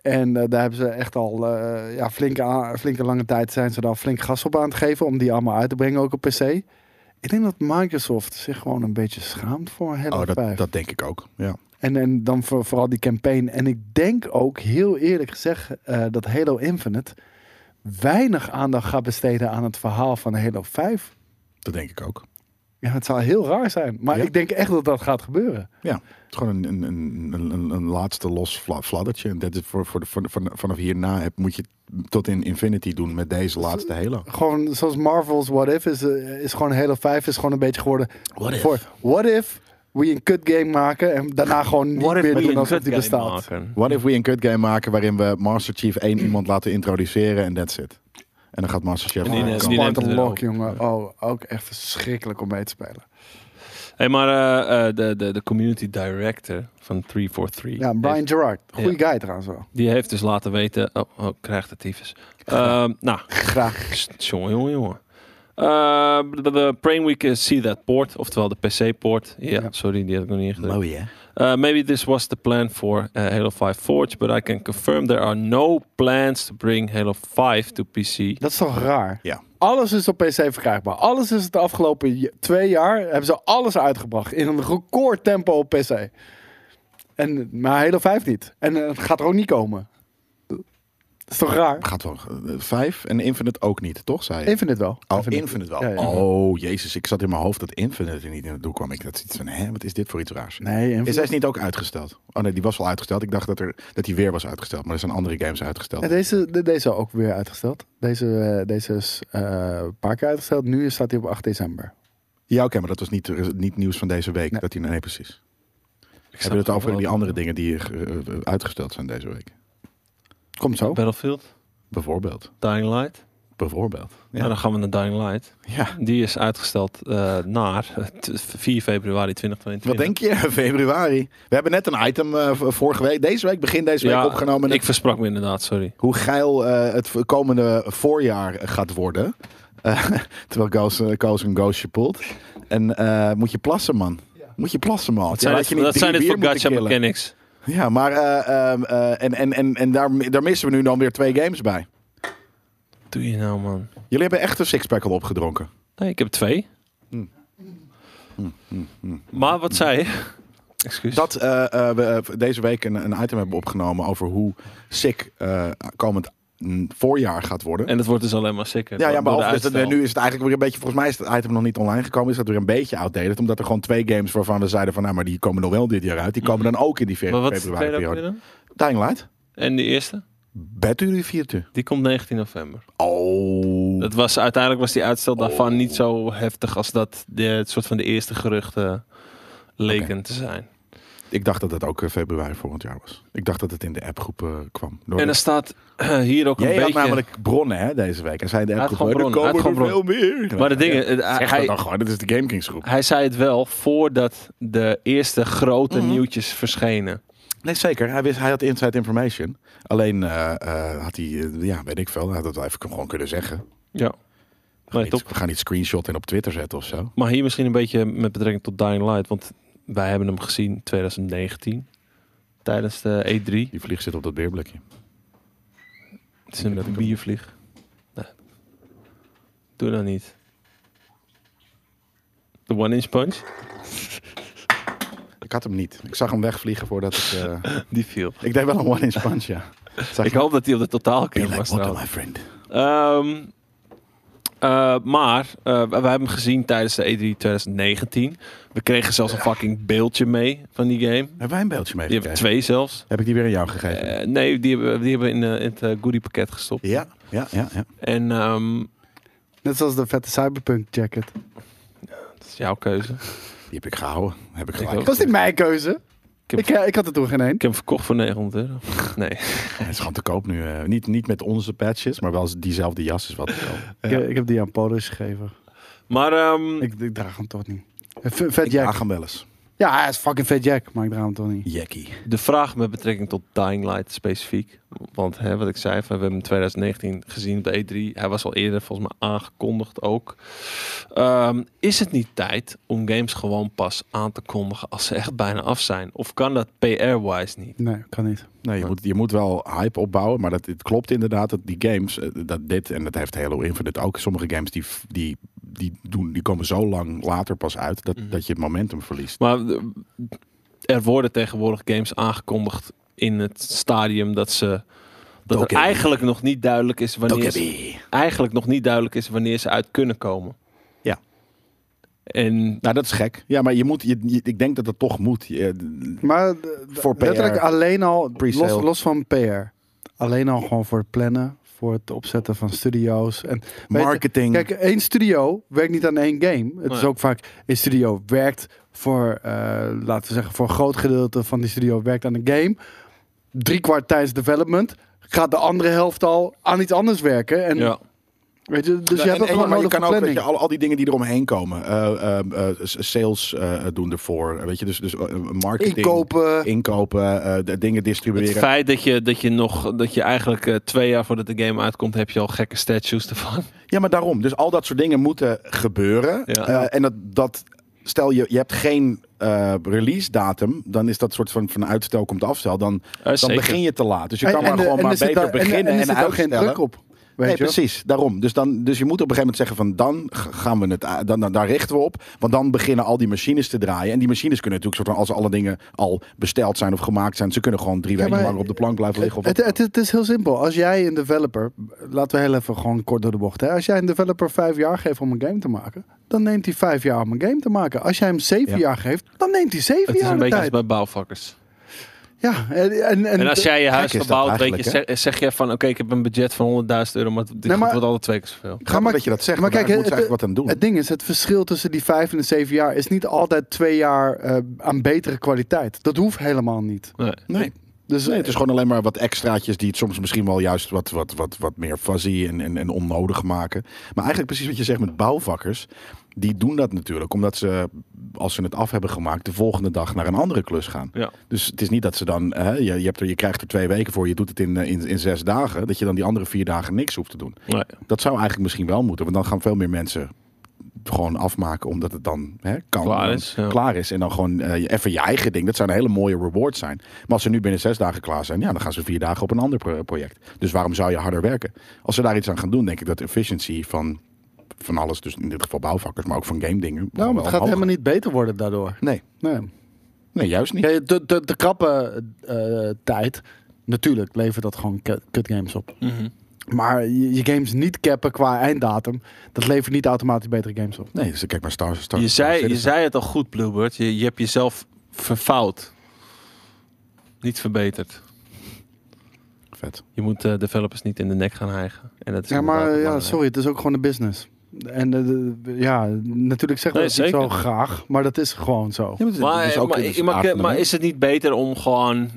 B: En eh, daar hebben ze echt al eh, ja, flinke, a- flinke lange tijd zijn ze daar flink gas op aan het geven om die allemaal uit te brengen ook op PC. Ik denk dat Microsoft zich gewoon een beetje schaamt voor Halo
D: Oh,
B: 5.
D: dat, dat denk ik ook. Ja.
B: En, en dan voor, vooral die campaign. En ik denk ook, heel eerlijk gezegd, eh, dat Halo Infinite weinig aandacht gaat besteden aan het verhaal van Halo 5.
D: Dat denk ik ook.
B: Ja, het zou heel raar zijn. Maar
D: Ja.
B: ik denk echt dat dat gaat gebeuren.
D: Ja, het is gewoon een, een, een, een, een laatste los vla- fladdertje. En dat is voor, voor de, van, van, vanaf hierna heb, moet je het tot in Infinity doen met deze laatste Halo.
B: Gewoon zoals Marvel's What If is, eh, is gewoon Halo 5 is gewoon een beetje geworden.
D: What If?
B: Voor, what if we een kut game maken en daarna gewoon niet meer doen alsof die bestaat.
D: What if we een kut game maken waarin we Master Chief één iemand laten introduceren en that's it. En dan gaat Master Chief...
A: En die-
D: aan de
A: die-
D: kant.
A: neemt het
B: Spartan
A: weer
B: Lock,
A: op.
B: jongen. Oh, ook echt verschrikkelijk om mee te spelen.
A: Hey, maar eh, eh, de, de, de community director van 343,
B: Ja, Brian
A: heeft-
B: Gerard. Goeie
A: Ja.
B: guy trouwens wel.
A: die heeft dus laten weten... Oh, oh krijgt de tyfus. Ehm, nou,
B: Graag.
A: Psst, Jongen, jongen, jongen. Eh, de, de Brain Week is see that port, oftewel de PC-poort. Ja,
B: Ja.
A: sorry, die had ik nog niet ingedrukt.
D: Mooi, hè?
A: Uh, maybe this was the plan for uh, Halo 5 Forge, but I can confirm there are no plans to bring Halo 5 to PC.
B: Dat is toch raar?
D: Ja.
B: Alles is op PC verkrijgbaar. Alles is het de afgelopen j- twee jaar. Hebben ze alles uitgebracht. In een record tempo op PC. En, maar Halo 5 niet. En eh, het gaat er ook niet komen. Dat is toch raar?
D: Gaat wel. eh, Vijf en Infinite ook niet, toch? Zei je?
B: Infinite wel.
D: Oh, Infinite, wel.
B: Ja, ja.
D: Oh, jezus. Ik zat in mijn hoofd dat Infinite er niet in het doel kwam. Ik had zoiets van, hè, wat is dit voor iets raars?
B: Nee, Infinite.
D: Is hij niet ook uitgesteld? Oh nee, die was wel uitgesteld. Ik dacht dat, er, dat die weer was uitgesteld. Maar er zijn andere games uitgesteld.
B: Ja, deze, de- deze ook weer uitgesteld. Deze, eh, deze is eh, een paar keer uitgesteld. Nu staat hij op 8 december.
D: Ja, oké, maar dat was niet, er is niet nieuws van deze week.
B: Nee.
D: Dat die, nee, precies.
A: Ik snap
D: Hebben we het over
A: wel.
D: die andere dingen die eh, eh, uitgesteld zijn deze week?
B: Komt zo.
A: Battlefield,
D: Bijvoorbeeld.
A: Dying Light.
D: Bijvoorbeeld. Ja.
A: Nou, dan gaan we naar Dying Light.
D: Ja.
A: Die is uitgesteld eh, naar eh, t- 4 februari 2022.
D: Wat denk je? (laughs) Februari. We hebben net een item eh, v- vorige week, deze week, begin deze week
A: Ja,
D: opgenomen.
A: Ik versprak me inderdaad, sorry.
D: Hoe geil eh, het v- komende voorjaar gaat worden. (laughs) Eh, terwijl Koos, eh, Koos een Ghost poelt. En eh, moet je plassen, man. Moet je plassen, man.
A: Dat zijn,
D: laat
A: dit,
D: je niet
A: dat
D: drie
A: zijn dit
D: bier
A: voor
D: moeten
A: gacha
D: killen.
A: mechanics.
D: Ja, maar eh, ehm, eh, en, en, en, en daar, daar missen we nu dan weer twee games bij.
A: Doe je nou, man.
D: Jullie hebben echt een sixpack al opgedronken.
A: Nee, ik heb twee.
D: Hm. Hm, hm, hm.
A: Maar wat zei je? Excuus.
D: Dat eh, eh, we eh, deze week een, een item hebben opgenomen over hoe sick eh, komend mm, voorjaar gaat worden.
A: En het wordt dus alleen maar sicker.
D: ja,
A: door-
D: ja, maar
A: door de
D: of- dus, eh,
A: uitstel.
D: nu is het eigenlijk weer een beetje, volgens mij is het item nog niet online gekomen, is dat weer een beetje outdated, omdat er gewoon twee games waarvan we zeiden van, nou, maar die komen nog wel dit jaar uit, die komen dan ook in die 40
A: Maar wat is de
D: februari
A: tweede ook
D: periode.
A: weer dan?
D: Dying Light,
A: En de eerste?
D: bed u vierte.
A: Die komt 19 november.
D: Oh,
A: Dat was, uiteindelijk was die uitstel daarvan niet zo heftig als dat de, het soort van de eerste geruchten leken te zijn.
D: ik dacht dat dat ook eh, februari volgend jaar was. Ik dacht dat het in de appgroep eh, kwam. Door
A: En
D: de-
A: er staat eh, hier ook een
D: Jij had
A: beetje...
D: namelijk bronnen hè, deze week. Hij zei in de
A: Hij had
D: appgroep, er
A: gewoon
D: komen er
A: bronnen, hij had
D: veel meer.
A: maar de dingen, eh,
D: Ja, Zeg dat
A: hij,
D: dan gewoon, dat is de Game Kings groep.
A: hij zei het wel voordat de eerste grote
D: Mhm.
A: nieuwtjes verschenen.
D: Nee, zeker. Hij, wist, hij had inside information. Alleen eh, eh, had hij, eh, ja, weet ik veel. Hij had dat wel even gewoon kunnen zeggen. We
A: Ja.
D: gaan,
A: Nee,
D: niet,
A: top.
D: we gaan niet screenshot en op Twitter zetten of zo.
A: Maar hier misschien een beetje met betrekking tot Dying Light, want wij hebben hem gezien 2019 tijdens de E E3.
D: Die vlieg zit op dat beerblikje.
A: Het is een biervlieg. Nee. Doe dat niet. De One Inch Punch?
D: Ik had hem niet. Ik zag hem wegvliegen voordat ik...
A: (laughs)
D: eh,
A: (laughs) Die viel.
D: ik deed wel een one in punch, ja. Zag
A: Ik
D: je-
A: hoop dat hij op de totaal
D: Be like
A: was.
D: water,
A: trouwens.
D: my friend.
A: Ehm, eh, maar eh, we hebben hem gezien tijdens de E E3 2019. We kregen zelfs een fucking beeldje mee van die game.
D: Hebben wij een beeldje
A: Die hebben
D: meegekregen?
A: we twee zelfs.
D: Heb ik die weer aan jou gegeven?
A: Eh, nee, die hebben, die hebben we in, eh, in het eh, goodiepakket gestopt.
D: ja, ja, ja, ja.
A: En ehm,
B: Net zoals de vette Cyberpunk jacket.
A: dat is jouw keuze.
D: Die heb ik gehouden. Heb ik gelijk.
A: ook.
B: Was niet mijn keuze?
A: heb-
B: Ik, eh, ik had er toen geen een.
A: Ik heb hem verkocht voor 900 euro. Nee.
D: Het is gewoon te koop nu. eh. niet, niet met onze patches, maar wel diezelfde jas is wat te koop.
B: Ik, eh, ik heb die aan Polis gegeven.
A: Maar ehm,
B: Ik, ik draag hem toch niet. Eh, v- Vet
D: Ik
B: Jack.
D: draag hem wel eens.
B: Ja, hij is fucking vet Jack, maar ik draag hem toch niet.
D: Jackie.
A: De vraag met betrekking tot Dying Light specifiek. Want hè, wat ik zei, van, we hebben hem in 2019 gezien op de E3. Hij was al eerder volgens mij aangekondigd ook. Ehm, is het niet tijd om games gewoon pas aan te kondigen als ze echt bijna af zijn? Of kan dat PR-wise niet?
B: Nee, kan niet.
D: Nee, je, moet, je moet wel hype opbouwen, maar dat, het klopt inderdaad dat die games, eh, dat dit, en dat heeft Halo Infinite ook, sommige games die, f- die, die, doen, die komen zo lang later pas uit dat,
A: Mhm.
D: dat je het momentum verliest.
A: Maar eh, er worden tegenwoordig games aangekondigd in het stadium dat ze. Dat er
D: Dokkabi.
A: eigenlijk nog niet duidelijk is wanneer ze,
D: Dokkabi.
A: eigenlijk nog niet duidelijk is wanneer ze uit kunnen komen.
D: Ja.
A: En
D: Nou, dat is gek. Ja, maar je moet, je, je- ik denk dat dat toch moet. Je-
B: Maar d- d-
D: Voor PR.
B: letterlijk alleen al, los,
D: Pre-sale.
B: los van PR. Alleen al gewoon voor het plannen, voor het opzetten van studio's. En weet je,
D: Marketing.
B: Kijk, dus één studio werkt niet aan één game. Het is
A: Nee.
B: ook vaak, een studio werkt voor, eh, laten we zeggen, voor een groot gedeelte van die studio werkt aan een game. Drie kwart tijdens development gaat de andere helft al aan iets anders werken. En,
A: Ja.
B: weet je, dus
D: Ja,
B: je hebt
D: Nou,
B: ook
D: en- en-
B: gewoon
D: maar je
B: nodig
D: kan
B: voor
D: ook weet
B: planning.
D: je, al, al die dingen die eromheen komen. eh, eh, eh, s- sales eh, doen ervoor. eh, Weet je, dus, dus eh, marketing.
B: Inkopen.
D: Inkopen, eh, de dingen
A: Het
D: distribueren.
A: feit dat je, dat je nog, dat je eigenlijk eh, twee jaar voordat de game uitkomt, heb je al gekke statues ervan.
D: Ja, maar daarom. Dus al dat soort dingen moeten gebeuren.
A: Ja.
D: Eh, en dat, dat, stel je, je hebt geen eh, release datum, dan is dat soort van, van uitstel komt afstel. Dan, dan
A: Eh, zeker.
D: begin je te laat. Dus je kan
B: En- en
D: maar
B: de-
D: gewoon
B: en
D: maar
B: er zit
D: beter
B: daar- en-
D: beginnen en,
B: en er zit ook geen
D: uitstellen.
B: druk op. Weet
D: nee,
B: je?
D: precies. Daarom. Dus, dan, dus je moet op een gegeven moment zeggen van dan g- gaan we het, a- dan, dan, daar richten we op. Want dan beginnen al die machines te draaien. En die machines kunnen natuurlijk soort van, als alle dingen al besteld zijn of gemaakt zijn, ze kunnen gewoon drie weken
B: maar-
D: lang op de plank blijven liggen. Of
B: Het, het, het is heel simpel. Als jij een developer, laten we heel even gewoon kort door de bocht. Hè. Als jij een developer vijf jaar geeft om een game te maken, dan neemt hij vijf jaar om een game te maken. Als jij hem zeven
D: Ja.
B: jaar geeft, dan neemt hij zeven
A: Het is
B: jaar
A: een
B: de
A: beetje als
B: tijd.
A: bij bouwvakkers.
B: Ja, en, en, en,
A: En als jij je huis
D: gek is dat
A: verbouwt, weet je,
D: eigenlijk,
A: zeg, zeg je van oké, ik heb een budget van 100.000 euro, maar dit
B: Nee, maar-
A: wordt altijd twee keer zoveel.
D: Ga maar dat je dat zegt. Maar kijk, moet ze eigenlijk wat aan doen.
B: het ding is, het verschil tussen die vijf en de zeven jaar is niet altijd twee jaar eh, aan betere kwaliteit. Dat hoeft helemaal niet.
A: Nee.
D: nee.
B: Dus
D: Nee, het is gewoon alleen maar wat extraatjes die het soms misschien wel juist wat, wat, wat, wat meer fuzzy en, en, en onnodig maken. Maar eigenlijk precies wat je zegt met bouwvakkers. Die doen dat natuurlijk omdat ze, als ze het af hebben gemaakt, de volgende dag naar een andere klus gaan.
A: Ja.
D: Dus het is niet dat ze dan, hè, je, je, hebt er, je krijgt er twee weken voor, je doet het in, eh, in, in zes dagen. Dat je dan die andere vier dagen niks hoeft te doen.
A: Nee.
D: Dat zou eigenlijk misschien wel moeten, want dan gaan veel meer mensen gewoon afmaken omdat het dan hè, kan.
A: Klaar
D: en
A: is, ja.
D: klaar is. En dan gewoon eh, even je eigen ding. Dat zou een hele mooie reward zijn. Maar als ze nu binnen zes dagen klaar zijn, ja, dan gaan ze vier dagen op een ander pro- project. Dus waarom zou je harder werken? Als ze daar iets aan gaan doen, denk ik dat de efficiency van, van alles, dus in dit geval bouwvakkers, maar ook van game dingen.
B: nou,
D: gewoon
B: maar het
D: wel
B: gaat
D: omhoog
B: helemaal niet beter worden daardoor.
D: gaat. Nee,
B: Nee.
D: nee, juist niet.
B: Ja, de, de, de krappe eh, tijd, natuurlijk levert dat gewoon cut- games op.
A: Mhm.
B: Maar je, je games niet cappen qua einddatum, dat levert niet automatisch betere games op.
D: Nee, dus kijk maar Star, Star
A: Je,
D: Star
A: zei, je
D: Citizen.
A: zei het al goed, Bluebird. Je, je hebt jezelf verfout. Niet verbeterd.
D: Vet.
A: Je moet eh, developers niet in de nek gaan hijgen. En dat is
B: Ja, maar
A: inderdaad
B: ja,
A: belangrijk.
B: sorry, het is ook gewoon een business. En eh, de- ja, natuurlijk zeggen we
A: Nee,
B: dat niet zo
A: zeker.
B: graag, maar dat is gewoon zo.
D: Ja, maar, dit- dit
A: Maar, eh,
D: is ook-
A: maar,
D: dit is
A: maar-
D: aard van de
A: maar
D: mens.
A: is het niet beter om gewoon.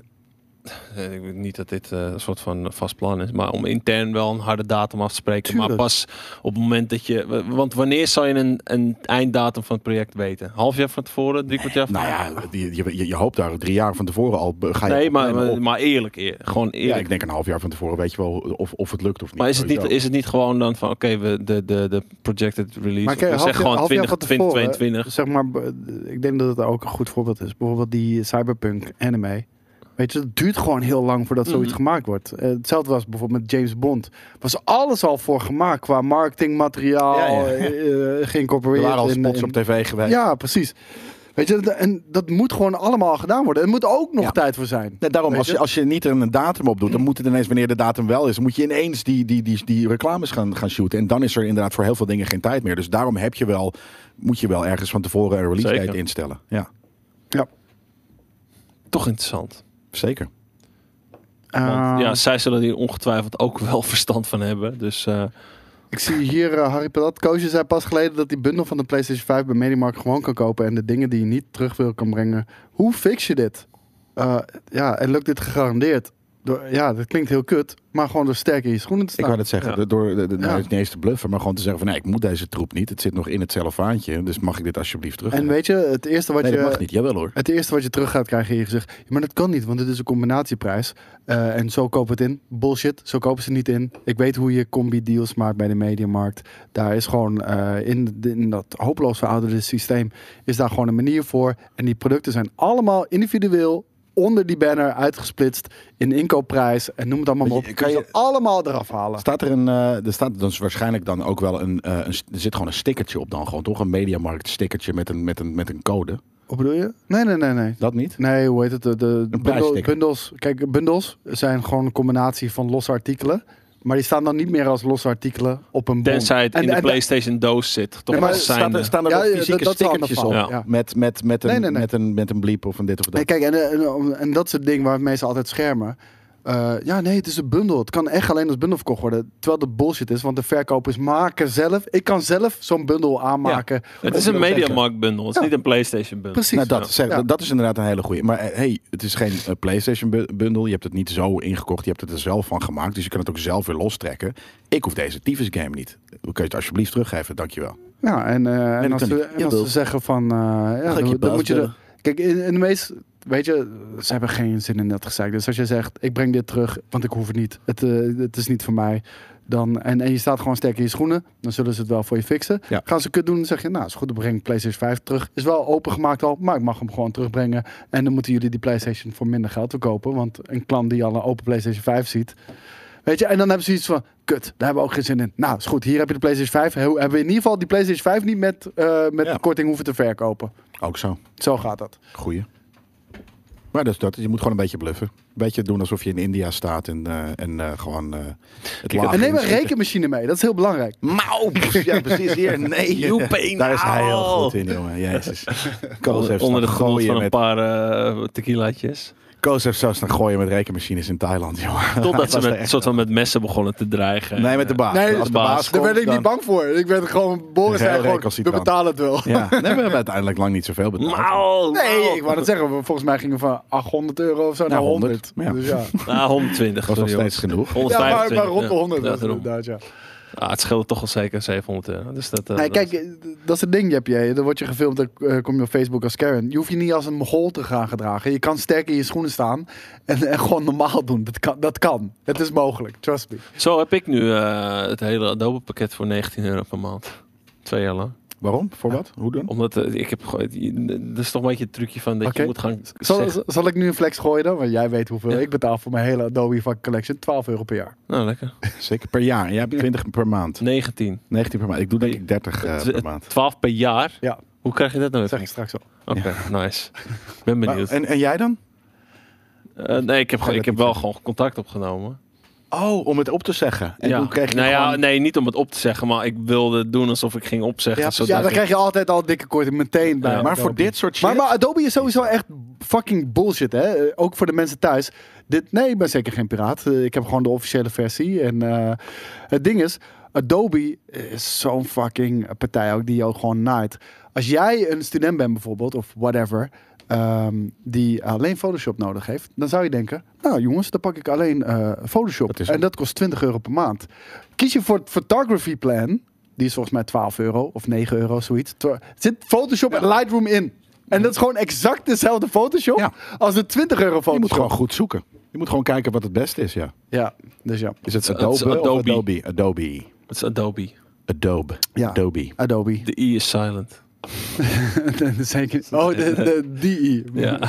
A: Eh, Ik weet niet dat dit eh, een soort van vast plan is, maar om intern wel een harde datum af te spreken. Maar
B: Tuurlijk.
A: pas op het moment dat je. wa- Want wanneer zal je een, een einddatum van het project weten? Half jaar van tevoren, drie kwart jaar van
D: Nou ja, je, je, je hoopt daar drie jaar van tevoren al. be- Ga je
A: Nee, maar,
D: opnemen op.
A: maar, maar eerlijk, eer- gewoon
D: Ja,
A: eerlijk.
D: ik denk een half jaar van tevoren weet je wel of, of het lukt of niet.
A: maar is het, niet,
D: sowieso.
A: is het niet gewoon dan van oké, we de, de, de projected release.
B: Maar
A: Maar
B: kijk,
A: we zeggen
B: half jaar-
A: gewoon
B: half jaar
A: 20,
B: van
A: 20,
B: tevoren,
A: 22.
B: Zeg maar, b- ik denk dat het ook een goed voorbeeld is. Bijvoorbeeld die cyberpunk anime. Weet je, het duurt gewoon heel lang voordat zoiets
A: Mhm.
B: gemaakt wordt. Eh, hetzelfde was bijvoorbeeld met James Bond. Was alles al voor gemaakt qua marketingmateriaal,
D: Ja, ja.
B: eh, eh,
D: Er
B: geïncorporeerd.
D: waren al
B: in-
D: spots
B: in-
D: op tv geweest.
B: Ja, precies. Weet je, dat- en dat moet gewoon allemaal gedaan worden. Er moet ook nog
D: Ja.
B: tijd voor zijn.
D: Nee, daarom,
B: Weet
D: als je,
B: je?
D: als je niet er een datum op doet, dan moet het ineens, wanneer de datum wel is, dan moet je ineens die, die, die, die reclames gaan, gaan shooten. En dan is er inderdaad voor heel veel dingen geen tijd meer. Dus daarom heb je wel, moet je wel ergens van tevoren een release
A: Zeker.
D: date instellen. Ja,
B: Ja.
A: Toch interessant.
D: zeker.
A: Want,
D: Ehm.
B: Eh,
A: ja, zij zullen hier ongetwijfeld ook wel (laughs) verstand van hebben. Dus eh,
B: Ik zie hier eh, Harry Padat. Koosje zei pas geleden dat die bundel van de PlayStation 5 bij Mediamarkt gewoon kan kopen. En de dingen die je niet terug wil kan brengen. Hoe fix je dit? Eh, ja, en lukt dit gegarandeerd? Door, ja, dat klinkt heel kut. Maar gewoon door sterk in je schoenen te
D: Ik
B: staan.
D: wou dat zeggen,
A: Nou, Ja.
D: de- door de, de,
B: Ja.
D: nou, niet eens te bluffen, maar gewoon te zeggen van nee, ik moet deze troep niet. Het zit nog in het cellofaantje, dus mag ik dit alsjeblieft terug?
B: en weet je, het eerste wat
D: nee,
B: je...
D: dat mag niet. Jawel hoor.
B: Het eerste wat je terug gaat krijgen in je gezicht. "Ja, maar dat kan niet, want dit is een combinatieprijs. Eh, en zo kopen we het in. Bullshit, zo kopen ze niet in. Ik weet hoe je combi-deals maakt bij de mediamarkt. Daar is gewoon eh, in, de- in dat hopeloos verouderde systeem... is daar gewoon een manier voor. En die producten zijn allemaal individueel onder die banner uitgesplitst... in inkoopprijs en noem het allemaal maar op.
D: Weet je,
B: Kan
D: kan
B: je
D: je-
B: ze allemaal eraf halen.
D: Staat er een, eh, er staat dus waarschijnlijk dan ook wel een, eh, een st- er zit gewoon een stickertje op dan gewoon, toch? Een mediamarkt stickertje met een, met een, met een code.
B: Wat bedoel je? Nee, nee, nee, nee.
D: Dat niet?
B: Nee, hoe heet het? De, de
D: Een
B: bundel,
D: prijssticker.
B: bundels. Kijk, bundels zijn gewoon een combinatie van losse artikelen. Maar die staan dan niet meer als losse artikelen op een bon.
A: tenzij het
B: En-
A: in de
B: en-
A: PlayStation doos zit. Toch
B: Nee, maar
A: als
D: Staan
A: zijnde.
D: er, staan er
B: Ja,
D: wel
B: ja, dat-
D: fysieke
B: dat is een ander
D: stickertjes op?
B: verhaal.
A: op.
B: Ja.
D: Met, met, met, een,
B: Nee, nee, nee.
D: Met, een, met een bliep of een dit of dat.
B: Nee, kijk, en, eh, en, en dat soort dingen waar mensen altijd schermen. eh, ja, nee, het is een bundel. Het kan echt alleen als bundel verkocht worden. Terwijl dat bullshit is, want de verkopers maken zelf. Ik kan zelf zo'n bundel aanmaken.
A: Het is een Mediamarkt bundel. Het is
B: Ja.
A: niet een PlayStation bundel.
B: Precies.
D: Nou, dat, zeg,
B: Ja.
D: dat is inderdaad een hele goeie. Maar eh, hey, het is geen eh, PlayStation bu- bundel. Je hebt het niet zo ingekocht. Je hebt het er zelf van gemaakt. Dus je kan het ook zelf weer lostrekken. Ik hoef deze tyfus game niet. Kun je het alsjeblieft teruggeven? Dankjewel.
B: Ja, en, eh, en
D: dat
B: als,
D: kan
B: ze,
D: niet.
B: en als
D: Jawel.
B: ze zeggen van... eh, ja,
D: ik
B: dan,
D: je
B: dan
D: baas
B: moet je... De,
D: bellen?
B: kijk, in, in de meest... Weet je, ze hebben geen zin in dat gezeik. Dus als je zegt, ik breng dit terug, want ik hoef het niet. Het, eh, het is niet voor mij. Dan, en, en je staat gewoon sterk in je schoenen. Dan zullen ze het wel voor je fixen.
D: Ja.
B: Gaan ze kut doen, dan zeg je, nou is goed, dan breng ik PlayStation 5 terug. Is wel opengemaakt al, maar ik mag hem gewoon terugbrengen. En dan moeten jullie die PlayStation voor minder geld verkopen. Want een klant die al een open PlayStation 5 ziet... Weet je, en dan hebben ze iets van, kut, daar hebben we ook geen zin in. Nou, is goed, hier heb je de PlayStation 5. He- Hebben we in ieder geval die PlayStation 5 niet met, eh, met
D: Ja.
B: korting hoeven te verkopen.
D: Ook zo.
B: Zo gaat dat.
D: Goeie. Maar dus dat, je moet gewoon een beetje bluffen. Een beetje doen alsof je in India staat en, eh, en eh, gewoon eh, het laag
B: en neem een
D: inschieten.
B: rekenmachine mee, dat is heel belangrijk.
D: Mauw! Ja, precies hier. (laughs) Nee,
A: Joepie,
D: daar is hij heel
A: nou.
D: goed in, jongen. (laughs) Jezus. Koos Nou,
A: Onder,
D: heeft
A: onder de
D: staan
A: grond
D: gooien
A: van een
D: met-
A: paar eh,
D: (laughs)
A: tequilaatjes.
D: Koos heeft zelfs naar gooien met rekenmachines in Thailand, jongen.
A: Totdat ze
D: was er
A: met,
D: echt
A: soort van met messen begonnen te dreigen.
D: Nee, met de baas.
B: Nee,
D: Als de baas
B: Daar
D: komt,
B: werd ik
D: dan-
B: niet bang voor. Ik werd gewoon, Boris
D: Heel
B: zei gewoon, we
D: recalcitrant.
B: betalen het wel.
D: Ja, nee, we hebben uiteindelijk lang niet zoveel betaald.
A: Mauw!
B: Nee,
A: mauw.
B: ik wou dat zeggen. we- Volgens mij gingen we van 800 euro of zo naar 100.
D: 100, ja.
B: Dus ja.
A: Ah, 120.
D: was nog
A: sorry,
D: steeds genoeg.
A: jongens.
B: Ja, maar, maar
A: 125,
B: rond
A: ja.
B: de 100
A: Ja,
B: was het
A: daarom.
B: inderdaad, ja.
A: Ah, het scheelt toch al zeker 700 euro. Dus dat, eh,
B: Nee,
A: dat-
B: kijk, eh, dat is het ding, heb je. Dan word je gefilmd, dan eh, kom je op Facebook als Karen. Je hoeft je niet als een mogol te gaan gedragen. Je kan sterk in je schoenen staan en, en gewoon normaal doen. Dat kan, dat kan. Het is mogelijk, trust me.
A: Zo heb ik nu eh, het hele Adobe pakket voor 19 euro per maand. Twee jaar lang.
D: Waarom? Voor wat? Hoe dan?
A: Omdat eh, ik heb gewoon- Dat is toch een beetje het trucje van dat
B: Oké.
A: je moet gaan.
B: Zal,
A: zeggen-
B: zal ik nu een flex gooien dan? Want jij weet hoeveel
A: Ja.
B: ik betaal voor mijn hele Adobe Fuck Collection. 12 euro per jaar.
A: Nou,
B: (laughs)
A: lekker.
D: Zeker per jaar. Jij hebt 20 per maand.
A: 19.
D: 19 per maand. Ik doe denk ik 30 eh, per maand.
A: 12 Dus, per jaar.
B: Ja,
A: Hoe krijg je dat nou
B: dat
A: weer?
B: zeg ik straks al.
A: Oké, nice. Ik ben benieuwd.
D: Nou, Oh, En, en jij dan?
A: Eh, nee, ik heb, gewoon-
D: dat
A: ik heb
D: niet
A: wel gewoon contact opgenomen.
D: Oh, om het op te zeggen. En
A: ja.
D: toen kreeg je
A: nou ja,
D: gewoon-
A: nee, niet om het op te zeggen, maar ik wilde doen alsof ik ging opzeggen.
B: Ja,
A: zodat
B: ja, dan
A: ik-
B: krijg je altijd al dikke korting meteen bij
A: Ja,
D: Maar voor
B: Adobe.
D: dit soort shit...
B: Maar, maar Adobe is sowieso echt fucking bullshit, hè? Eh, Ook voor de mensen thuis. Dit, nee, ik ben zeker geen piraat. Eh, Ik heb gewoon de officiële versie. En eh, het ding is, Adobe is zo'n fucking partij ook die je ook gewoon naait. Als jij een student bent bijvoorbeeld, of whatever, ehm, die alleen Photoshop nodig heeft, dan zou je denken, nou jongens, dan pak ik alleen eh, Photoshop.
D: Dat is
B: en
D: het.
B: dat kost 20 euro per maand. Kies je voor het photography plan, die is volgens mij 12 euro of 9 euro, zoiets. Twa- Zit Photoshop en Lightroom in. En dat is gewoon exact dezelfde Photoshop
D: Ja.
B: als de 20 euro
D: je moet
B: Photoshop.
D: gewoon goed zoeken. Je moet gewoon kijken wat het beste is, ja.
B: Ja, dus ja.
D: Is het
A: Het is
D: Adobe, of
A: Adobe.
D: Adobe? Adobe.
A: Het is Adobe.
D: Adobe.
B: Ja.
D: Adobe.
B: Adobe. (laughs)
A: De I is silent.
B: Zeker. (laughs) Oh, de, de, die i.
A: Ja. (laughs)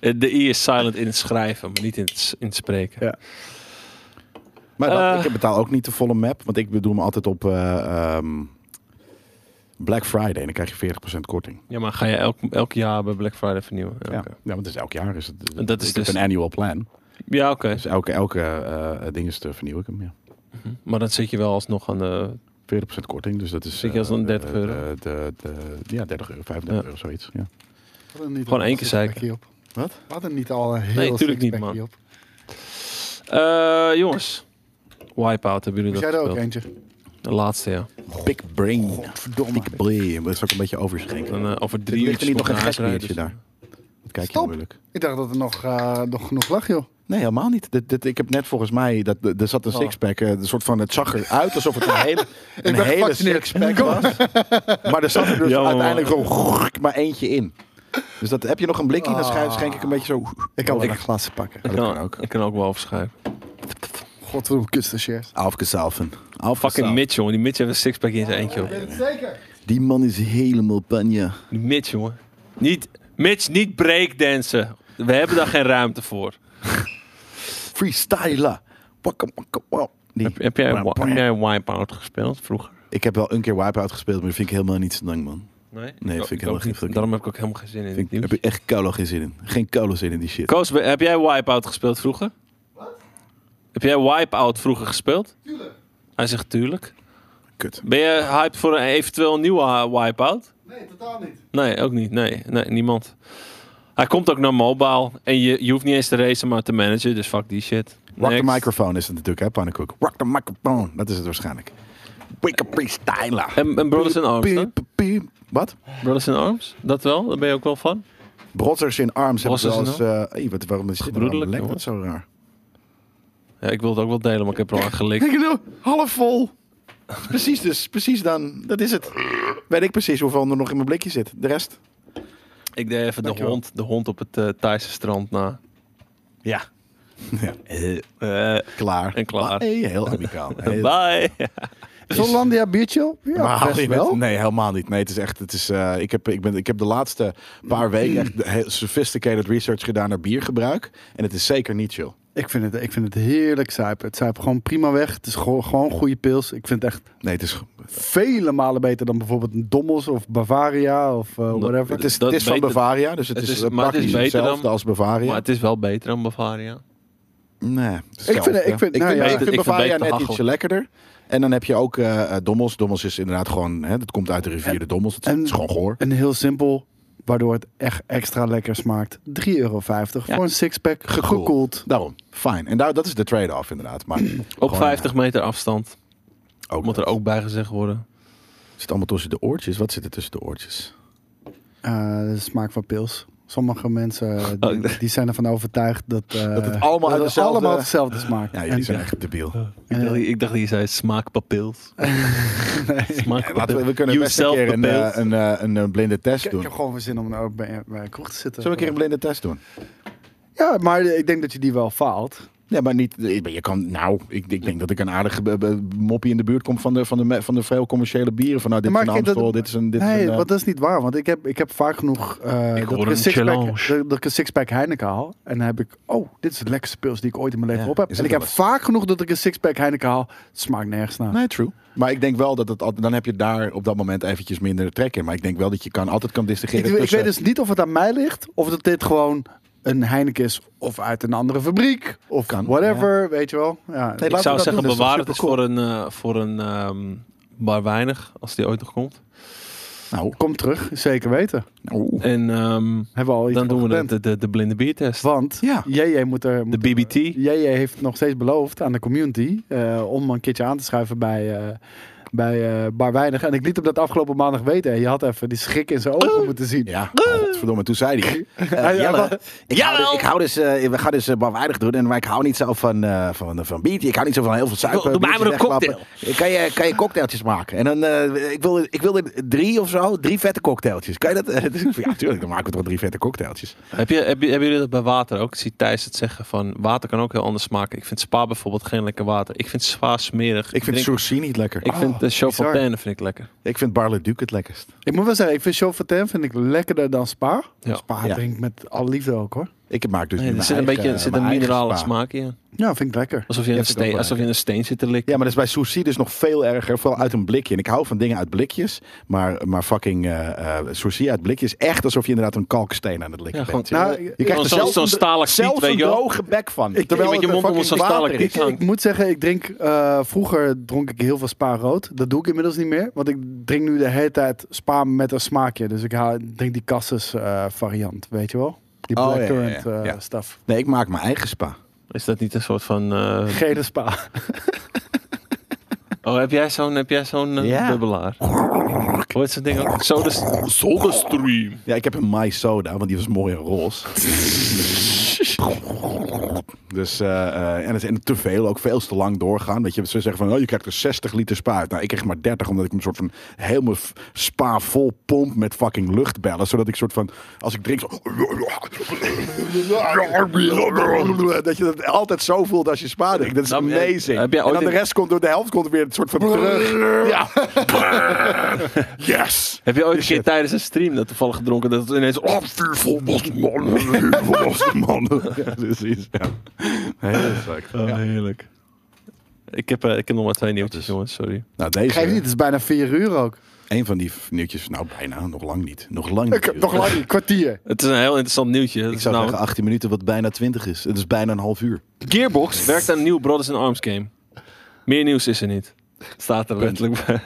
A: Eh, de I is silent in het schrijven, maar niet in het, s- in het spreken.
B: Ja.
D: Maar dat-
A: Eh.
D: ik betaal ook niet de volle map, want ik bedoel me altijd op eh, ehm, Black Friday en dan krijg je 40% korting.
A: Ja, maar ga je elk, elk jaar bij Black Friday vernieuwen? Ja,
D: Ja.
A: oké.
D: ja, want het is elk jaar is het.
A: En dat is
D: ik heb
A: dus-
D: een annual plan.
A: Ja, oké.
D: Dus elke, elke eh, eh, ding is te vernieuw ik hem. Ja.
A: Maar dan zit je wel alsnog aan de...
D: 40% korting, dus dat is.
A: Zit je als
D: eh,
A: een 30
D: de-
A: euro?
D: de- de- de- ja, 30 euro, 35
A: Ja.
D: euro, zoiets. Ja.
A: Gewoon één keer zeiken.
B: Op.
D: Wat?
B: We hadden niet al een heel
A: Nee, tuurlijk niet,
B: sixpackie
A: man.
B: op.
A: Eh, jongens. Wipeout hebben jullie dat
B: Moest jij er ook
A: gespeeld?
B: eentje?
A: De laatste, ja.
D: Big brain.
B: Godverdomme.
D: Big brain. Dat is ook een beetje overschenken.
A: Dan, eh, over drie
D: Er ligt
A: uurtjes
D: er niet nog
A: moet
D: een
A: ik naar huis rijden,
D: gespiertje
A: dus-
D: daar. Dat kijk je
B: Stop.
D: moeilijk.
B: Ik dacht dat er nog, eh, nog genoeg lag, joh.
D: Nee, helemaal niet. Dit, dit, ik heb net volgens mij, dat, er er zat een
A: Oh.
D: sixpack, eh, een soort van, het zag eruit alsof het een (laughs) hele, een
B: ben
D: hele
B: gevaccineerd.
D: sixpack was. (laughs) Maar er zat er dus
A: Ja, man.
D: uiteindelijk gewoon grrrk, maar eentje in. Dus dat, heb je nog een blikje, dan schu- schenk Ah. ik een beetje zo. Oh.
B: Ik kan wel een glas pakken.
A: Ik
D: dat
A: kan,
D: kan ook.
A: Ik kan ook wel overschrijven.
B: Godverdomme, kutstagiairs.
D: Afgesalven.
A: Fucking Mitch, jongen. Die Mitch heeft een sixpack in zijn eentje, joh.
B: Zeker.
D: Die man is helemaal panja.
A: Die Mitch, jongen. Niet, Mitch, niet breakdansen. We hebben daar geen ruimte voor.
D: Freestyler. Wakka, wakka, wow. Die-
A: Heb, heb, jij, heb jij Wipeout gespeeld vroeger?
D: Ik heb wel een keer Wipeout gespeeld, maar dat vind ik helemaal niet zo lang, man.
A: Nee,
D: vind ik helemaal geen fucking-
A: Daarom heb ik ook helemaal geen zin in.
D: Vind
A: dit
D: ik, heb
A: nieuws.
D: ik echt koude geen zin in. Geen koude zin in die shit.
A: Koos, heb jij Wipeout gespeeld vroeger? Wat? Heb jij Wipeout vroeger gespeeld? Tuurlijk. Hij zegt tuurlijk.
D: Kut.
A: Ben je hyped voor een eventueel nieuwe eh, Wipeout?
C: Nee, totaal niet.
A: Nee, ook niet. Nee, nee niemand. Hij komt ook naar mobile. En je, je hoeft niet eens te racen, maar te managen. Dus fuck die shit.
D: Rock the
A: Next.
D: microphone is het natuurlijk, hè, Pannekoek. Rock the microphone, dat is het waarschijnlijk. Wake up, freestyler.
A: En, en Brothers in Arms, hè?
D: Piep, piep, piep. Wat?
A: Brothers in Arms? Dat wel? Daar ben je ook wel van?
D: Brothers in arms hebben ze
A: Brothers
D: als...
A: in
D: eh, hey, wat, waarom is dit nou?
A: Gebroedelijk,
D: Lekker, dat zo raar.
A: Ja, ik wil het ook wel delen, maar ik heb er al aan gelikt.
D: (laughs) Ik (laughs) bedoel, half vol. (laughs) Precies dus, precies dan. Dat is het. Weet ik precies hoeveel er nog in mijn blikje zit. De rest?
A: Ik deed even de
D: Dankjewel.
A: hond, de hond op het eh Thaise strand na.
D: Ja.
A: Eh,
D: Klaar.
A: En klaar.
D: Hey, heel (laughs) amicaal. Heel-
A: bye!
B: Hollandia biertje?
D: Maar
B: Ja,
D: haal
B: best
D: je het?
B: wel.
D: Nee, helemaal niet. Nee, het is echt. Het is, eh, ik, heb, ik, ben, ik heb de laatste paar weken echt de- heel sophisticated research gedaan naar biergebruik. En het is zeker niet chill.
B: Ik vind, het, ik vind het heerlijk zuipen. Het zuipt gewoon prima weg. Het is gewoon, gewoon goede pils. Ik vind het echt
D: Nee, het is,
B: vele malen beter dan bijvoorbeeld een Dommels of Bavaria of eh, whatever.
D: Nou, het is,
A: Dat
D: het is van
A: beter-
D: Bavaria, dus het,
A: het
D: is,
A: is- maar het is
D: praktisch
A: beter dan-
D: hetzelfde als Bavaria.
A: Maar het is wel beter dan Bavaria.
D: nee, hetzelfde.
B: vind- ik vind- nou ja,
D: ik
B: ik
D: vind
A: vind
D: Bavaria
A: beter
D: net
A: hachel.
D: ietsje lekkerder. En dan heb je ook eh, eh, Dommels. Dommels is inderdaad gewoon, hè, dat komt uit de rivier de Dommels. Het is-
B: en-
D: het is gewoon goor.
B: En heel simpel, waardoor het echt extra lekker smaakt. 3,50 euro voor een sixpack,
D: Gekoeld.
B: gekoeld.
D: Daarom, fijn. En daar, dat is de trade-off inderdaad. Maar
A: Op
D: gewoon,
A: 50 meter afstand.
D: eh, ook, eh,
A: Moet er ook bij gezegd worden.
D: Zit allemaal tussen de oortjes? Wat zit er tussen de oortjes?
B: Eh, de smaak van pils. Sommige mensen eh,
A: ik
B: die,
A: dacht-
B: die zijn ervan overtuigd dat, eh,
D: Oh, Dat het allemaal uit
B: het
D: dezelfde-
B: allemaal hetzelfde smaakt.
D: Ja,
B: En- eh,
D: jullie zijn echt debiel.
A: Ik
D: Eh.
A: dacht, ik dacht dat je zei
D: (laughs)
A: smaakpapils.
D: Ja,
A: Smaakpapils.
D: Laten we, we kunnen
A: You
D: best een keer een, eh,
A: self-papils.
D: een, eh, een, eh, blinde test
B: Ik, ik
D: doen.
B: heb gewoon weer zin om nou bij, bij een kroeg te zitten.
D: Zullen we een keer een blinde test doen?
B: Ja, maar ik denk dat je die wel faalt.
D: Nee, maar niet. Je kan, nou, ik, ik denk dat ik een aardige be- be- moppie in de buurt kom van de, van de, me- van de veel commerciële bieren. Van nou, dit
B: Ja,
D: is
B: maar
D: een
B: kijk, dat-
D: Amstel, dit is een. Dit is
B: Nee,
D: een, eh,
B: want dat is niet waar. Want ik heb, ik heb vaak genoeg eh,
A: Ik
B: dat,
A: hoor
B: ik een
A: een
B: sixpack,
A: challenge.
B: dat, dat ik een sixpack Heineken haal. En dan heb ik, oh, dit is het lekkerste pils die ik ooit in mijn leven
D: Ja,
B: op heb.
D: is
B: En ik
D: het
B: heb
D: wel eens.
B: vaak genoeg dat ik een sixpack Heineken haal. Het smaakt nergens naar.
D: Nee, true. Maar ik denk wel dat het. al- Dan heb je daar op dat moment eventjes minder trek in. Maar ik denk wel dat je kan, altijd kan
B: ik,
D: distingueren.
B: ik
D: tussen-
B: weet dus niet of het aan mij ligt. Of dat dit gewoon een Heineken is. Of uit een andere fabriek. Of
D: Kan,
B: dus whatever, weet je wel. Ja,
D: Nee,
A: Ik
D: Laten
A: zou
D: we dat
A: zeggen,
D: doen, dat is toch
A: bewaar het eens
D: supercool?
A: voor een, eh, voor een ehm, bar weinig, als die ooit nog komt.
D: Nou,
B: Kom terug, zeker weten.
D: oeh.
A: En ehm,
B: Hebben we al iets
A: dan
B: van
A: doen we de,
B: gepland.
A: de, de, de blinde biertest.
B: Want
D: Ja.
B: JJ moet er...
A: De
B: moet er-
A: BBT.
B: JJ heeft nog steeds beloofd aan de community eh, om een keertje aan te schuiven bij, eh, bij eh, Bar Weinig. En ik liet hem dat afgelopen maandag weten. En je had even die schrik in zijn ogen moeten zien.
D: Ah. Ja, oh, godverdomme, toen
A: (laughs)
D: zei hij.
B: Hij-
D: Eh, Jelle,
B: hij-
D: ik, hou, dus- ik hou dus, eh, we gaan dus eh, barwaardig doen, en, maar ik hou niet zo van, eh van, van bier. Ik hou niet zo van heel veel suiker.
A: Doe mij maar een
D: biertjes
A: cocktail.
D: wegklappen. Kan je, kan je cocktailtjes maken? En dan, eh, ik, wil, ik wil er drie of zo, drie vette cocktailtjes. Kan je dat? eh, (laughs) dus ik van, ja, tuurlijk, dan maken we toch drie vette cocktailtjes.
A: Heb je, heb je, hebben jullie dat bij water ook? Ik zie Thijs het zeggen van water kan ook heel anders smaken. Ik vind spa bijvoorbeeld geen lekker water. Ik vind spa smerig.
D: Ik vind Ah,
A: drink-
D: Sourcy niet lekker.
A: ik
D: Ik,
A: vind de
B: bizar.
A: Chopin vind ik lekker.
D: vind Barle Duc het lekkerst.
B: Ik moet wel zeggen, ik vind Chauvetin vind ik lekkerder dan Spa.
A: Ja.
B: Spa
D: Ja.
B: drinkt met alle liefde ook hoor.
D: Ik maak dus
A: Nee,
D: nu
A: er
D: mijn
A: zit een
D: eigen-
A: beetje er zit een
D: mijn eigen
A: minerale
D: spa.
A: smaakje in.
B: Ja, vind ik lekker.
A: Alsof je, in
D: Ja,
A: een
D: vind ik ook
A: steen,
D: wel
A: alsof je in een steen zit te likken.
D: Ja, maar dat is bij sushi dus nog veel erger. Vooral uit een blikje. En ik hou van dingen uit blikjes. Maar, maar fucking eh eh sushi uit blikjes. is echt alsof je inderdaad een kalksteen aan het likken
A: Ja,
D: bent.
B: gewoon-
D: joh.
B: Nou,
D: je
B: ik-
D: krijgt
A: Zo'n-
D: er zelfs
A: zo'n
D: een-
A: stalen
D: zelfs
A: kiet, weet
D: een
A: je wel.
D: droge bek van.
B: Ik-
D: terwijl
A: met je
D: het een
A: mond onder
D: fucking
A: zo'n stalen
D: water is.
A: kiet.
B: Ik moet zeggen, ik drink. eh, vroeger dronk ik heel veel spa rood. Dat doe ik inmiddels niet meer. Want ik drink nu de hele tijd spa met een smaakje. Dus ik haal, drink die cassis eh, variant, weet je wel? Die
D: Oh, ja, ja, ja.
B: blackcurrant eh
D: Ja.
B: stuff.
D: Nee, ik maak mijn eigen spa.
A: Is dat niet een soort van... eh,
B: Gele spa.
A: oh, heb jij zo'n heb jij zo'n eh,
D: Ja.
A: bubbelaar? Hoe heet zo'n ding ook? dus, Soda, soda stream.
D: Ja, ik heb een My Soda, want die was mooi en roze. dus, eh, eh, en, het, en te veel, ook veel te lang doorgaan. Weet je, ze zeggen van, oh, je krijgt er 60 liter spa uit. Nou, ik kreeg maar 30, omdat ik een soort van helemaal f- spa vol pomp met fucking luchtbellen. Zodat ik soort van, als ik drink, zo... dat je dat altijd zo voelt als je spa drinkt. Dat is
A: Nou, eh,
D: amazing.
A: heb jij
D: en
A: ooit
D: dan de
A: in-
D: rest komt door de helft komt er weer een soort van terug. Ja. (laughs) Yes!
A: Heb je ooit een keer tijdens een stream dat toevallig gedronken dat het ineens...
D: Ah, vier volwassen mannen, vier volwassen mannen. Ja, precies, ja. Heel exact. Ja.
A: Oh, heerlijk. Ik heb, eh, ik heb nog maar twee nieuwtjes, jongens, sorry.
D: Nou, deze,
B: Geef niet, het is bijna vier uur ook.
D: een van die f- nieuwtjes, nou bijna, nog lang niet. Nog lang niet.
B: Ik heb nog lang niet, kwartier.
A: Het is een heel interessant nieuwtje. Dat
D: Ik
A: is
D: zou
A: namelijk-
D: zeggen 18 minuten, wat bijna 20 is. Het is bijna een half uur.
A: Gearbox werkt aan een nieuw Brothers in Arms game. Meer nieuws is er niet. Staat er letterlijk bij.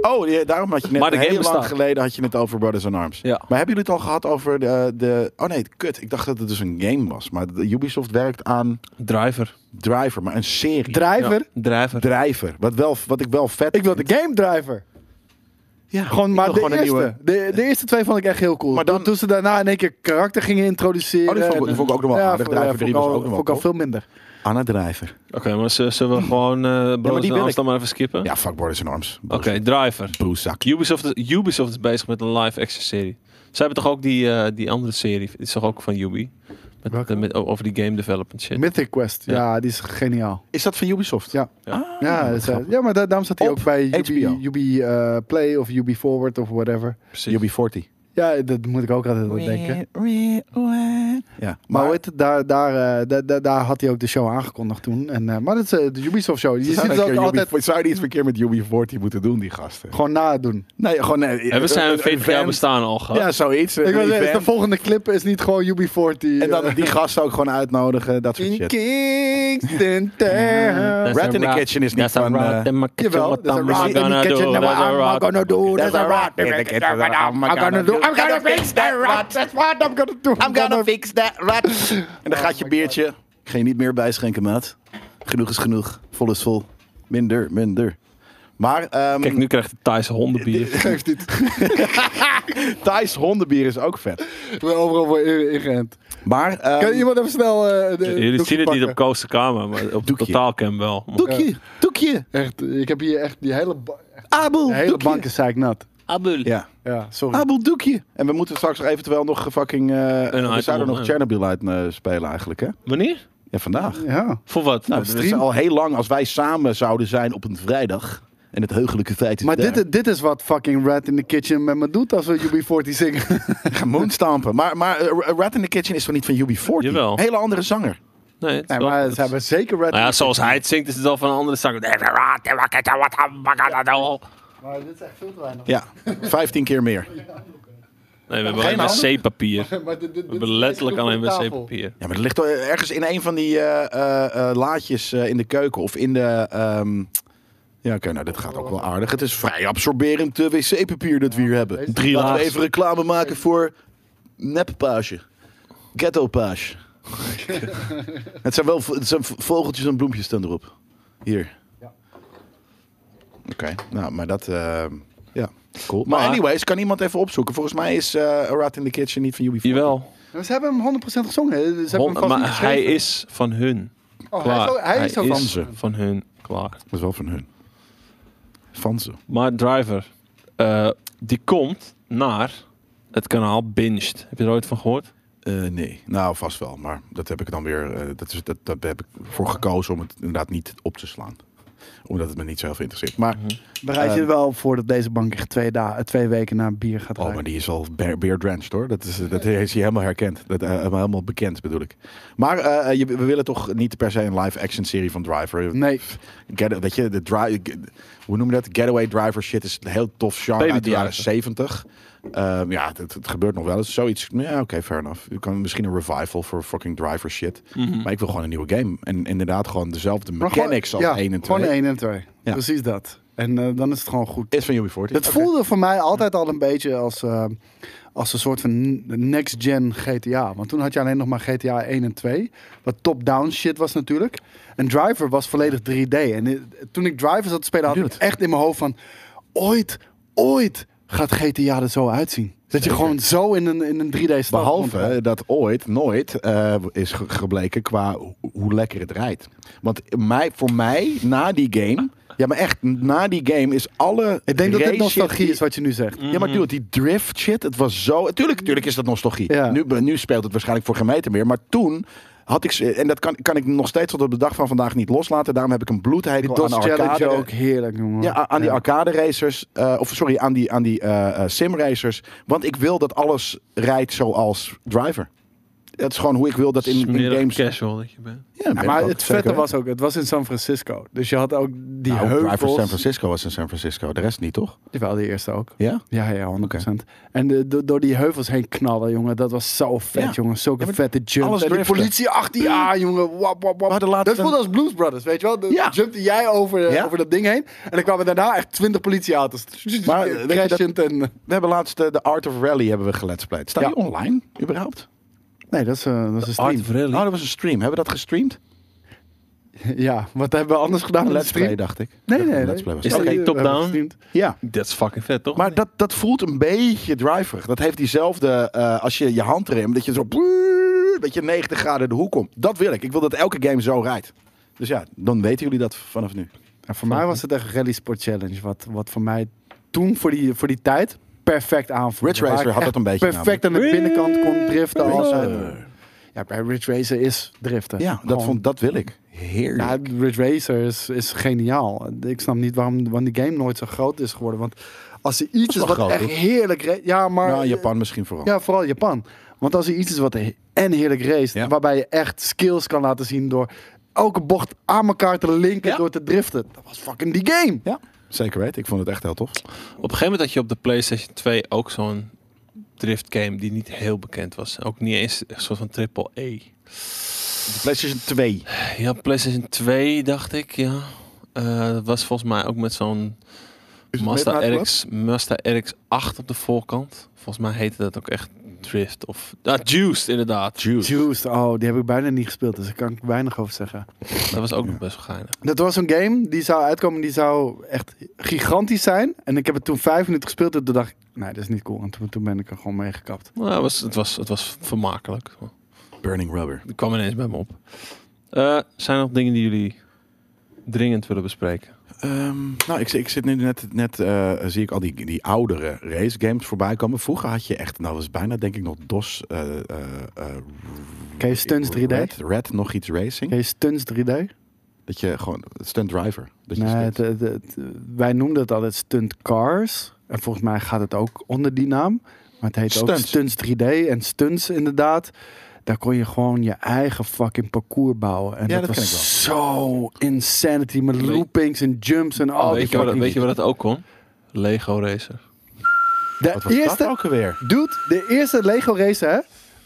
D: Oh, ja, daarom had je net
A: Maar de
D: heel
A: game
D: lang
A: bestaat.
D: geleden had je het over Brothers in Arms.
A: Ja.
D: Maar hebben jullie het al gehad over de, de... Oh nee, kut. Ik dacht dat het dus een game was. Maar de- Ubisoft werkt aan
A: Driver.
D: Driver, maar een serie.
B: Driver?
A: Driver.
D: Driver. Wat, wel, wat ik wel vet
B: Ik wil
D: vind.
B: de game driver.
D: Ja,
B: Gewoon,
D: ik
B: maar
D: wil
B: de,
D: gewoon een
B: eerste,
D: nieuwe-
B: de, de eerste twee vond ik echt heel cool.
D: Maar
B: Maar
D: dan-
B: toen ze daarna in één keer karakter gingen introduceren.
D: Oh, die vond ik- die vond ik ook nog wel aardig.
B: vond-
D: Driver
B: vond ik
D: 3 was
B: al-
D: ook nog wel
B: vond ik al
D: cool.
B: veel minder.
D: Anna Driver.
A: Oké, maar z- zullen we gewoon eh Brothers
D: wil
A: in
D: ik.
A: Arms dan maar even skippen?
D: Ja, fuck Brothers in Arms.
A: Oké, Driver.
D: Broeszak.
A: Ubisoft is, Ubisoft is bezig met een live-action serie. Ze hebben toch ook die, eh, die andere serie, het is toch ook van Ubi? Met,
B: Welke?
A: met- over die game development shit.
B: Mythic Quest, ja. die is geniaal.
D: Is dat van Ubisoft?
B: Ja.
D: Oh,
B: Ja, dat is- ja maar da- daarom zat hij
D: Op
B: ook bij UB,
D: HBO.
B: UB eh, Play of UB Forward of whatever.
A: Precies.
D: UB40.
B: Ja, dat moet ik ook altijd aan denken.
D: Ja,
B: Maar
D: maar
B: hoe heet het, daar, daar, eh, daar, daar, daar had hij ook de show aangekondigd toen. En, eh, maar dat is eh, de Ubisoft show. Je ziet het ook altijd
D: Zou die iets verkeerd met UB40 moeten doen, die gasten?
B: gewoon nadoen.
D: Nee, gewoon... Nee,
A: Hebben
D: een-
A: ze
D: een-
A: zijn
D: een
A: 40 jaar
D: event.
A: bestaan al gehad?
D: Ja, zoiets.
B: Ik
D: een
B: wil zeggen, de
D: event.
B: volgende clip is niet gewoon UB40.
D: En
B: eh,
D: dan die gasten ook gewoon uitnodigen, dat soort
B: in
D: shit.
B: Kingston Town.
A: That's
D: Rat
A: a
D: in the
A: rat-
D: kitchen is niet
A: that's a
D: van,
A: rat
D: eh,
A: in my kitchen,
B: Jawel,
A: what
B: that's a
A: I'm
B: rat in the
A: gonna
B: kitchen,
A: do,
B: and what
A: that's a
B: I'm
A: rat.
B: gonna do, that's a rat in the kitchen, what I'm gonna do. I'm gonna fix that rat, that's what Oh I'm gonna do. I'm gonna
D: fix that rat. En dan gaat je biertje. Ik ga je niet meer bijschenken, maat. Genoeg is genoeg. Vol is vol. Minder, minder. Maar ehm
A: Kijk, nu krijgt Thijs hondenbier.
B: Geeft dit.
D: Thais hondenbier is ook vet.
B: Ik ben overal voor in- ingeënt.
D: Maar ehm,
B: Kan iemand even snel eh, de-
A: Jullie
B: doekje
A: zien het niet op
B: pakken?
A: Coaster Kamer, maar op
D: Doekje.
A: Totaalcam wel.
D: doekje, doekje,
B: Echt, ik heb hier echt die hele, ba- echt,
D: Abel,
B: de hele
D: doekje.
B: bank is Ah, zeiknat.
A: Abul.
D: Ja,
B: Ja, sorry.
D: Abel, doekje. En we moeten straks eventueel nog fucking... eh, we
A: item
D: zouden nog
A: online.
D: Chernobyl uit eh, spelen eigenlijk, hè?
A: Wanneer?
D: Ja, vandaag.
B: Ja.
A: Voor wat?
D: Nou,
A: Dat
D: het is al heel lang als wij samen zouden zijn op een vrijdag. En het heugelijke feit is
B: Maar
D: (laughs) daar.
B: dit, dit is wat fucking Rat in the Kitchen met me doet als we UB40 zingen. (laughs)
D: Ga moonstampen. Maar, maar eh, Rat in the Kitchen is toch niet van UB40?
A: Jawel.
D: Hele andere zanger.
A: Nee, het is
B: Nee,
A: wel-
B: maar
A: het-
B: ze hebben zeker Rat
A: Nou ja, zoals hij het zingt, is het al van een andere zang.
B: Maar dit is echt veel te weinig.
D: Ja, 15 keer meer.
A: Nee, we hebben
D: Geen
A: alleen maar
D: andere?
A: wc-papier.
B: (laughs) Maar dit, dit,
A: We hebben letterlijk alleen wc-papier.
D: Ja, maar het ligt toch ergens in een van die eh, eh, eh, laadjes eh, in de keuken of in de. ehm, Ja, oké, nou, dit gaat ook wel aardig. Het is vrij absorberend eh, wc-papier dat we hier hebben.
A: Drie
D: Laten we
A: laagjes.
D: even reclame maken voor neppaasje. Ghetto-paasje. het zijn wel v- het zijn v- vogeltjes en bloempjes staan erop. Hier. Oké, nou, maar dat... eh, ja, cool. Maar,
A: Maar-
D: anyways, kan iemand even opzoeken? Volgens mij is eh A Rat in the Kitchen niet van Ubisoft.
A: Jawel.
B: Ze hebben hem 100% gezongen. hè. Ze hebben hem
A: Hon-
B: vast niet
A: maar hij
B: geschreven.
A: is van hun.
B: Oh, hij
A: Klaar.
B: is ook- hij is ook van
D: ze.
A: van hun. Klaar.
D: Dat is wel van hun. Van ze.
A: Maar Driver, eh, die komt naar het kanaal Binged. Heb je er ooit van gehoord?
D: Eh, nee, nou vast wel, maar dat heb ik dan weer. eh, dat is, dat, dat heb ik voor gekozen om het inderdaad niet op te slaan, omdat het me niet zo heel veel interesseert. Maar,
B: Bereid je er wel op voor dat deze bank echt twee, dagen, twee weken na bier gaat
D: oh,
B: rijden.
D: maar die is al beer, beer drenched hoor. Dat is, eh, dat is hij helemaal herkend, dat eh, helemaal bekend bedoel ik. Maar eh, je, we willen toch niet per se een live action serie van Driver.
B: Nee,
D: Get, weet je, de dri- ge- hoe noem je dat? Getaway driver shit is een heel tof genre
A: Baby
D: uit de jaren
A: driver.
D: 70. Ehm, ja, het, het gebeurt nog wel eens. Zoiets, ja, oké, fair enough. Je kan misschien een revival voor fucking driver shit. Maar ik wil gewoon een nieuwe game. En inderdaad gewoon dezelfde
B: Mhm. maar gewoon-
D: mechanics als
B: ja,
D: 1 en 2.
B: Gewoon 1 en 2.
D: Ja.
B: Precies dat. En eh, dan is het gewoon goed.
D: Is van UB40.
B: Het voelde voor mij altijd al een beetje als, eh, als een soort van next-gen GTA. Want toen had je alleen nog maar GTA 1 en 2. Wat top-down shit was natuurlijk. En Driver was volledig 3D. En eh, toen ik Driver zat te spelen, had ik echt in mijn hoofd van... Ooit, ooit gaat GTA er zo uitzien. Dat je gewoon zo in een, in een 3D-stad
D: Behalve
B: eh,
D: dat ooit, nooit eh, is ge- gebleken qua ho- hoe lekker het rijdt. Want mij, voor mij, na die game... Ja, maar echt, na die game is alle
B: Ik denk dat dit
D: race shit
B: nostalgie is
D: die- Mm.
B: Mhm. wat je nu zegt.
D: Ja, maar dude, die drift shit, het was zo... Tuurlijk, tuurlijk is dat nostalgie.
B: Ja.
D: Nu, nu speelt het waarschijnlijk voor geen meter meer. Maar toen had ik... ze- En dat kan, kan ik nog steeds tot op de dag van vandaag niet loslaten. Daarom heb ik een
B: Die
D: bloedhekel
B: DOS
D: aan
B: Challenge
D: arcade...
B: ook heerlijk, jongen.
D: Ja, a- aan die arcade racers. eh, of sorry, aan die, aan die eh, eh, sim racers. Want ik wil dat alles rijdt zoals driver. Dat is gewoon hoe ik wil dat in, in
A: Smerig
D: games...
A: casual dat je bent.
D: Ja, ben
B: Ja,
D: ik
B: maar
D: ook,
B: het
D: zeker
B: vette
D: weten.
B: was ook, het was in San Francisco. Dus je had ook die
D: Nou, Drive for San
B: heuvels.
D: Francisco was in San Francisco. De rest niet, toch?
B: Jawel, de eerste ook.
D: Ja?
B: Ja, ja, 100%. En de- do- door die heuvels heen knallen, jongen. Dat was zo vet,
D: Ja.
B: jongen. Zulke
D: Ja, maar
B: vette jumps.
D: alles
B: en die
D: driften.
B: politie achter je aan, jongen. Wap, wap, wap.
D: hadden laatst
B: Dat
D: een-
B: voelde als Blues Brothers, weet je wel? Dan
D: Ja.
B: jumpte jij over, eh,
D: Ja.
B: over dat ding heen. En dan kwamen daarna echt 20 politieauto's.
D: Maar,
B: (laughs) Maar,
D: eh, weet je
B: crashend en...
D: We hebben laatst eh, de Art of Rally hebben we geletsplayed. Staat
B: Ja.
D: die online, überhaupt?
B: Nee, dat is, eh, dat is een stream.
A: Art of Rally.
D: Oh, dat was een stream. Hebben we dat gestreamd?
B: Ja, wat hebben we anders gedaan?
D: Een
B: dan
D: let's
B: stream?
D: play, dacht ik.
B: Nee,
D: Ik dacht
B: nee,
D: een
B: nee.
D: let's play was
A: Is
D: het.
A: dat
B: Oké,
A: geen
B: we
A: top-down?
B: hebben gestreamd.
D: Ja,
A: Dat is fucking vet, toch?
B: Oh,
D: maar dat, dat voelt een beetje driverig. Dat heeft diezelfde, eh, als je je hand remt, dat je zo... Dat je 90 graden de hoek komt. Dat wil ik. Ik wil dat elke game zo rijdt. Dus ja, dan weten jullie dat vanaf nu.
B: En voor mij was het echt een rally sport challenge. Wat, wat voor mij toen voor die, voor die tijd perfect aanvoelde.
D: Ridge Racer
B: Waar ik
D: had dat
B: echt
D: een beetje
B: Perfect aan de binnenkant kon driften. Als,
D: Racer.
B: ja, bij Ridge Racer is driften.
D: Ja, dat,
B: Gewoon.
D: vond, dat wil ik. Heerlijk.
B: Ja, Ridge Racer is, is geniaal. Ik snap niet waarom, waarom die game nooit zo groot is geworden. Want als er iets is
D: wel
B: wat
D: groot,
B: echt
D: hoor.
B: heerlijk... ra- Ja, maar...
D: nou, Japan misschien vooral.
B: Ja, vooral Japan. Want als er iets is wat he- en heerlijk race,
D: Ja.
B: waarbij je echt skills kan laten zien door elke bocht aan elkaar te linken
D: Ja.
B: door te driften. Dat was fucking die game.
D: Ja, zeker weten. Ik vond het echt heel tof.
A: Op een gegeven moment had je op de PlayStation 2 ook zo'n drift game die niet heel bekend was. Ook niet eens een soort van triple E.
D: De PlayStation 2.
A: Ja, PlayStation 2 dacht ik, ja. Eh, dat was volgens mij ook met zo'n
D: het
A: Mazda
D: Midnight
A: RX, Mazda RX8 op de voorkant. Volgens mij heette dat ook echt Drift of... Ah, Juiced inderdaad.
D: Juice.
B: Juice, oh, die heb ik bijna niet gespeeld, dus daar kan ik weinig over zeggen.
A: Dat was ook nog best wel geinig.
B: Dat was een game die zou uitkomen, die zou echt gigantisch zijn. En ik heb het toen vijf minuten gespeeld en toen dacht ik, nee, dat is niet cool. En toen, toen ben ik er gewoon mee gekapt.
A: Nou, het, was, het, was, het was vermakelijk.
D: Burning Rubber.
A: Het kwam ineens bij me op. Eh, zijn er nog dingen die jullie dringend willen bespreken?
D: Ehm, nou, ik, zi- ik zit nu net, net eh, zie ik al die, die oudere race games voorbij komen. Vroeger had je echt, nou was bijna denk ik nog DOS. eh, eh, eh,
B: Ken je Stunts 3D?
D: Red, Red nog iets racing.
B: Ken je Stunts 3D?
D: Dat je gewoon, stunt driver. Dat je
B: Nee,
D: stunt-
B: het- het- het- wij noemden het altijd stunt cars. En volgens mij gaat het ook onder die naam. Maar het heet ook
D: Stunts.
B: Stunts 3D en Stunts inderdaad. Daar kon je gewoon je eigen fucking parcours bouwen. En
D: Ja,
B: dat,
D: dat ken
B: was zo insanity met
A: Weet-
B: loopings en jumps en al Oh, die
A: weet, je wat,
B: fucking
A: weet je wat dat ook kon? Lego Racer.
B: De
D: Wat was
B: eerste,
D: dat ook alweer?
B: dude, de eerste Lego race hè.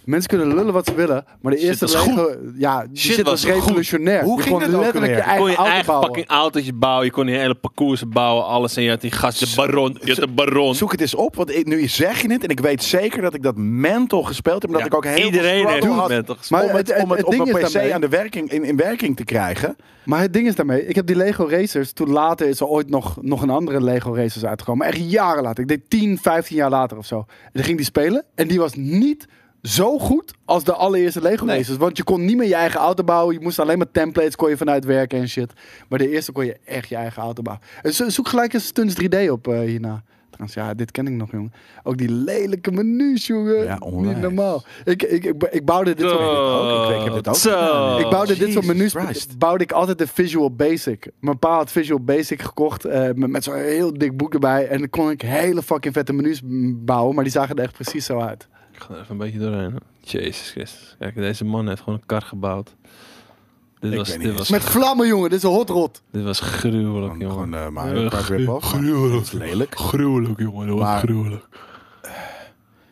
B: Mensen kunnen lullen wat ze willen, maar de
A: Shit
B: eerste
A: was goed.
B: Lego, ja, die
A: Shit
B: shit was,
A: was goed.
B: revolutionair.
D: Hoe
B: je
D: ging
B: kon
D: dit ook
B: letterlijk je
D: alweer?
A: Je kon je
B: eigen auto
A: eigen
B: bouwen.
A: fucking autootje bouwen. Je kon je hele parcoursen bouwen, alles. En je had die gast, de baron. Je had de baron.
D: Zoek het eens op, want ik, nu zeg je het en ik weet zeker dat ik dat mental gespeeld heb. Maar
A: Ja,
D: dat ik ook heel
A: iedereen
D: veel
A: heeft
D: struggle
A: het
D: had
A: mental
B: Maar
D: om het,
B: het-
D: om het
B: het
D: op
B: ding
D: mijn
B: is
D: PC
B: daarmee-
D: aan de werking, in, in werking te krijgen.
B: Maar het ding is daarmee, ik heb die Lego Racers, toen later is er ooit nog, nog een andere Lego Racers uitgekomen. Echt jaren later, ik denk 10, 15 jaar later of zo. En dan ging die spelen en die was niet zo goed als de allereerste Lego
D: Nee.
B: Racers. Want je kon niet meer je eigen auto bouwen, je moest alleen maar templates kon je vanuit werken en shit. Maar de eerste kon je echt je eigen auto bouwen. En zo- zoek gelijk eens Stunts 3D op eh, hierna. Trouwens, ja, dit ken ik nog, jongen. Ook die lelijke menus, jongen.
D: Ja, onwijs.
B: Niet normaal. Ik, ik, ik, ik bouwde dit soort
D: ook. Ik- ik heb dit ook
A: Zo.
D: gedaan.
B: ik bouwde dit soort
D: Eh, Oh, Jesus
B: menus.
D: Christ.
B: Bouwde ik altijd de Visual Basic. Mijn pa had Visual Basic gekocht. eh, met, met zo'n heel dik boek erbij. En dan kon ik hele fucking vette menus m, bouwen. Maar die zagen er echt precies zo uit.
A: Ik ga er even een beetje doorheen. hè. Jezus Christus. Kijk, deze man heeft gewoon een kar gebouwd. Dit
D: Ik
A: was,
D: weet
A: dit,
D: niet eens.
A: was,
B: Met vlammen, jongen. Dit is een hot rod.
A: dit was gruwelijk,
D: Gewoon,
A: jongen.
D: gewoon eh, Mario Kart rip-off. maar Dat is lelijk.
A: Gruwelijk, jongen. Dat was
D: Maar-
A: gruwelijk.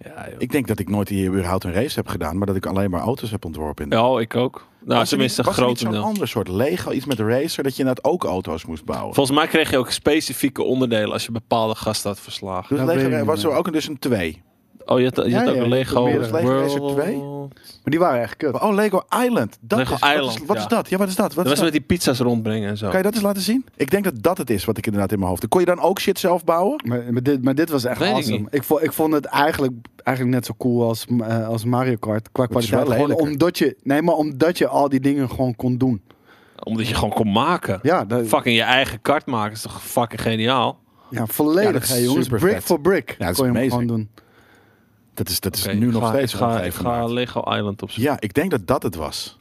A: Ja, joh.
D: Ik denk dat ik nooit hier überhaupt een race heb gedaan, maar dat ik alleen maar auto's heb ontworpen.
A: Ja, oh, ik ook. Nou,
D: Was er niet-
A: tenminste, een
D: was er niet
A: grote
D: zo'n
A: deel.
D: ander soort Lego, iets met racer, dat je inderdaad ook auto's moest bouwen.
A: Volgens mij kreeg je ook specifieke onderdelen als je bepaalde gasten had verslagen.
D: Dus
B: Dat weet ik
D: Lego
B: niet
D: was er
B: meer.
D: ook een- dus een 2.
A: Oh, je had, je
B: Ja,
A: had ook
B: ja,
A: een
B: je
A: Lego
B: had meerdere.
D: Lego Racer
A: World.
D: 2?
B: Maar die waren echt kut.
D: Oh, Lego Island. Dat
A: Lego
D: is, wat is-
A: Island,
D: Wat is
A: ja.
D: dat? Ja, wat is dat? Wat
A: Dat
D: is
A: was
D: dat?
A: met die pizza's rondbrengen en zo.
D: Kan je dat eens laten zien? Ik denk dat dat het is wat ik inderdaad in mijn hoofd. Kon je dan ook shit zelf bouwen?
B: Maar, maar dit, maar dit was echt
A: Weet ik
B: awesome.
A: niet.
B: Ik, vond, ik vond het eigenlijk, eigenlijk net zo cool als, eh, als Mario Kart. Qua
D: is wel
B: kwaliteit. Gewoon
D: lelijker.
B: omdat je, nee, maar omdat je al die dingen gewoon kon doen.
A: Omdat je gewoon kon maken.
B: Ja, dat,
A: Fucking je eigen kart maken is toch fucking geniaal?
B: ja
D: Ja, dat
B: volledig,
D: is
B: hè, jongens.
D: super
B: Brick
D: vet.
B: for brick
D: Ja, dat is
B: kon je hem
D: amazing.
B: gewoon doen.
D: Dat is, dat is
A: Oké,
D: nu
A: ik
D: nog
A: ga-
D: steeds
A: ik ga,
D: een
A: ik
D: van
A: ga Lego Island op zoek.
D: Ja, ik denk dat dat het was.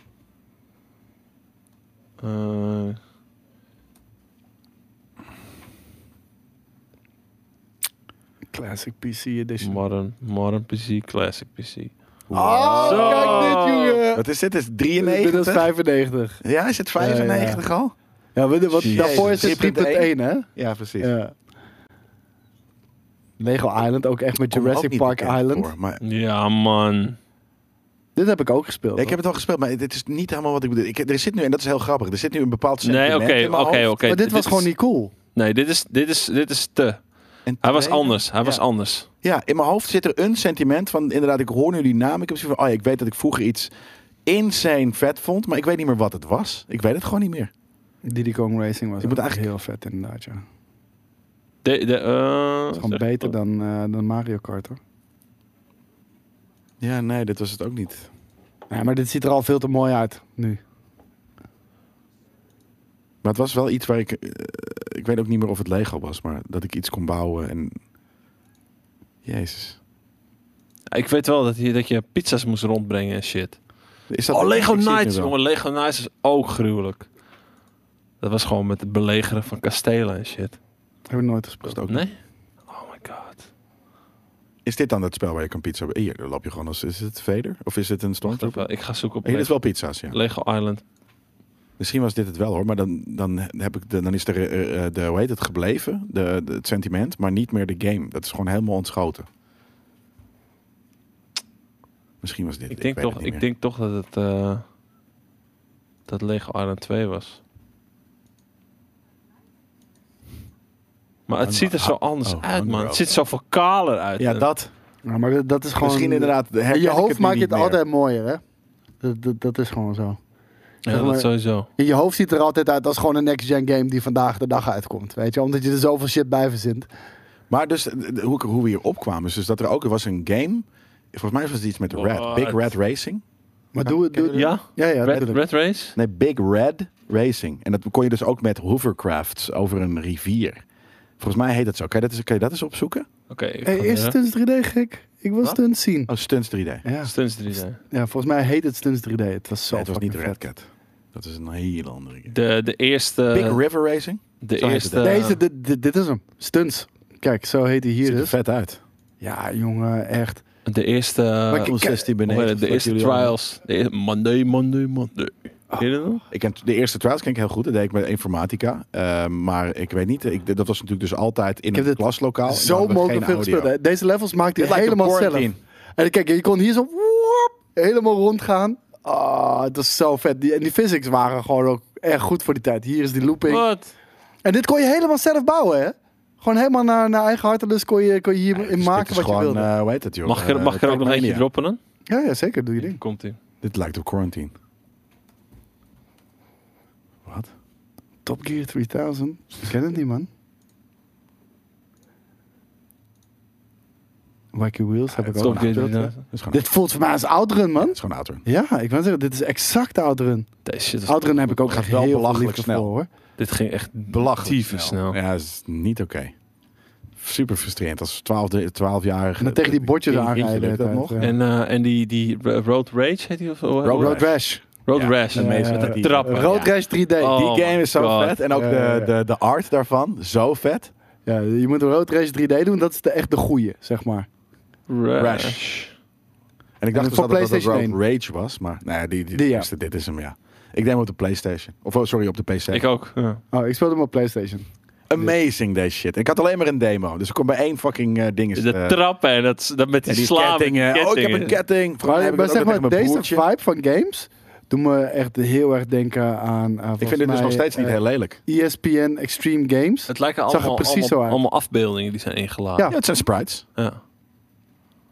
A: Eh,
B: Classic PC edition.
A: modern, modern PC, Classic PC.
D: Zo.
B: Oh, Kijk dit, jongen.
D: Wat is dit? Is het
B: Eh, Dit is
D: 93?
B: 95.
D: Ja, is het 95 al?
B: Ja, we, wat,
D: Jezus.
B: daarvoor is het 3.1,
D: 3.1,
B: hè?
D: Ja, precies.
B: Ja. Lego Island, ook echt met
D: Komt me ook
B: Jurassic
D: niet
B: Park
D: bekend
B: Island.
D: voor, maar
A: Ja, man.
B: Dit heb ik ook gespeeld.
D: ik heb het al gespeeld, maar dit is niet helemaal wat ik bedoel. Ik, er zit nu, en dat is heel grappig, er zit nu een bepaald
A: Nee,
D: sentiment
A: oké,
D: in mijn
A: oké,
D: hoofd.
A: oké.
B: maar dit was gewoon
A: is-
B: niet cool.
A: Nee, dit is, dit is, dit is te.
D: En
A: Hij was
D: twee-
A: anders. Hij was
D: Ja.
A: anders.
D: Ja, in mijn hoofd zit er een sentiment van inderdaad, ik hoor nu die naam. Ik heb zoiets van, oh ja, ik weet dat ik vroeger iets insane vet vond, maar ik weet niet meer wat het was. Ik weet het gewoon niet meer.
B: Diddy Kong Racing was
D: Ik moet
B: ook
D: eigenlijk-
B: heel vet inderdaad, ja. Het
A: De, de, eh,
B: is gewoon
A: zeg-
B: beter dan, eh, dan Mario Kart, hoor.
D: Ja, nee, dit was het ook niet.
B: Ja, maar dit ziet er al veel te mooi uit, nu.
D: Maar het was wel iets waar ik, eh, ik weet ook niet meer of het Lego was, maar dat ik iets kon bouwen en, jezus.
A: Ik weet wel dat je, dat je pizza's moest rondbrengen en shit.
D: Is
A: Oh, Lego
D: ik zie het nu
A: Knights.
D: wel.
A: Jongen, Lego Knights is ook gruwelijk. Dat was gewoon met het belegeren van kastelen en shit.
B: Heb ik nooit
D: Dat is
B: gespeeld.
D: het ook
A: Nee? Oh my god.
D: Is dit dan dat spel waar je kan pizza... Hier, dan loop je gewoon als... Is het Vader? Of is het een
A: Wacht
D: Stormtrooper?
A: even, ik ga zoeken op
D: Hier is
A: Lego,
D: wel pizza's, ja.
A: Lego Island.
D: Misschien was dit het wel hoor, maar dan, dan, heb ik de, dan is er, eh, eh, de, hoe heet het, gebleven, de, de- het sentiment, maar niet meer de game. Dat is gewoon helemaal ontschoten. Misschien was dit het,
A: Ik denk,
D: weet
A: toch,
D: het niet
A: ik
D: meer.
A: denk toch dat het... eh, dat Lego Island 2 was. Maar het
D: Hang-
A: ziet er zo anders
D: oh,
A: uit,
D: hang
A: man.
D: er
A: Het
D: ook.
A: ziet zo veel kaler uit.
D: Ja,
A: En-
D: dat.
B: Ja, maar dat is gewoon...
D: Misschien inderdaad. herken
B: In
D: ik
B: je hoofd
D: het nu
B: maak je
D: niet
B: het
D: meer.
B: altijd mooier, hè? Dat, dat, dat is gewoon zo.
A: ja,
B: zeg
A: dat
B: maar-
A: sowieso.
B: In je hoofd ziet er altijd uit als gewoon een next-gen game die vandaag de dag uitkomt. Weet je, omdat je er zoveel shit bij verzint.
D: Maar dus eh, de- hoe, ik- hoe we hier opkwamen, is dus dat er ook er was een game. Volgens mij was het iets met Red.
A: What?
D: Big Red Racing.
B: Maar doe het. Doe,
A: Ja?
B: ja, ja.
A: Red, Red
B: tuurlijk.
A: Race?
D: Nee, Big Red Racing. En dat kon je dus ook met hovercrafts over een rivier. Volgens mij heet dat zo. Kan je dat eens, kan je dat eens opzoeken?
A: Oké. ik
D: Eh,
B: Hey,
A: ga-
B: is
A: ja.
B: Stunts 3D gek? Ik wil
D: Wat?
B: Stunts zien.
D: Oh, Stunts 3D.
B: Ja.
A: Stunts 3D.
B: ja, volgens mij heet het Stunts 3D. Het was zo
D: Nee, het was niet
B: fucking
D: Red
B: vet.
D: Cat. Dat is een hele andere game.
A: De, de eerste...
D: Big River Racing.
A: Eh, De
D: Zo heet
A: eerste...
D: het, hè?
B: Deze, dit, dit, dit is hem. Stunts. Kijk, zo heet hij hier
D: Ziet Eh, er
B: dus.
D: vet uit.
B: Ja, jongen, echt.
A: De eerste... eh,
B: Maar
A: hoe
B: ik-
D: 16
A: heet
D: beneden.
A: het? de eerste trials. De eer- Monday, Monday, Monday.
D: Ah.
A: Ken je dat nog?
D: Ik ken, de eerste trials ken ik heel goed. Dat deed ik met informatica. Eh, maar ik weet niet. Ik, dat was natuurlijk dus altijd in
B: Ik heb
D: een
B: dit
D: klaslokaal. En dan
B: zo
D: hadden Nou, we
B: mogelijk
D: geen
B: veel
D: audio.
B: gespeeld. hè. Deze levels maakte
D: Dit
B: hij
D: lijkt op
B: helemaal zelf.
D: quarantine.
B: En kijk, je kon hier zo woep, helemaal rondgaan. Ah, het was zo vet. Die, en die physics waren gewoon ook erg goed voor die tijd. Hier is die looping.
A: Wat?
B: En dit kon je helemaal zelf bouwen, hè? Gewoon helemaal naar, naar eigen hart. En dus kon je, kon je hierin
D: Dus dit
B: maken
D: is
B: wat je
D: gewoon,
B: wilde.
D: eh, hoe heet het, joh?
A: Mag ik er,
D: Eh,
A: mag ik er ook nog
D: Trackmania.
A: eentje droppen dan?
B: ja, ja, zeker. Doe je ding.
A: Komt ie.
D: Dit lijkt op quarantine. Wat?
B: Top Gear 3000. Ik ken het niet, man. Wacky Wheels heb ik ook
A: Top
B: nog
A: Gear
B: gespeeld, hè.
A: 3000.
D: nou, Dat is gewoon,
B: Dit voelt voor mij als Outrun,
D: dat
B: man.
D: is gewoon Outrun.
B: Ja, ik wil zeggen, dit is exact Outrun.
A: Deze shit
D: Ah,
A: was-
B: Outrun Dus heb ik ook
D: Gaat
B: echt
D: wel
B: heel veel
D: belachelijk
B: liefde
D: snel.
B: voor, hoor.
A: Dit ging echt
D: Belachelijk
A: tyfus snel.
D: Ja, dat is niet oké. Super frustrerend als 12, 12 jarige
B: En dan tegen die bordjes aanrijden.
D: Lukt dat
B: tijd,
D: nog?
B: ja.
A: En, eh, en die, die Road Rage heet die of zo?
D: Road
B: Road Rash.
A: Road
D: Ja,
A: Rash.
D: de meeste
A: Met
D: met
A: de
D: die-
A: trappen.
B: Road
D: Ja.
B: Rash 3D.
A: Oh.
D: Die game is zo
A: God.
D: vet. En ook
B: Ja, ja,
D: de,
B: ja.
D: de, de art daarvan, zo vet.
B: Ja, je moet een Road Rash 3D doen. Dat is de, echt de goeie, zeg maar.
A: Rash.
D: Rash. En
B: En
D: ik dacht
B: voor
D: dus altijd dat het Road
B: PlayStation
D: Rage was, maar nee, die, die,
B: Die, ja.
D: eerste, dit is hem, ja. Ik neem op de PlayStation. Of oh, sorry, op de PC.
A: Ik ook. Ja.
B: Oh, ik speelde hem op PlayStation.
D: Amazing, deze shit. Ik had alleen maar een demo, dus ik kon bij één fucking eh, ding. Is,
A: De
D: eh,
A: trappen en dat, dat met
D: en
A: die,
D: die
A: slaven.
D: kettingen. Oh, ik heb een ketting. Vooral
B: Maar,
D: heb ik
B: maar
D: dat
B: zeg
D: ook
B: maar,
D: tegen mijn
B: deze
D: broertje.
B: vibe van games doet me echt heel erg denken aan... eh,
D: Ik
B: volgens
D: vind het dus
B: mij,
D: nog steeds niet
B: eh,
D: heel lelijk.
B: ESPN Extreme Games.
A: Het lijken
B: Zag er
A: allemaal,
B: precies zo
A: allemaal,
B: uit.
A: allemaal afbeeldingen die zijn ingeladen.
B: Ja.
D: Ja, het zijn sprites.
A: Ja.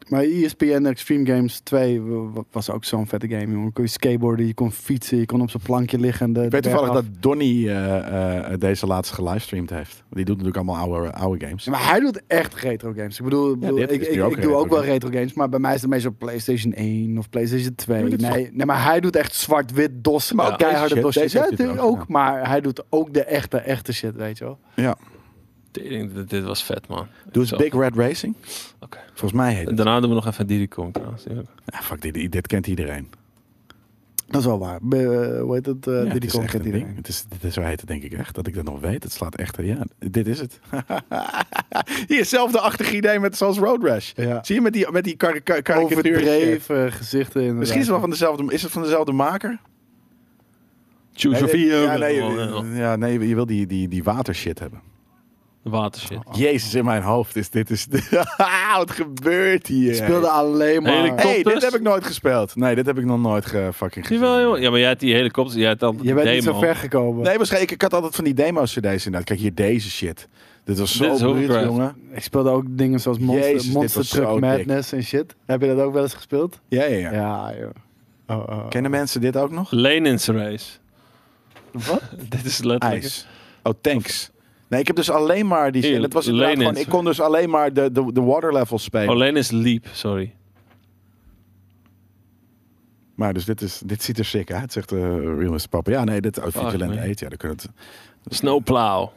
B: Maar E ESPN Extreme Games 2 wa- wa- was ook zo'n vette game. Jongen. Kon je skateboarden, je kon fietsen, je kon op zo'n plankje liggen. De,
D: Ik weet toevallig dat Donny eh, eh, deze laatst gelivestreamd heeft. Die doet natuurlijk allemaal oude, oude games.
B: Maar hij doet echt retro games. Ik bedoel, ik bedoel,
D: dit
B: ik,
D: is
B: ik,
D: nu ook
B: ik doe
D: retro
B: ook wel
D: game.
B: retro games, maar bij mij is het meestal PlayStation 1 of PlayStation 2.
D: maar dit is
B: nee, nee, maar hij doet echt zwart-wit DOS. Maar
A: Ja,
B: ook keiharde
D: deze
B: DOS.
D: shit,
B: shit.
D: deze
B: Ja,
D: heeft hij
B: natuurlijk
D: ook
B: ook,
D: gedaan.
B: maar hij doet ook de echte, echte shit, weet je wel.
D: Ja.
A: Tering, dit- Dit was vet, man.
D: Doe eens
A: Zo.
D: Big Red Racing.
A: Oké.
D: Volgens mij heet het. Nou,
A: Daarna doen we nog even Diddy Kong trouwens.
D: Ja, fuck, dit, dit kent iedereen.
B: Dat is wel waar. Be- eh, hoe heet het? eh
D: Ja,
B: dit
D: het
B: die
D: is
B: komt
D: echt
B: kent
D: een ding.
B: iedereen.
D: Het is, dit is, zo heet het denk ik echt. Dat ik dat nog weet. Het slaat echt... Ja, dit is het. (laughs) Hier, hetzelfde achtig idee met zoals Road Rash.
B: Ja.
D: Zie je met die, met die kar- kar- karikatuur-
B: Overdreven gezichten inderdaad.
D: eh, Misschien is het wel van dezelfde... Is het van dezelfde maker?
A: Choose your
D: Nee, nee,
A: fear.
D: ja, nee, je- ja, nee, je wil die, die, die watershit hebben.
A: Watershit.
D: Jezus, in mijn hoofd is dit... Is, (laughs) wat gebeurt hier?
B: Ik speelde alleen maar...
A: Hele-
D: hey, dit
A: Topless?
D: heb ik nooit gespeeld. Nee, dit heb ik nog nooit ge fucking gezien.
A: Jawel, joh. Ja, maar jij hebt die helikopter. Jij hebt altijd
B: je bent
A: die
B: niet zo
A: demo.
B: ver gekomen.
D: Nee, waarschijnlijk. Ik had altijd van die demo's cd's inderdaad. Kijk hier, deze shit. Dit was
A: Dit
D: zo
A: is
D: bruut,
A: Hovercraft.
D: jongen.
B: Ik speelde ook dingen zoals Monster,
D: Jezus, dit
B: Monster
D: was
B: Truck
D: zo dik.
B: Madness en shit. Heb je dat ook wel eens gespeeld?
D: Ja, ja, ja.
B: Ja, joh. Oh, oh.
D: Kennen mensen dit ook nog?
A: Lenin's race.
B: Wat?
A: (laughs) Dit is letterlijk.
D: IJs. Oh, tanks. Nee, ik heb dus alleen maar die shit.
A: Hier,
D: Het was inderdaad
A: Lenin.
D: gewoon, ik kon dus alleen maar de, de, de water levels spelen.
A: Oh, Lenin's leap. Sorry.
D: maar dus dit, is, dit ziet er sick uit, zegt eh realist papa. Ja, nee, dit oh, Vigilante
A: man.
D: Eight, Ja, dan kunnen het.
A: Snowplow.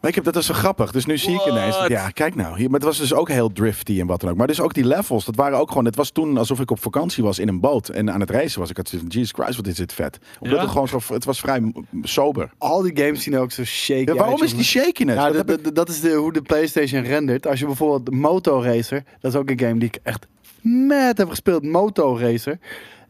D: Maar ik heb dat is zo grappig. Dus nu zie ik ineens.
A: What?
D: Ja, kijk nou. Hier, maar het was dus ook heel drifty en wat dan ook. Maar dus ook die levels. Dat waren ook gewoon. Het was toen alsof ik op vakantie was in een boot en aan het reizen was. Ik had zoiets van, Jesus Christ, wat is dit vet? Omdat
A: Ja?
D: het gewoon zo. Het was vrij m- sober.
B: Al die games zien er ook zo shaky
D: Ja, waarom
B: uit,
D: is die
B: jongen.
D: shakiness?
B: Ja,
D: Dat
B: dat,
D: heb ik-
B: dat- dat is de, hoe de PlayStation rendert. Als je bijvoorbeeld Moto Racer, dat is ook een game die ik echt mad heb gespeeld. Moto Racer.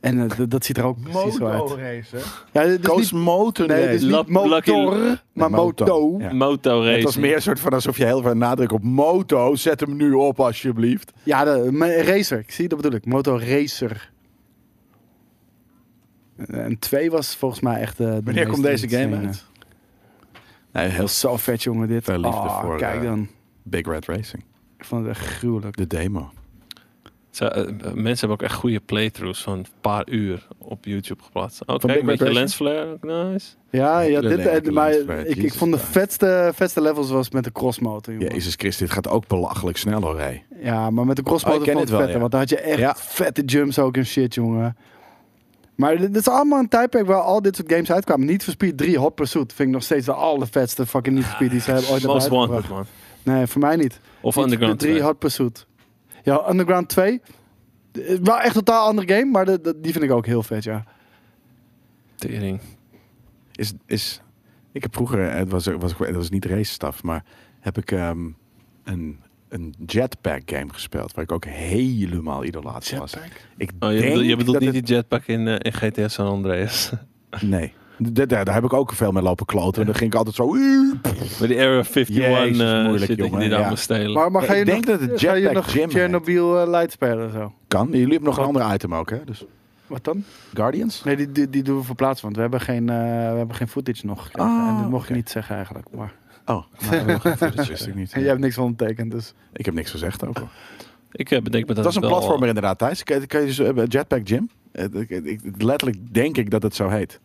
B: En eh, dat- dat ziet er ook precies zo uit. Ja, dit is
D: Koos
B: niet,
D: motor.
B: nee, dit is niet
A: Lap- Lucky-
B: motor, maar
D: Moto.
B: moto.
D: Ja.
A: Moto race.
D: Het was meer een soort van alsof je heel veel nadruk op moto. Zet hem nu op alsjeblieft.
B: Ja, de, maar racer. Ik zie dat bedoel ik. Moto Racer. En 2 was volgens mij echt. eh, de
D: Wanneer
B: meest
D: komt deze game
B: insane,
D: uit?
B: eh.
D: Nee, heel
B: Dat is zo vet, jongen. Dit.
D: Ter liefde
B: Oh,
D: voor,
B: Kijk
D: eh,
B: dan.
D: Big Red Racing.
B: Ik vond het echt gruwelijk.
D: De demo.
A: Zo, eh, eh, mensen hebben ook echt goede playthroughs van een paar uur op YouTube geplaatst. Oh,
D: Big
A: kijk, een
D: Bad
A: beetje
D: Racing?
A: lens flare. ook Nice.
B: Ja, ja
D: de
B: dit,
D: lelijke
B: eh, maar
D: lens, right,
B: ik, ik
D: Jesus
B: vond de
D: Christ.
B: vetste, vetste levels was met de crossmotor. jongen.
D: Jezus Christus, dit gaat ook belachelijk snel hoor. hé.
B: Ja, maar met de crossmotor
D: Oh, ik ken
B: vond
D: het
B: het vetter.
D: wel, ja.
B: Want dan had je echt
D: Ja.
B: vette jumps ook en shit, jongen. Maar dit, dit is allemaal een tijdperk waar al dit soort games uitkwamen. Niet for Speed 3 Hot Pursuit vind ik nog steeds de allervetste fucking Need for Speed die ze hebben ooit hebben
A: Most
B: uitgebracht.
A: wanted, man.
B: Nee, voor mij niet.
A: Of
B: Need for
A: Underground
B: Speed 3 Hot Pursuit. Ja, Underground 2. eh, Wel echt een totaal andere game, maar de- de- die vind ik ook heel vet, ja.
A: Tering. Oh,
D: Is, is, ik heb vroeger, eh, het was, was, het was niet race staf, maar heb ik ehm, een, een jetpack game gespeeld. Waar ik ook helemaal idolaat was. Ik
A: Oh, je,
D: denk
A: bedoelt- je bedoelt
D: dat
A: niet die jetpack in, eh, in GTA San Andreas. (laughs)
D: het- Nee. D- Daar, daar heb ik ook veel mee lopen kloten. En dan ging ik altijd zo... "Uuu, pff."
A: Met die Area 51
D: Jezus,
A: eh,
D: moeilijk,
A: shit dat je
D: jongen,
A: die daar
D: ja.
A: moet stelen.
B: Maar, maar
D: Ja,
B: ga je
D: ik denk
B: nog,
D: dat het
B: ga je
D: Jetpack
B: nog
D: Jim heet.
B: Chernobyl eh, Light spelen zo?
D: Kan. Jullie hebben nog een ander item ook, hè? Dus
B: Wat dan?
D: Guardians?
B: Nee, die, die, die doen we verplaatsen, want we hebben geen, eh, we hebben geen footage nog. gekregen.
D: Ah,
B: en dat mocht
D: oké.
B: je niet zeggen eigenlijk. Maar
D: Oh, nou, dat
B: (laughs)
D: wist ik niet.
B: jij hebt niks ondertekend, dus.
D: Ik heb niks gezegd ook. hoor.
A: ik eh, bedenk me dat
D: Dat is een
A: het wel-
D: platformer inderdaad, Thijs. Kan, kan je dus, eh, Jetpack Jim? Eh, ik- ik- Letterlijk denk ik dat het zo heet.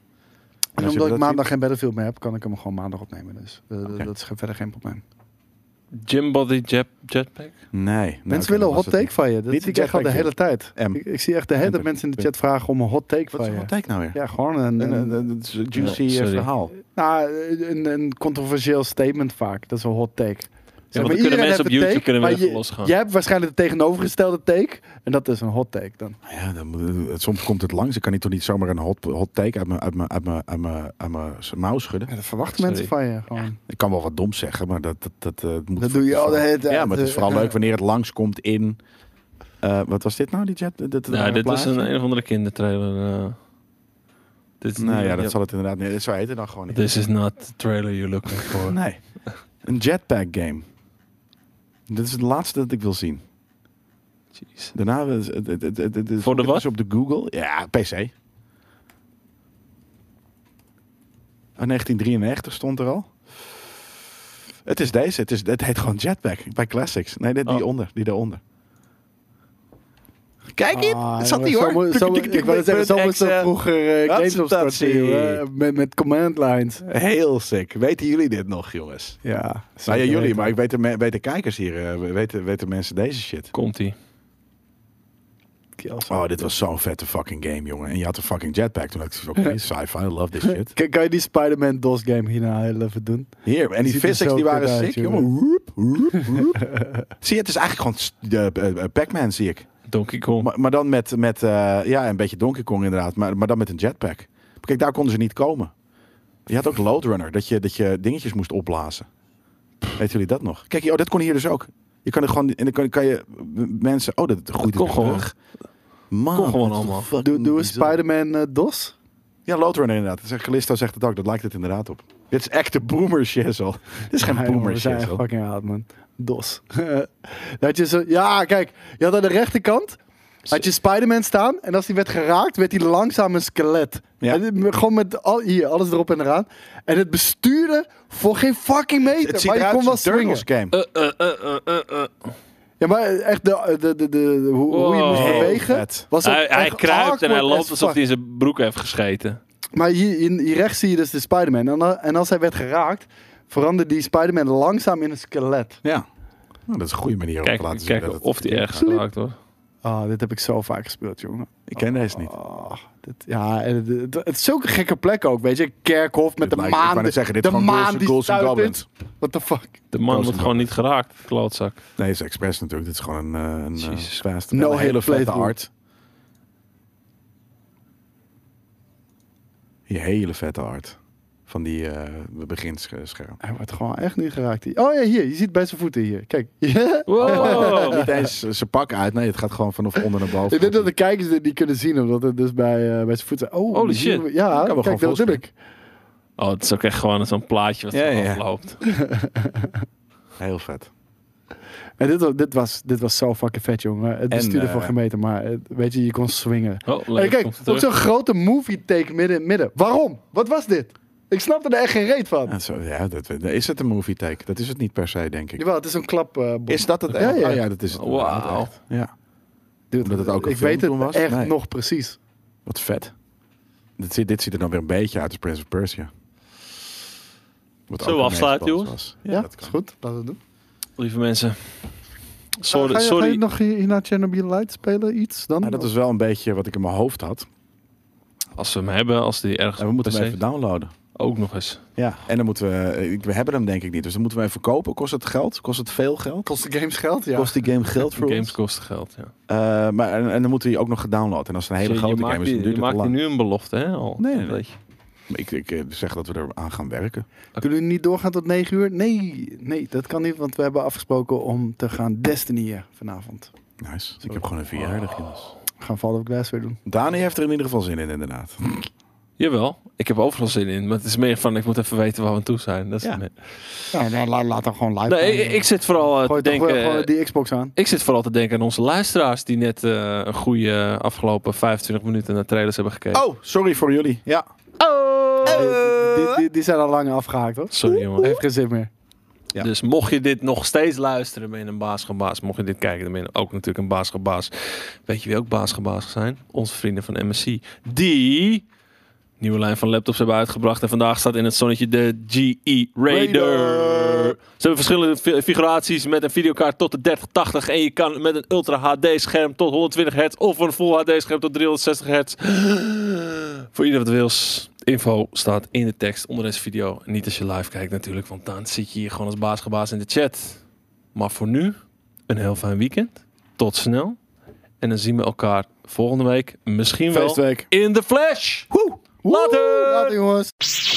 B: En
D: als je
B: omdat ik
D: dat
B: maandag geen Battlefield meer heb, kan ik hem gewoon maandag opnemen. Dus eh,
D: Oké.
B: dat is ge- verder geen probleem.
A: Jimbody jet, jetpack?
D: Nee. Nou, oké,
B: mensen willen
D: dan
B: een
D: was
B: hot
D: het
B: take
D: niet.
B: van je. Dat
D: Niet
B: zie ik
D: de
B: echt al de
D: jetpack,
B: hele tijd.
D: M.
B: Ik, ik zie echt de hele tijd mensen in de chat vragen om een hot take
D: Wat is
B: van
D: een
B: je.
D: hot take nou weer?
B: Ja, gewoon een,
D: Een,
B: een,
D: een, een- een juicy
A: Ja,
D: eh,
A: sorry.
D: verhaal.
B: nou, een, een controversieel statement vaak. Dat is een hot take.
A: want dan kunnen mensen op YouTube kunnen we even
B: los
A: losgaan.
B: Jij hebt waarschijnlijk de tegenovergestelde take. En dat is een hot take dan.
D: Ja, dan, moet- eh, soms komt het langs. Ik kan niet toch niet zomaar een hot, hot take uit mijn- uit mijn- uit mijn- uit mijn- uit mijn mouw schudden.
B: Ja, dat verwachten
A: Sorry.
B: mensen van je gewoon.
D: Ik kan wel wat doms zeggen, maar dat, dat, dat, eh, het moet...
B: Dat doe je al de hele tijd.
D: Ja, maar het is vooral
B: Ja.
D: leuk wanneer het langskomt in... eh, wat was dit nou, die jet? Dit, dit-
A: Nou, dit was
D: plaatje?
A: een, een of andere kindertrailer. eh. Dit is
D: Nou
A: niet-
D: ja, dat
A: ja,
D: zal het inderdaad niet. Zo heet het dan gewoon niet.
A: This is not the trailer you're looking
D: (laughs)
A: for.
D: Nee. Een jetpack game. Dit is het laatste dat ik wil zien.
A: Jeez.
D: Daarna... is het- het- het- het- het-
A: Voor de
D: het is
A: wat?
D: Op de Google. Ja, PC. Oh, 1993 stond er al. Het is deze. Het, is, het heet gewoon Jetpack bij Classics. Nee, dit, die
A: Oh.
D: onder. Die daaronder. Kijk niet.
B: Ah,
D: het zat
B: jongen,
D: hier hoor.
B: zo moet- zo moet-
D: Tik, tik, tik,
B: Ik wou
D: tik,
B: zeggen, zo
D: punt,
B: moet ze
D: Excel.
B: vroeger eh,
D: Wat
B: games
D: is dat,
B: opstarten,
D: zie?
B: jongen. Met, met command lines.
D: Heel sick. Weten jullie dit nog, jongens?
B: Ja.
D: Nou ja,
B: eh, zeker
D: jullie,
B: weten.
D: maar ik weet de, me- weet de kijkers hier, eh, weten, weten mensen deze shit.
A: Komt-ie.
B: Kielzog.
D: Oh, dit was zo'n vette fucking game, jongen. En je had een fucking jetpack. Toen dacht ik,
B: (laughs)
D: oké, sci-fi, I love this shit.
B: Kan, kan je die Spider-Man DOS game hierna heel even doen?
D: Hier, en die
B: Ziet er
D: physics
B: zo
D: die waren
B: vet uit,
D: sick,
B: jongen. (laughs)
D: jongen. Woep, woep, woep. zie je, het is eigenlijk gewoon st- eh, eh, eh, Pac-Man, zie ik.
A: Donkey Kong.
D: Maar, maar dan met, met eh, ja, een beetje Donkey Kong inderdaad, maar, maar dan met een jetpack. Maar Kijk, daar konden ze niet komen. Je had ook Loadrunner, dat je, dat je dingetjes moest opblazen. Weten jullie dat nog? Kijk, oh, dat kon hier dus ook. Je kan er gewoon, en dan kan, kan je mensen, oh, dat groeit
A: kon
D: weer
A: gewoon.
D: terug. Man,
A: Kon gewoon
D: dat is
A: allemaal.
D: toch fucking
B: Doe, doe eens
D: bizar.
B: Spider-Man eh, DOS.
D: Ja, Loadrunner inderdaad. Dat zegt- Callisto zegt het ook, dat lijkt het inderdaad op. Dit is echte boomer shizzle. Dit is geen
B: Ja, jongen,
D: boomer
B: we zijn echt
D: shizzle.
B: fucking oud, man. DOS. (laughs) dat je zo, ja, kijk. Je had aan de rechterkant... Had je Spider-Man staan en als die werd geraakt, werd hij langzaam een skelet.
D: Ja.
B: En het- gewoon met al, hier, alles erop en eraan. En het bestuurde voor geen fucking meter.
D: Het ziet
B: maar je
D: eruit
B: kon wel
D: als een Turtles
B: swingen.
D: game.
A: Eh, eh, eh, eh, eh, eh.
B: Ja, maar eh, echt de, de, de, de- hoe, hoe je moest
A: Wow.
B: bewegen.
D: Vet.
B: Was ook
A: Hij, hij
B: echt
A: kruipt en hij
B: awkward
A: loopt
B: as
A: alsof
B: fuck.
A: hij zijn broek heeft gescheten.
B: Maar hier, hier, hier rechts zie je dus de Spider-Man. En, dan- en als hij werd geraakt, veranderde die Spider-Man langzaam in een skelet.
D: Ja. Nou, dat is een goede manier om te
A: Kijk,
D: laten zien. dat
A: kijk
D: het-
A: of die ergens
B: Sleep.
A: raakt hoor.
B: Ah, dit heb ik zo vaak gespeeld, jongen.
D: Ik ken deze niet.
B: Ah, dit, ja, en het, het, het is zulke gekke plek ook, weet je. Een Kerkhof met
D: Dit
B: de
D: lijkt- ik wou
B: maan.
D: net
B: de-
D: zeggen, dit
B: de
D: is gewoon Ghouls
B: maan
D: and-
B: die
D: Ghouls and
B: stuipt in.
D: Goblins.
B: What the fuck?
A: De man wordt
D: Rozendak.
A: gewoon niet geraakt, klootzak.
D: Nee, het is expres natuurlijk. Dit is gewoon een, eh, een eh,
A: Jezus.
D: vast-
B: No
D: een hele
B: hate
D: vette
B: playthrough.
D: art. Die hele vette art. Van die eh beginscherm.
B: Hij wordt gewoon echt niet geraakt. hier. Oh ja, hier. Je ziet bij zijn voeten hier. Kijk. (laughs)
A: Wow. Oh.
D: Niet eens zijn pak uit. Nee, het gaat gewoon vanaf onder naar boven.
B: Ik denk dat de kijkers dit niet kunnen zien, omdat het dus bij, eh, bij zijn voeten... Oh,
A: Holy
B: hier
A: shit.
B: doen we- Ja,
D: Kan wel
B: kijk,
D: gewoon
B: dat doe ik.
A: Oh, het is ook echt gewoon zo'n plaatje wat
D: Ja,
A: er
D: ja.
A: afloopt.
D: Heel vet.
B: En dit, wa- dit, was, dit was zo fucking vet, jongen. Het bestuurde
D: eh,
B: voor gemeten, maar het- weet je, je kon swingen.
A: Oh,
B: En
A: leuk.
B: kijk,
A: komt het
B: op
A: terug.
B: zo'n grote movie take midden in het midden. Waarom? Wat was dit? Ik snapte er echt geen reet van.
D: Ja, zo, ja, dat, is het een movie take? Dat is het niet per se, denk ik.
B: Jawel, het is een klap. eh, bom.
D: Is dat het
B: Ja,
D: echt?
B: ja.
D: Oh, ja, dat is het. inderdaad
A: Wauw.
D: echt. Ja.
B: Dude,
D: omdat het ook een
B: ik
D: film
B: weet het
D: toen was?
B: echt
D: Nee.
B: nog precies.
D: Wat vet. Dit, ziet- dit ziet er dan weer een beetje uit als Prince of Persia. Wat
A: Zullen we
D: ook een
A: afsluiten,
D: meespans
A: jongens?
B: Ja,
D: was. Ja, dat
B: is
D: kan.
B: goed. Laten we het doen.
A: Lieve mensen. Sorry,
B: ga, je, ga je
A: sorry.
B: nog hier hier naar Chernobyl Light spelen? Iets dan?
D: Nou, dat is wel een beetje wat ik in mijn hoofd had.
A: Als we hem hebben, als die ergens
D: En we moeten
A: op
D: hem
A: PC
D: even downloaden.
A: ook nog eens.
D: Ja. En dan moeten we... eh, ik- We hebben hem denk ik niet. Dus dan moeten we even kopen. Kost het geld? Kost het veel geld?
B: kost de games geld, ja.
D: Kost die game geld voor
A: Games
D: ons?
A: kosten geld, ja.
D: Eh, maar, en, en dan moeten we die ook nog gedownload. En als het een hele
A: Dus je
D: grote
A: maakt
D: game is,
A: die-
D: dan duurt
A: je
D: het te
A: maakt die
D: lang.
A: nu een belofte, hè? Al.
D: Nee, nee, nee.
A: Weet je.
D: Maar Ik, ik eh, zeg dat we er aan gaan werken.
B: Kunnen we niet doorgaan tot 9 uur? Nee, nee, dat kan niet, want we hebben afgesproken om te gaan Destiny'en vanavond.
D: Nice. Ik heb gewoon een verjaardag, jongens.
B: We gaan Fall of Glass weer doen.
D: Dani heeft er in ieder geval zin in, inderdaad.
A: Jawel, ik heb overal zin in. Maar het is meer van, ik moet even weten waar we aan toe zijn. Dat is het
D: Ja.
A: meer.
B: Ja, la- la- laat dan gewoon live.
A: Nee,
B: gaan.
A: ik, ik zit vooral eh,
B: Gooi
A: te
B: toch
A: denken...
B: wel gewoon die Xbox aan.
A: Ik zit vooral te denken aan onze luisteraars die net eh, een goede afgelopen 25 minuten naar trailers hebben gekeken.
D: Oh, sorry voor jullie. Ja.
B: Die, die, die zijn al lang afgehaakt, hoor.
A: Sorry jongen.
B: Heeft geen zin meer.
D: Ja.
A: Dus mocht je dit nog steeds luisteren, ben je een baas gebaas. Mocht je dit kijken, dan ben je ook natuurlijk een baas gebaas. Weet je wie ook baas gebaas zijn? Onze vrienden van MSC. Die nieuwe lijn van laptops hebben uitgebracht. En vandaag staat in het zonnetje de GE Raider.
B: Raider.
A: Ze hebben verschillende fi- figuraties met een videokaart tot de 3080. En je kan met een Ultra HD scherm tot 120 hertz of een Full HD scherm tot 360 hertz. (gasps) Voor ieder wat wils. Info staat in de tekst onder deze video. En niet als je live kijkt natuurlijk, want dan zit je hier gewoon als baasgebaas in de chat. Maar voor nu, een heel fijn weekend. Tot snel. En dan zien we elkaar volgende week misschien wel
D: Feestweek.
A: in de flash.
B: Woe!
A: Later!
B: Later, jongens.